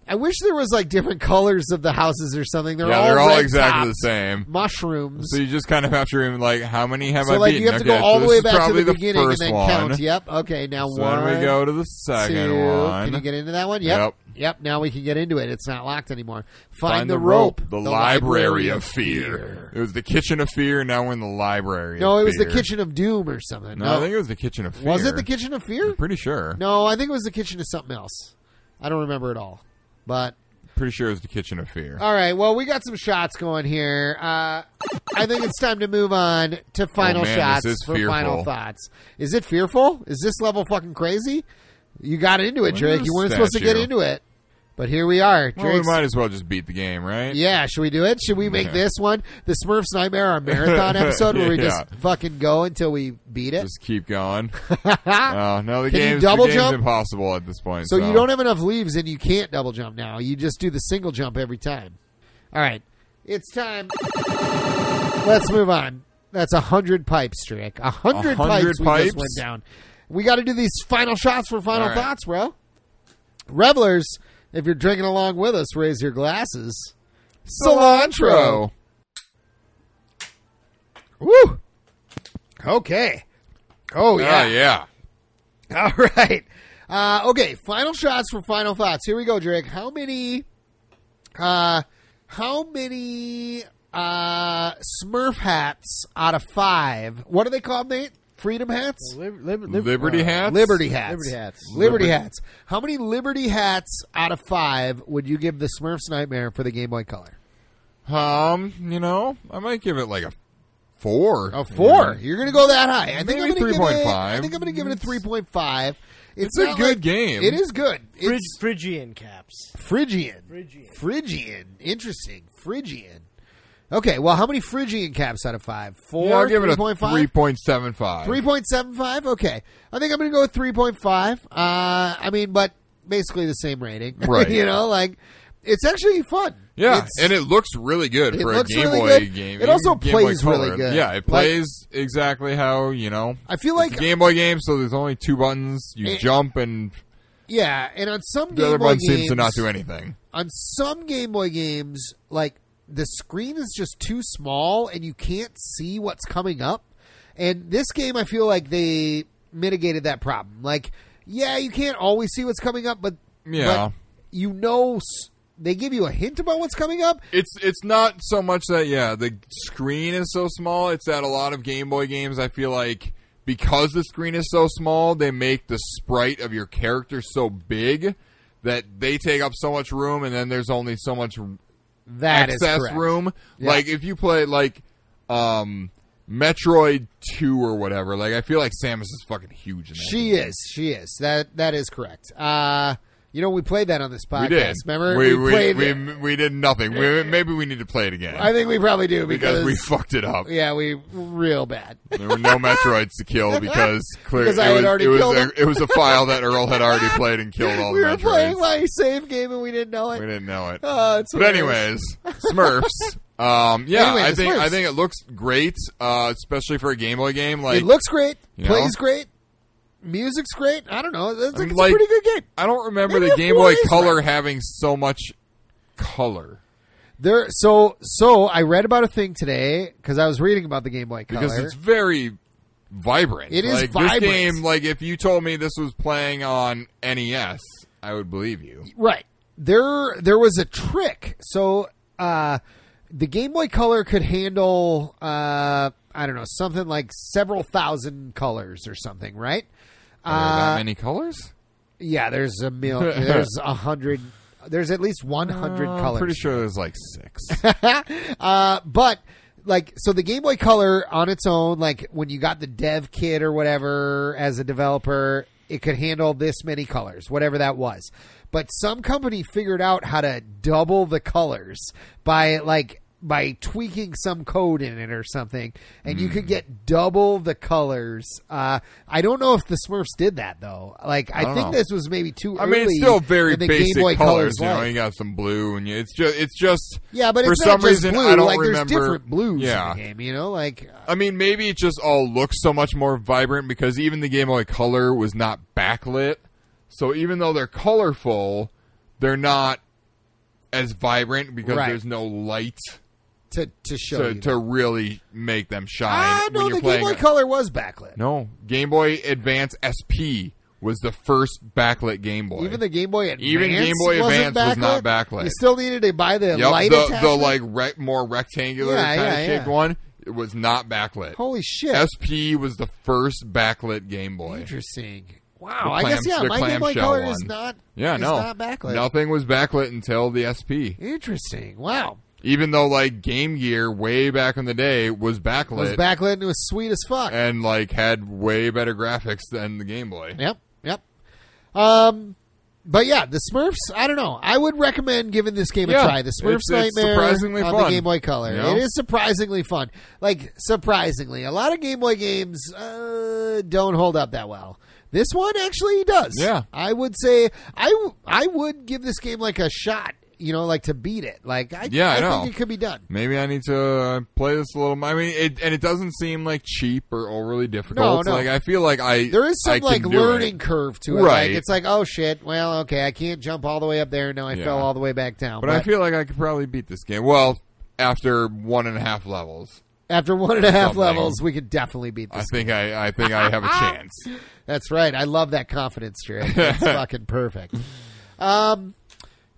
[SPEAKER 2] I wish there was like different colors of the houses or something. They're
[SPEAKER 1] yeah,
[SPEAKER 2] all
[SPEAKER 1] they're all
[SPEAKER 2] red
[SPEAKER 1] exactly
[SPEAKER 2] tops,
[SPEAKER 1] the same.
[SPEAKER 2] Mushrooms.
[SPEAKER 1] So you just kind of have to remember, like, how many have
[SPEAKER 2] So
[SPEAKER 1] I
[SPEAKER 2] like
[SPEAKER 1] beaten?
[SPEAKER 2] you have to
[SPEAKER 1] Okay,
[SPEAKER 2] go all
[SPEAKER 1] so
[SPEAKER 2] the
[SPEAKER 1] this
[SPEAKER 2] way
[SPEAKER 1] is
[SPEAKER 2] back to
[SPEAKER 1] probably
[SPEAKER 2] the, beginning and
[SPEAKER 1] first
[SPEAKER 2] then
[SPEAKER 1] one.
[SPEAKER 2] count. Yep. Okay. Now
[SPEAKER 1] So
[SPEAKER 2] one.
[SPEAKER 1] then we go to the
[SPEAKER 2] two.
[SPEAKER 1] second one.
[SPEAKER 2] Can you get into that one? Yep.
[SPEAKER 1] Yep.
[SPEAKER 2] Yep. Now we can get into it. It's not locked anymore. Find,
[SPEAKER 1] Find,
[SPEAKER 2] the,
[SPEAKER 1] the
[SPEAKER 2] rope.
[SPEAKER 1] The, library of fear. It was the kitchen of fear. Now we're in the library.
[SPEAKER 2] No,
[SPEAKER 1] of
[SPEAKER 2] it was the
[SPEAKER 1] fear.
[SPEAKER 2] kitchen of doom or something.
[SPEAKER 1] No,
[SPEAKER 2] No,
[SPEAKER 1] I think it was the kitchen of fear.
[SPEAKER 2] was it the kitchen of fear?
[SPEAKER 1] I'm pretty sure.
[SPEAKER 2] No, I think it was the kitchen of something else. I don't remember at all. But
[SPEAKER 1] Pretty sure it was the kitchen of fear.
[SPEAKER 2] all right. Well, we got some shots going here. Uh, I think it's time to move on to final
[SPEAKER 1] Oh, man,
[SPEAKER 2] shots
[SPEAKER 1] this is
[SPEAKER 2] for final
[SPEAKER 1] fearful.
[SPEAKER 2] thoughts. Is it fearful? Is this level fucking crazy? You got into
[SPEAKER 1] Look
[SPEAKER 2] it,
[SPEAKER 1] at
[SPEAKER 2] Drake.
[SPEAKER 1] this
[SPEAKER 2] You weren't supposed to get
[SPEAKER 1] statue.
[SPEAKER 2] into it, but here we are.
[SPEAKER 1] well, we
[SPEAKER 2] Drake's
[SPEAKER 1] might as well just beat the game, right?
[SPEAKER 2] Yeah, should we do it? Should we make
[SPEAKER 1] Yeah.
[SPEAKER 2] this one the Smurfs Nightmare our marathon episode where we just
[SPEAKER 1] Yeah.
[SPEAKER 2] fucking go until we beat it?
[SPEAKER 1] Just keep going. Uh, no, the
[SPEAKER 2] Can you
[SPEAKER 1] game's,
[SPEAKER 2] double
[SPEAKER 1] the game's
[SPEAKER 2] jump?
[SPEAKER 1] impossible at this point.
[SPEAKER 2] so you don't have enough leaves and you can't double jump now. You just do the single jump every time. All right, it's time. Let's move on. That's a hundred pipes, Drake. A
[SPEAKER 1] 100
[SPEAKER 2] hundred pipes, We just
[SPEAKER 1] pipes?
[SPEAKER 2] went down. We got to do these final shots for final
[SPEAKER 1] All right.
[SPEAKER 2] thoughts, bro. Revelers, if you're drinking along with us, raise your glasses. Cilantro.
[SPEAKER 1] cilantro.
[SPEAKER 2] Woo! Okay. Oh
[SPEAKER 1] Yeah,
[SPEAKER 2] yeah.
[SPEAKER 1] yeah.
[SPEAKER 2] All right. Uh, okay. Final shots for final thoughts. Here we go, Drake. How many? Uh, how many uh, Smurf hats out of five? What are they called, Nate? Freedom hats.
[SPEAKER 3] Lib- lib- lib-
[SPEAKER 1] Liberty
[SPEAKER 3] uh,
[SPEAKER 1] hats.
[SPEAKER 2] Liberty hats.
[SPEAKER 3] Liberty hats.
[SPEAKER 2] Liberty
[SPEAKER 1] Liberty.
[SPEAKER 2] hats. How many Liberty hats out of five would you give the Smurfs Nightmare for the Game Boy Color?
[SPEAKER 1] Um, you know, I might give it like a four.
[SPEAKER 2] A four. You're going to go that high. I think
[SPEAKER 1] Maybe
[SPEAKER 2] I'm gonna give it-
[SPEAKER 1] 3.5.
[SPEAKER 2] I think I'm going to give it a three point five.
[SPEAKER 1] It's a
[SPEAKER 2] not
[SPEAKER 1] good
[SPEAKER 2] like-
[SPEAKER 1] game.
[SPEAKER 2] It is good.
[SPEAKER 3] Phryg-
[SPEAKER 2] It's
[SPEAKER 3] Phrygian caps.
[SPEAKER 2] Phrygian.
[SPEAKER 3] Phrygian.
[SPEAKER 2] Phrygian. Interesting. Phrygian. Okay, well, how many Phrygian caps out of five? Four.
[SPEAKER 1] Yeah, I'll give it a
[SPEAKER 2] 3.5?
[SPEAKER 1] 3.75.
[SPEAKER 2] 3.75? Okay. I think I'm going to go with 3.5. Uh, I mean, but basically the same rating.
[SPEAKER 1] Right.
[SPEAKER 2] you know, like, it's actually fun.
[SPEAKER 1] Yeah,
[SPEAKER 2] It's-
[SPEAKER 1] and it looks really good
[SPEAKER 2] It
[SPEAKER 1] for a
[SPEAKER 2] looks
[SPEAKER 1] Game
[SPEAKER 2] really
[SPEAKER 1] Boy
[SPEAKER 2] good.
[SPEAKER 1] game.
[SPEAKER 2] It also
[SPEAKER 1] Game Boy
[SPEAKER 2] plays really
[SPEAKER 1] Color.
[SPEAKER 2] good.
[SPEAKER 1] Yeah, it
[SPEAKER 2] Like-
[SPEAKER 1] plays exactly how you know.
[SPEAKER 2] I feel
[SPEAKER 1] it's
[SPEAKER 2] like,
[SPEAKER 1] a Game Boy game, so there's only two buttons. You
[SPEAKER 2] It-
[SPEAKER 1] jump, and
[SPEAKER 2] yeah, and on
[SPEAKER 1] the
[SPEAKER 2] some Eh, Game
[SPEAKER 1] other
[SPEAKER 2] Boy
[SPEAKER 1] button
[SPEAKER 2] games,
[SPEAKER 1] seems to not do anything.
[SPEAKER 2] on some Game Boy games, like the screen is just too small and you can't see what's coming up. And this game, I feel like they mitigated that problem. Like, yeah, you can't always see what's coming up, but
[SPEAKER 1] Yeah.
[SPEAKER 2] but you know, s- they give you a hint about what's coming up.
[SPEAKER 1] It's it's not so much that yeah the screen is so small. It's that a lot of Game Boy games I feel like because the screen is so small, they make the sprite of your character so big that they take up so much room, and then there's only so much
[SPEAKER 2] That is
[SPEAKER 1] access
[SPEAKER 2] correct.
[SPEAKER 1] room.
[SPEAKER 2] Yeah.
[SPEAKER 1] Like if you play like um Metroid Two or whatever, like I feel like Samus is fucking huge. In that
[SPEAKER 2] She
[SPEAKER 1] game.
[SPEAKER 2] is. She is. That that is correct. Uh you know, we played that on this podcast.
[SPEAKER 1] We did.
[SPEAKER 2] Remember,
[SPEAKER 1] we we
[SPEAKER 2] played.
[SPEAKER 1] we,
[SPEAKER 2] it.
[SPEAKER 1] we did nothing. We, maybe we need to play it again
[SPEAKER 2] I think we probably do
[SPEAKER 1] because,
[SPEAKER 2] because,
[SPEAKER 1] we fucked it up.
[SPEAKER 2] yeah, we real bad.
[SPEAKER 1] There were no Metroids to kill because clearly
[SPEAKER 2] Because I had
[SPEAKER 1] it, was,
[SPEAKER 2] already
[SPEAKER 1] it, was
[SPEAKER 2] killed
[SPEAKER 1] a,
[SPEAKER 2] them.
[SPEAKER 1] it was a file that Earl had already played and killed all
[SPEAKER 2] we
[SPEAKER 1] the
[SPEAKER 2] were playing
[SPEAKER 1] Metroids.
[SPEAKER 2] like save game and we didn't know
[SPEAKER 1] we
[SPEAKER 2] it.
[SPEAKER 1] didn't know it.
[SPEAKER 2] Oh, it's
[SPEAKER 1] But anyways, Smurfs. Um, yeah,
[SPEAKER 2] Anyway,
[SPEAKER 1] I
[SPEAKER 2] the
[SPEAKER 1] think I
[SPEAKER 2] Smurfs.
[SPEAKER 1] think it looks great, uh, especially for a Game Boy game. Like
[SPEAKER 2] it looks great,
[SPEAKER 1] You
[SPEAKER 2] plays
[SPEAKER 1] know?
[SPEAKER 2] great, music's great. I don't know. It's, like,
[SPEAKER 1] mean,
[SPEAKER 2] it's
[SPEAKER 1] like-
[SPEAKER 2] a pretty good game.
[SPEAKER 1] I don't remember
[SPEAKER 2] Maybe
[SPEAKER 1] the
[SPEAKER 2] the
[SPEAKER 1] Game
[SPEAKER 2] four
[SPEAKER 1] Boy
[SPEAKER 2] is
[SPEAKER 1] Color
[SPEAKER 2] right.
[SPEAKER 1] having so much color
[SPEAKER 2] There. So so I read about a thing today because I was reading about the Game Boy Color.
[SPEAKER 1] because it's very vibrant.
[SPEAKER 2] It is
[SPEAKER 1] like,
[SPEAKER 2] vibrant.
[SPEAKER 1] This game, like if you told me this was playing on NES, I would believe you.
[SPEAKER 2] Right. There there was a trick. So uh the Game Boy Color could handle uh I don't know, something like several thousand colors or something, right?
[SPEAKER 1] Are there that
[SPEAKER 2] Uh,
[SPEAKER 1] many colors?
[SPEAKER 2] yeah, there's a mil there's a hundred there's at least one hundred
[SPEAKER 1] Uh, I'm
[SPEAKER 2] colors.
[SPEAKER 1] pretty sure there's like six.
[SPEAKER 2] uh, but like so the game boy color on its own like when you got the dev kit or whatever as a developer it could handle this many colors whatever that was but some company figured out how to double the colors by like by tweaking some code in it or something and you
[SPEAKER 1] Hmm.
[SPEAKER 2] could get double the colors uh, i don't know if the smurfs did that though like i,
[SPEAKER 1] don't
[SPEAKER 2] think
[SPEAKER 1] know.
[SPEAKER 2] this was maybe too
[SPEAKER 1] I mean, it's
[SPEAKER 2] early
[SPEAKER 1] still very
[SPEAKER 2] in the
[SPEAKER 1] basic
[SPEAKER 2] game boy
[SPEAKER 1] colors.
[SPEAKER 2] colors,
[SPEAKER 1] You know,
[SPEAKER 2] life.
[SPEAKER 1] you got some blue, and you, it's just it's just
[SPEAKER 2] Yeah, but
[SPEAKER 1] for
[SPEAKER 2] it's
[SPEAKER 1] some
[SPEAKER 2] not just
[SPEAKER 1] reason
[SPEAKER 2] blue.
[SPEAKER 1] I don't
[SPEAKER 2] like,
[SPEAKER 1] remember.
[SPEAKER 2] There's different blues
[SPEAKER 1] yeah,
[SPEAKER 2] in the game, you know. Like, uh,
[SPEAKER 1] I mean, maybe it just all looks so much more vibrant because even the Game Boy Color was not backlit. So even though they're colorful, they're not as vibrant because
[SPEAKER 2] Right.
[SPEAKER 1] there's no light
[SPEAKER 2] to to show
[SPEAKER 1] to,
[SPEAKER 2] you.
[SPEAKER 1] to really make them shine
[SPEAKER 2] ah,
[SPEAKER 1] when
[SPEAKER 2] no,
[SPEAKER 1] you're
[SPEAKER 2] the Game
[SPEAKER 1] playing.
[SPEAKER 2] Boy Color was backlit.
[SPEAKER 1] no, Game Boy Advance SP was the first backlit Game Boy.
[SPEAKER 2] Even the Game Boy Advance,
[SPEAKER 1] Even Game Boy
[SPEAKER 2] wasn't
[SPEAKER 1] Advance was not backlit.
[SPEAKER 2] You still needed to buy the
[SPEAKER 1] Yep,
[SPEAKER 2] light
[SPEAKER 1] the, the
[SPEAKER 2] attachment?
[SPEAKER 1] like rec- more rectangular
[SPEAKER 2] Yeah,
[SPEAKER 1] kind of
[SPEAKER 2] yeah, Oh,
[SPEAKER 1] shaped
[SPEAKER 2] yeah.
[SPEAKER 1] one it was not backlit.
[SPEAKER 2] Holy shit!
[SPEAKER 1] SP was the first backlit Game Boy.
[SPEAKER 2] Interesting.
[SPEAKER 1] The
[SPEAKER 2] Wow, I
[SPEAKER 1] clam-
[SPEAKER 2] guess yeah.
[SPEAKER 1] the
[SPEAKER 2] My Game Boy
[SPEAKER 1] clamshell
[SPEAKER 2] Color is
[SPEAKER 1] one.
[SPEAKER 2] not.
[SPEAKER 1] Yeah,
[SPEAKER 2] is
[SPEAKER 1] no,
[SPEAKER 2] not backlit.
[SPEAKER 1] Nothing was backlit until the SP.
[SPEAKER 2] Interesting. Wow,
[SPEAKER 1] Even though like Game Gear way back in the day was backlit
[SPEAKER 2] it was backlit and it was sweet as fuck.
[SPEAKER 1] and like had way better graphics than the Game Boy.
[SPEAKER 2] Yep, yep. Um, but yeah, the Smurfs. I don't know. I would recommend giving this game
[SPEAKER 1] Yeah,
[SPEAKER 2] a try. The Smurfs
[SPEAKER 1] it's- it's
[SPEAKER 2] Nightmare
[SPEAKER 1] surprisingly
[SPEAKER 2] on
[SPEAKER 1] fun,
[SPEAKER 2] the Game Boy Color.
[SPEAKER 1] you know?
[SPEAKER 2] It is surprisingly fun. Like surprisingly, a lot of Game Boy games uh, don't hold up that well. This one actually does.
[SPEAKER 1] Yeah.
[SPEAKER 2] I would say I w- I would give this game like a shot. You know, like to beat it. Like I
[SPEAKER 1] Yeah, I
[SPEAKER 2] I,
[SPEAKER 1] know.
[SPEAKER 2] think it could be done.
[SPEAKER 1] Maybe I need to uh, play this a little. I mean, it, and it doesn't seem like cheap or overly difficult.
[SPEAKER 2] No, no.
[SPEAKER 1] Like I feel like I
[SPEAKER 2] There is
[SPEAKER 1] I
[SPEAKER 2] some
[SPEAKER 1] can
[SPEAKER 2] like
[SPEAKER 1] do
[SPEAKER 2] learning
[SPEAKER 1] it.
[SPEAKER 2] curve to it.
[SPEAKER 1] Right.
[SPEAKER 2] Like, it's like, oh shit, well, okay, I can't jump all the way up there. No, I
[SPEAKER 1] Yeah.
[SPEAKER 2] fell all the way back down.
[SPEAKER 1] But I feel like I could probably beat this game. Well, after one and a half levels,
[SPEAKER 2] After one and a half
[SPEAKER 1] Something.
[SPEAKER 2] levels, we could definitely beat
[SPEAKER 1] I
[SPEAKER 2] this. Ah!
[SPEAKER 1] think I, I think I have a chance.
[SPEAKER 2] That's right. I love that confidence, Jared. That's fucking perfect. Um,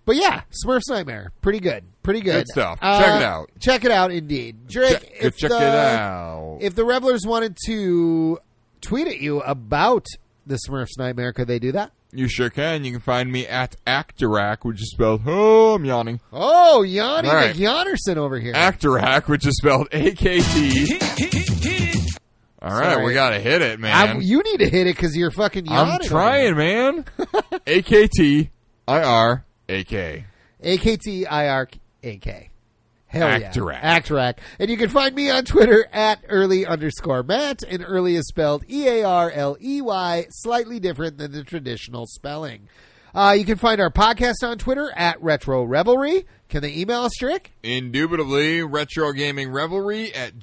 [SPEAKER 2] but yeah, Smurfs Nightmare, pretty good, pretty good, Uh,
[SPEAKER 1] Good stuff. Check it out.
[SPEAKER 2] Check it out, indeed, Drake.
[SPEAKER 1] check
[SPEAKER 2] if
[SPEAKER 1] check
[SPEAKER 2] the,
[SPEAKER 1] it out.
[SPEAKER 2] If the revelers wanted to tweet at you about the Smurfs Nightmare, could they do that?
[SPEAKER 1] you sure can. You can find me at Actorac, which is spelled oh, I'm yawning.
[SPEAKER 2] Oh, Yanni
[SPEAKER 1] All right.
[SPEAKER 2] McYonnerson over here.
[SPEAKER 1] Actorac, which is spelled A K T. All right,
[SPEAKER 2] Sorry.
[SPEAKER 1] we gotta hit it, man.
[SPEAKER 2] I, you need to hit it because you're fucking yawning.
[SPEAKER 1] I'm
[SPEAKER 2] over
[SPEAKER 1] trying, man. A K T I R A K.
[SPEAKER 2] here. AKT IRK. Hell
[SPEAKER 1] Actorac.
[SPEAKER 2] yeah. Actorac. And you can find me on Twitter at early underscore Matt. And early is spelled E A R L E Y, slightly different than the traditional spelling. Uh, you can find our podcast on Twitter at Retro Revelry. Can they email us, Strick?
[SPEAKER 1] Indubitably, retro gaming revelry at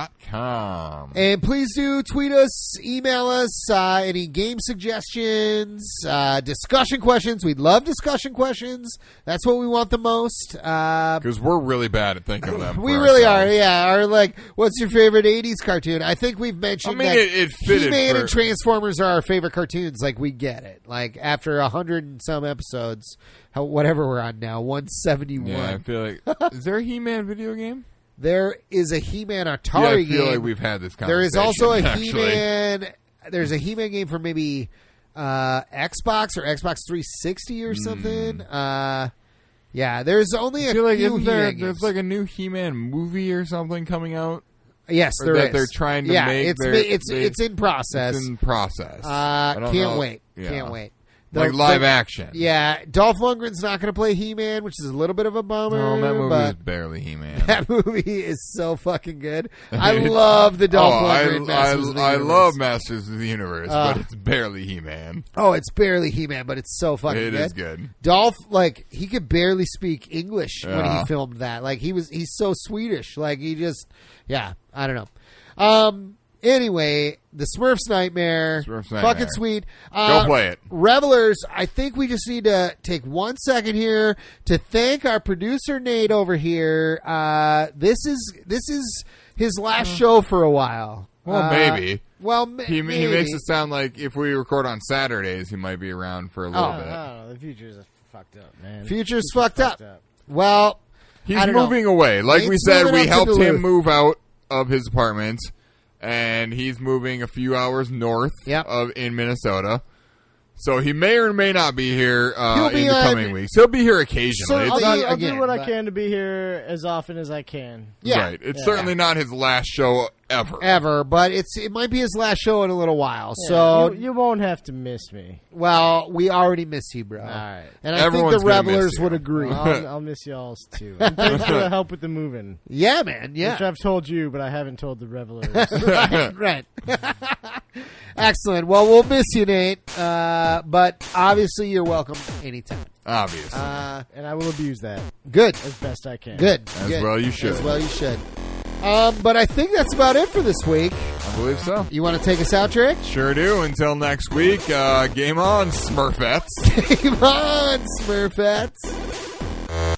[SPEAKER 1] gmail.com.
[SPEAKER 2] And please do tweet us, email us uh, any game suggestions, uh, discussion questions. We love discussion questions. That's what we want the most. Uh,
[SPEAKER 1] Because we're really bad at thinking of them.
[SPEAKER 2] we
[SPEAKER 1] for
[SPEAKER 2] really are,
[SPEAKER 1] ourselves.
[SPEAKER 2] yeah. Or like, what's your favorite '80s cartoon? I think we've mentioned.
[SPEAKER 1] I mean,
[SPEAKER 2] that
[SPEAKER 1] it- it fitted
[SPEAKER 2] He-Man
[SPEAKER 1] for-
[SPEAKER 2] and Transformers are our favorite cartoons. Like, we get it. Like after a hundred and some episodes, how, whatever we're on now, one seventy one.
[SPEAKER 1] Yeah, I feel like. is there a He Man video game?
[SPEAKER 2] There is a He-Man
[SPEAKER 1] yeah, I
[SPEAKER 2] Atari
[SPEAKER 1] feel
[SPEAKER 2] game.
[SPEAKER 1] like we've had this conversation.
[SPEAKER 2] There is also a
[SPEAKER 1] actually.
[SPEAKER 2] He-Man. There's a He-Man game for maybe uh, Xbox or Xbox 360 or something. Uh, yeah, there's only a
[SPEAKER 1] Hmm. I feel like
[SPEAKER 2] few
[SPEAKER 1] isn't there
[SPEAKER 2] He-Man
[SPEAKER 1] there's
[SPEAKER 2] games.
[SPEAKER 1] like a new He-Man movie or something coming out?
[SPEAKER 2] yes,
[SPEAKER 1] or
[SPEAKER 2] there
[SPEAKER 1] that
[SPEAKER 2] is.
[SPEAKER 1] they're trying to
[SPEAKER 2] yeah,
[SPEAKER 1] make
[SPEAKER 2] it's
[SPEAKER 1] their-
[SPEAKER 2] it's
[SPEAKER 1] they-
[SPEAKER 2] it's in process.
[SPEAKER 1] It's in process.
[SPEAKER 2] uh,
[SPEAKER 1] I don't
[SPEAKER 2] can't
[SPEAKER 1] know.
[SPEAKER 2] wait,
[SPEAKER 1] Yeah.
[SPEAKER 2] can't wait.
[SPEAKER 1] Like
[SPEAKER 2] The-
[SPEAKER 1] live
[SPEAKER 2] the-
[SPEAKER 1] action.
[SPEAKER 2] Yeah, Dolph Lundgren's not going to play He-Man, which is a little bit of a bummer.
[SPEAKER 1] No, that movie
[SPEAKER 2] but
[SPEAKER 1] is barely He-Man.
[SPEAKER 2] that movie is so fucking good. I
[SPEAKER 1] It's-
[SPEAKER 2] love the Dolph
[SPEAKER 1] oh, I,
[SPEAKER 2] Lundgren.
[SPEAKER 1] I,
[SPEAKER 2] Masters of the
[SPEAKER 1] I
[SPEAKER 2] Universe.
[SPEAKER 1] love Masters of the Universe,
[SPEAKER 2] Uh,
[SPEAKER 1] but it's barely He-Man.
[SPEAKER 2] Oh, it's barely He Man, but it's so fucking
[SPEAKER 1] It
[SPEAKER 2] good.
[SPEAKER 1] is good.
[SPEAKER 2] Dolph, like he could barely speak English when he
[SPEAKER 1] Yeah.
[SPEAKER 2] filmed that. Like he was, he's so Swedish. Like he just, yeah, I don't know. Um. Anyway, the Smurfs Nightmare,
[SPEAKER 1] Smurfs
[SPEAKER 2] fucking
[SPEAKER 1] Nightmare.
[SPEAKER 2] sweet. Uh,
[SPEAKER 1] play it.
[SPEAKER 2] revelers. I think we just need to take one second here to thank our producer Nate over here. Uh, this is this is his last show for a while.
[SPEAKER 1] Well,
[SPEAKER 2] Uh,
[SPEAKER 1] maybe.
[SPEAKER 2] Well, ma-
[SPEAKER 1] He, he
[SPEAKER 2] maybe.
[SPEAKER 1] makes it sound like if we record on Saturdays, he might be around for a little
[SPEAKER 2] Oh,
[SPEAKER 1] bit.
[SPEAKER 3] I don't know. The future's fucked up, man.
[SPEAKER 2] Future's fucked up. Well, I
[SPEAKER 1] He's
[SPEAKER 2] don't know.
[SPEAKER 1] moving away. Like we
[SPEAKER 2] Nate's
[SPEAKER 1] said,
[SPEAKER 2] moving up
[SPEAKER 1] we
[SPEAKER 2] to
[SPEAKER 1] helped
[SPEAKER 2] Duluth.
[SPEAKER 1] him move out of his apartment, and he's moving a few hours north
[SPEAKER 2] Yep.
[SPEAKER 1] of in Minnesota. So he may or may not be here
[SPEAKER 2] He'll
[SPEAKER 1] uh,
[SPEAKER 2] be oh,
[SPEAKER 1] in the
[SPEAKER 2] on-
[SPEAKER 1] coming weeks. He'll be here occasionally. It's
[SPEAKER 3] I'll,
[SPEAKER 2] Certainly-
[SPEAKER 3] do,
[SPEAKER 1] not-
[SPEAKER 2] I'll do
[SPEAKER 3] I'll do
[SPEAKER 2] again,
[SPEAKER 3] what I
[SPEAKER 2] but-
[SPEAKER 3] can to be here as often as I can.
[SPEAKER 2] yeah. Eh.
[SPEAKER 1] right. It's
[SPEAKER 3] Yeah.
[SPEAKER 1] certainly not his last show ever.
[SPEAKER 2] ever, but it's it might be his last show in a little while. So,
[SPEAKER 3] you, you won't have to miss me.
[SPEAKER 2] well, we already miss you, bro.
[SPEAKER 3] right. Uh-huh.
[SPEAKER 2] And I
[SPEAKER 1] Everyone's
[SPEAKER 2] think the
[SPEAKER 1] gonna miss
[SPEAKER 2] revelers
[SPEAKER 1] you.
[SPEAKER 2] would agree.
[SPEAKER 3] I'll, I'll miss y'all's too. And thanks for the help with the moving,
[SPEAKER 2] yeah, man.
[SPEAKER 3] which
[SPEAKER 2] Yeah.
[SPEAKER 3] I've told you, but I haven't told the revelers.
[SPEAKER 2] Right. Excellent. Well, we'll miss you, Nate. Uh, but obviously, you're welcome anytime.
[SPEAKER 1] Obviously.
[SPEAKER 2] Uh,
[SPEAKER 3] and I will abuse that
[SPEAKER 2] good.
[SPEAKER 3] as best I can.
[SPEAKER 2] Good.
[SPEAKER 1] As
[SPEAKER 2] good.
[SPEAKER 1] well you should.
[SPEAKER 2] As well you should. Um, but I think that's about it for this week.
[SPEAKER 1] I believe so.
[SPEAKER 2] You want to take us out, Trick?
[SPEAKER 1] Sure do. Until next week, uh, game on, Smurfettes.
[SPEAKER 2] Come on, Smurfettes.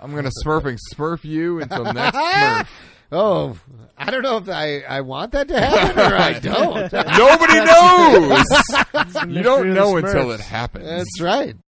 [SPEAKER 1] I'm going to smurfing smurf you until next smurf.
[SPEAKER 2] Oh, I don't know if I, I want that to happen or I don't.
[SPEAKER 1] Nobody knows. you
[SPEAKER 3] mystery
[SPEAKER 1] don't
[SPEAKER 3] of the
[SPEAKER 1] know until
[SPEAKER 3] Smurfs.
[SPEAKER 1] it happens.
[SPEAKER 2] That's right.